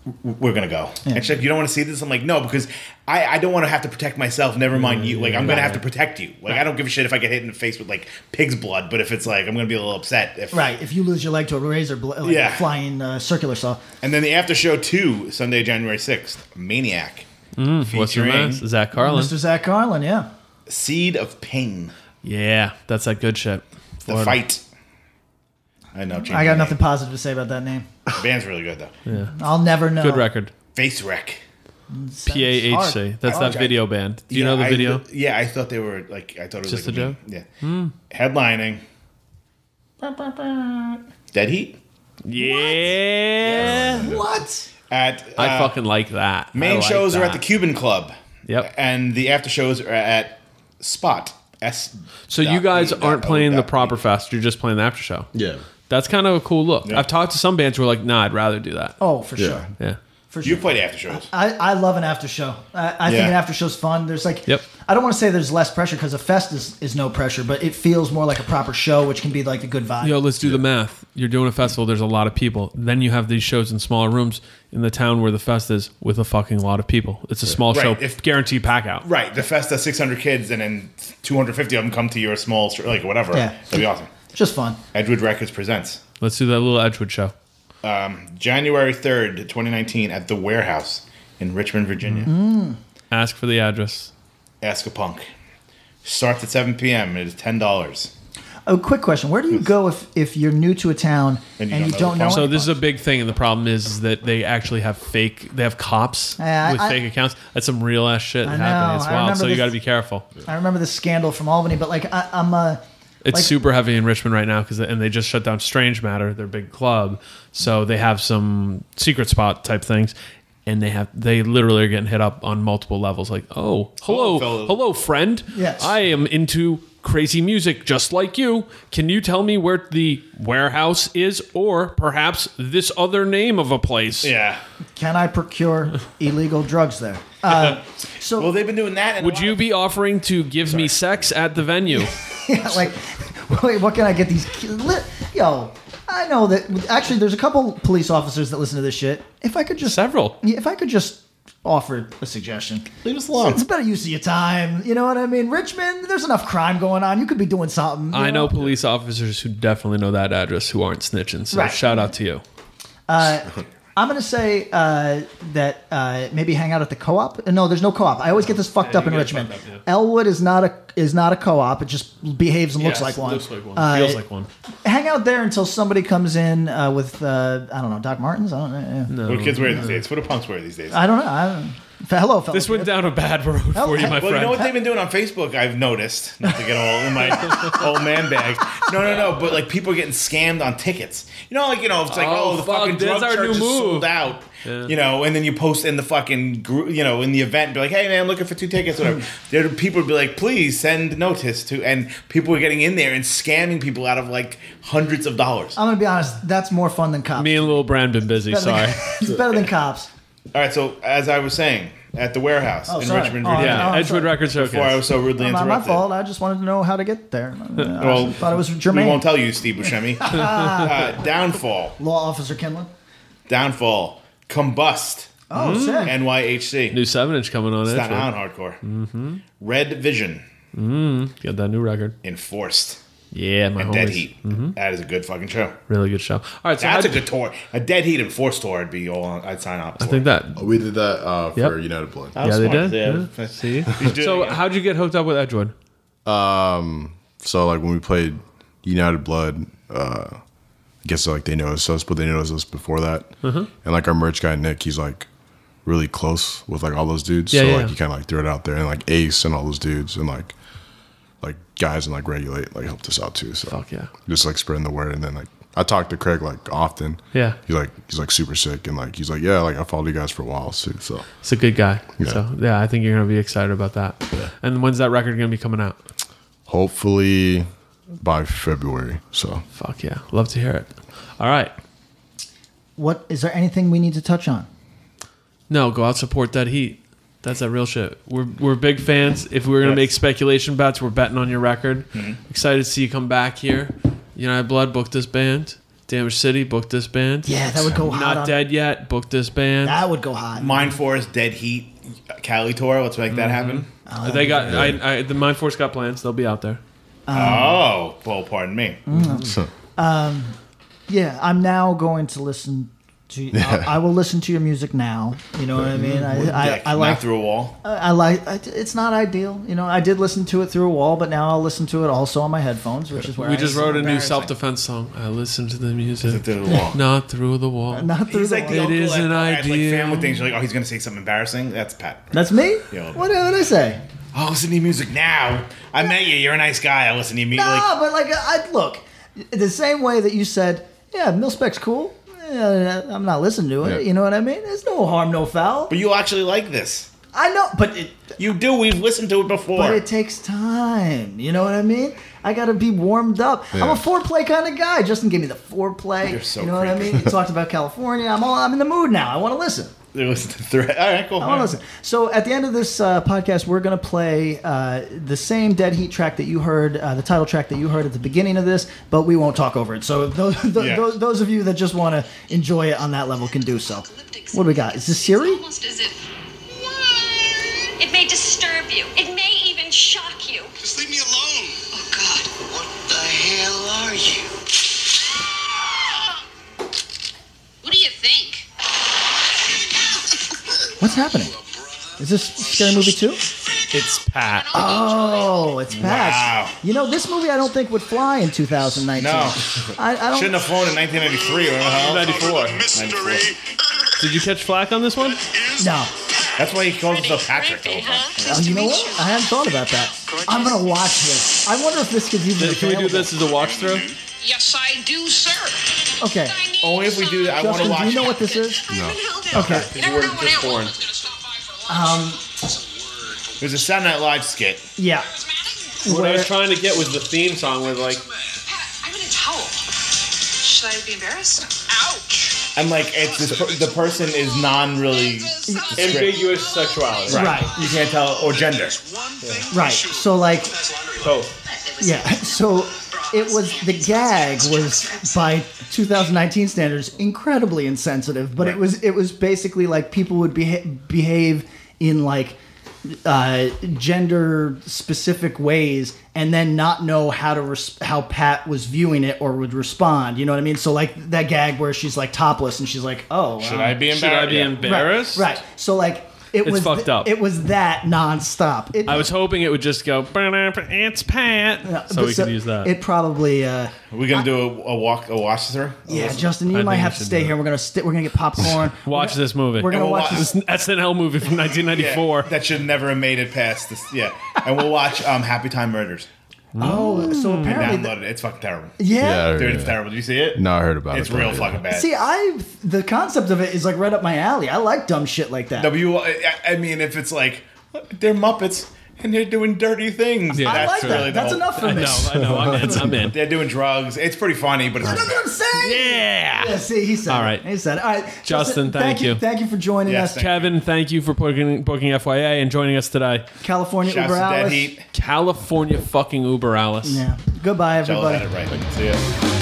S2: "W- "We're gonna go."
S1: Yeah.
S2: And she's like, "You don't want to see this?" I'm like, "No, because I I don't want to have to protect myself.
S3: Mm,
S2: Never mind you. Like I'm gonna
S1: Right.
S2: have to protect you. Like I don't give a shit if I get hit in the face with like pig's blood, but if it's like I'm gonna be a little upset if
S1: Right. If you lose your leg to a razor, bl- like
S2: Yeah.
S1: a flying uh, circular saw.
S2: And then the after show two, Sunday, January sixth, Maniac.
S3: Mm, what's your
S2: Featuring-
S3: mask? Zach Carlin.
S1: Mr. Zach Carlin, yeah.
S2: Seed of Pain.
S3: Yeah, that's that good shit.
S2: The fight. I know.
S1: I got nothing positive to say about that name.
S2: The band's really good though.
S3: Yeah.
S1: I'll never know.
S3: Good record.
S2: Face Wreck.
S3: PAHC. That's that video band. Do you know the
S2: I-
S3: video?
S2: Oh, yeah, I thought they were like I thought it was
S3: Just
S2: like
S3: a
S2: meme.
S3: joke? Hmm.
S2: Yeah. Headlining Dead Heat.
S3: Yeah.
S1: What?
S2: At
S3: I
S2: uh,
S3: fucking like that. I
S2: main
S3: like
S2: shows are at the
S3: that.
S2: Cuban Club.
S3: Yep.
S2: And the after shows are at Spot S. E
S3: So you guys aren't playing the proper fest. You're just playing the after show.
S4: Yeah.
S3: That's kind of a cool look. I've talked to some bands who are like, nah, I'd rather do that.
S1: Oh, for Yeah. sure.
S3: Yeah.
S1: For
S2: You played after shows.
S1: I, I love an after show. I, I
S3: Yeah.
S1: think an after show's fun. There's like,
S3: Yep.
S1: I don't want to say there's less pressure because a fest is, is no pressure, but it feels more like a proper show, which can be like a good vibe.
S3: Yo, let's do the math. You're doing a festival. There's a lot of people. Then you have these shows in smaller rooms in the town where the fest is with a fucking lot of people. It's a small
S2: Right,
S3: show.
S2: if-
S3: guaranteed pack out.
S2: Right, the fest has 600 kids, and then 250 of them come to your small, str- like whatever.
S3: Yeah.
S2: That'd be awesome.
S1: Just fun.
S2: Edgewood Records presents.
S3: Let's do that little Edgewood show.
S2: um, January 3rd, 2019, at the warehouse in Richmond, Virginia.
S3: Ask for the address.
S2: Ask a Punk. Starts at 7 p.m. It is $10.
S1: Oh, quick question. Where do you go if, if you're new to a town and you, don't know?
S3: So
S1: any-
S3: this is a big thing, and the problem is, is that they actually have fake. They have cops
S1: Yeah, I-
S3: with
S1: I-
S3: fake accounts. That's some real ass shit
S1: I know,
S3: happening. It's
S1: I
S3: wild.
S1: remember
S3: So you
S1: this-
S3: got to be careful.
S1: I remember the scandal from Albany, but like, I, I'm uh, a.
S3: It's
S1: like,
S3: super heavy in Richmond right now because and they just shut down Strange Matter, their big club. So they have some secret spot type things. and they have they literally are getting hit up on multiple levels. Like, oh, hello, hello, friend. Yes, I am into crazy music just like you. Can you tell me where the warehouse is, or perhaps this other name of a place?
S2: Yeah.
S1: Can I procure
S2: [LAUGHS]
S1: illegal drugs there? Uh, so,
S2: well, they've been doing that.
S3: Would you be offering to give me sex at the venue?
S1: Yeah, like, [LAUGHS] wait, what can I get these ki- li- Yo, I know that. Actually, there's a couple police officers that listen to this shit. If I could just
S3: several.
S1: If I could just offer a suggestion,
S2: leave us alone.
S1: It's a better use of your time. You know what I mean? Richmond, there's enough crime going on. You could be doing something. you
S3: I know police officers who definitely know that address who aren't snitching. So
S1: Right.
S3: shout out to you.
S1: Uh, I'm gonna say uh, that uh, maybe hang out at the co-op. Uh, No, there's no co-op. I always get this fucked
S3: Yeah,
S1: up
S3: you
S1: in
S3: get
S1: Richmond.
S3: fucked up,
S1: Elwood is not a is not a co-op. It just behaves and looks like
S3: Yes,
S1: one.
S3: Looks like one.
S1: Uh,
S3: Feels like one.
S1: Hang out there until somebody comes in uh, with uh, I don't know Doc Martens. I don't know. yeah.
S2: What do kids wear these days? What do punks wear these days?
S1: I don't know. I don't know. Fe- Hello, fellas.
S3: This went down a bad [LAUGHS] road for you, my
S2: well,
S3: friend.
S2: you know what they've been doing on Facebook? I've noticed. Not to get all in my
S3: [LAUGHS]
S2: old man bag. No, no, no. But like people are getting scammed on tickets. You know, like you know, it's like
S3: Oh,
S2: oh, the
S3: fuck,
S2: fucking
S3: that's
S2: drug
S3: our
S2: church
S3: new
S2: is
S3: move.
S2: sold out.
S3: Yeah.
S2: You know, and then you post in the fucking group, you know, in the event, be like, hey man, I'm looking for two tickets,
S3: [LAUGHS]
S2: whatever. there, people would be like, please send notice to, and people were getting in there and scamming people out of like hundreds of dollars.
S1: I'm gonna be honest. That's more fun than cops.
S3: Me and Lil Brand been busy.
S1: Better than- [LAUGHS]
S3: Sorry.
S1: it's better than cops.
S2: All right, so as I was saying, at the warehouse
S1: Oh,
S2: in
S1: sorry.
S2: Richmond,
S1: Oh,
S2: Virginia,
S1: yeah. Oh, I'm Edgewood sorry.
S3: Records
S2: Before
S3: Showcase.
S2: I was so rudely
S1: Not
S2: interrupted.
S1: my fault. I just wanted to know how to get there. I
S2: well,
S1: thought it was germane.
S2: We won't tell you,
S1: [LAUGHS]
S2: Steve Buscemi. uh, downfall.
S1: Law Officer Kinlan.
S2: Downfall. Combust.
S1: Oh, Mm. sick.
S2: NYHC.
S3: New seven inch coming on
S2: It's not
S3: Edgewood.
S2: on hardcore.
S3: Mm-hmm.
S2: Red Vision.
S3: Mm, got that new record.
S2: Enforced.
S3: Yeah, my
S2: and Dead
S3: homies.
S2: Heat.
S3: Mhm.
S2: That is a good fucking show.
S3: Really good show. All right, so
S2: that's
S3: how
S2: a good tour. A Dead Heat Enforced tour would be all I'd sign up.
S3: I think that
S4: we did that uh, for
S3: Yep.
S4: United Blood.
S3: Yeah, they did.
S2: [LAUGHS]
S3: Yeah. See,
S2: do it
S3: so
S2: again.
S3: how'd you get hooked up with Edgewood?
S4: Um, so like when we played United Blood, uh, I guess like they noticed us, but they noticed us before that.
S3: Mhm.
S4: And like our merch guy Nick, he's like really close with like all those dudes.
S3: Yeah,
S4: so
S3: yeah.
S4: like he kind of like threw it out there, and like Ace and all those dudes, and like like guys and like Regulate like helped us out too. So
S3: Fuck yeah,
S4: just like spreading the word, and then like I talked to Craig like often.
S3: Yeah.
S4: he's like he's like super sick, and like he's like yeah, like I followed you guys for a while too. So
S3: It's a good guy.
S4: Yeah.
S3: So yeah, I think you're gonna be excited about that. And when's that record gonna be coming out?
S4: hopefully by February. So
S3: fuck yeah, love to hear it. All right,
S1: What is there anything we need to touch on?
S3: no, go out support Dead Heat. That's that real shit. We're we're big fans. If we were gonna make speculation bets, we're betting on your record.
S2: Mhm.
S3: Excited to see you come back here. United Blood booked this band. Damage City booked this band.
S1: Yeah, that would go
S3: Not
S1: hot on-
S3: dead yet. Booked this band.
S1: That would go hot.
S2: Mind Forest, Dead Heat, Cali tour. Let's make
S3: Mm-hmm.
S2: that happen.
S3: they got I, I, the Mind Force got plans. They'll be out there.
S1: Um,
S2: oh, well, pardon me.
S3: Hmm.
S4: [LAUGHS]
S1: Mm. Um, yeah, I'm now going to listen
S2: [LAUGHS]
S1: to. I, I will listen to your music now. You know what I mean?
S2: What a
S1: I, I,
S2: dick.
S1: I
S2: Not
S1: like.
S2: through a wall.
S3: Uh,
S1: I I like. I, it's not ideal, you know. I did listen to it through a wall, but now I'll listen to it also on my headphones, which is where
S3: we
S1: I
S3: just
S1: am.
S3: wrote a new self defense song. I listen to the music.
S2: through the
S3: [LAUGHS]
S2: wall.
S3: Not through the wall.
S1: [LAUGHS] Not through
S2: He's
S1: the
S2: like the
S1: wall.
S2: uncle
S3: It is
S2: at-
S3: an
S2: at, like,
S3: idea.
S2: family things. You're like, oh, he's gonna say something embarrassing. That's Pat.
S1: That's me.
S2: Yeah.
S1: What did I say?
S2: Oh, listen to your music now. I met you. You're a nice guy. I listen to you.
S1: No,
S2: like,
S1: but like, I look the same way that you said, yeah, Milspec's cool. Yeah, I'm not listening to it.
S2: Yeah.
S1: You know what I mean? There's no harm, no foul.
S2: but you actually like this.
S1: I know, but it,
S2: you do. We've listened to it before.
S1: But it takes time. You know what I mean? I got to be warmed up. I'm
S2: Yeah.
S1: a foreplay kind of guy. Justin gave me the foreplay.
S2: You're so
S1: you know what I
S2: creepy.
S1: mean? You talked about California. I'm all. I'm in the mood now. I want to listen.
S2: They listen to Threat. All right, cool.
S1: I want to listen. So at the end of this uh, podcast, we're going to play uh, the same Dead Heat track that you heard, uh, the title track that you heard at the beginning of this, but we won't talk over it. So those, th-
S14: Yeah.
S1: those, those of you that just want to enjoy it on that level can do so. What do we got? Is this Siri?
S14: Almost as if. It may disturb you. It may even shock you. Just leave me alone. Oh, God. What the hell are you?
S9: What do you think?
S1: What's happening? Is this Scary Movie 2?
S3: It's Pat.
S1: Oh, it's Pat.
S2: Wow.
S1: You know, this movie I don't think would fly in 2019.
S2: No.
S1: I, I don't.
S2: Shouldn't have flown in 1993 or 94. 94.
S3: Did you catch flack on this one?
S1: No.
S2: That's why he calls himself Patrick. the whole time.
S1: Oh, you know what? I hadn't thought about that. I'm gonna watch this. I wonder if this could even.
S3: Can we do
S1: available.
S3: this as a watch through?
S9: Yes, I do, sir.
S1: Okay.
S2: Only if we do that, I want
S1: Justin,
S2: to watch.
S1: do you know what this is?
S2: No.
S1: Okay.
S2: You were just born.
S1: Um,
S2: It was a Saturday Night Live skit.
S1: yeah.
S7: What I
S1: Where-
S7: was trying to get was the theme song with like
S14: I'm in a towel. Should I be embarrassed? Ouch.
S2: And like, it's this, per- the person is non really
S7: ambiguous sexuality.
S2: Right.
S1: Right.
S2: You can't tell or gender.
S1: Right. So like
S3: Oh.
S1: Yeah. [LAUGHS] So it was the gag was by 2019 standards incredibly insensitive, but it was it was basically like people would beha- behave in like uh, gender specific ways and then not know how to res- how Pat was viewing it or would respond. You know what I mean? So like that gag where she's like topless and she's like, "Oh,
S3: Should
S1: um,
S3: I be Should I embar- be yeah. embarrassed?
S1: Right. right. So like it
S3: It's
S1: was
S3: fucked
S1: th-
S3: up.
S1: It was that nonstop. It,
S3: I was hoping it would just go. It's Pat, so
S1: but
S3: we could use that.
S1: It probably. Uh,
S2: Are we gonna do a, a walk, a watch through?
S1: yeah, Justin, you
S3: I
S1: might
S3: think we
S1: have to
S3: should
S1: stay
S3: do
S1: here. We're gonna sti- we're gonna get popcorn.
S3: [LAUGHS] watch this movie.
S1: we're gonna
S2: And we'll
S1: watch
S2: watch-
S3: this SNL movie from 1994.
S2: that should never have made it past this. Yeah, and we'll watch um, Happy Time Murders.
S1: Oh, so
S2: I
S1: apparently
S2: downloaded it. It's fucking terrible.
S1: Yeah?
S4: Yeah,
S2: dude, it's
S4: yeah.
S2: terrible. Did you see it?
S4: No, I heard about
S2: It's
S4: it. but
S2: real
S4: yeah.
S2: fucking bad.
S1: See, I the concept of it is like right up my alley. I like dumb shit like that.
S2: W. I I mean, if it's like they're Muppets and they're doing dirty things,
S1: Yeah. I like that.
S2: the
S1: That's enough for me. I know, I know. I'm in. I'm in.
S2: They're doing drugs. It's pretty funny, but it's
S1: That's what I'm saying.
S3: Yeah.
S1: Yeah. See, he said.
S3: All
S1: it.
S3: right.
S1: He said. it. All right,
S3: Justin, thank you.
S1: Thank you for joining us.
S3: Kevin, thank you for booking, booking FYA and joining us today.
S1: California Shouts Uber to Dead Alice. Heat.
S3: California fucking Uber Alice.
S1: Yeah. Goodbye,
S3: Y'all
S1: everybody.
S3: had it
S2: right. See ya.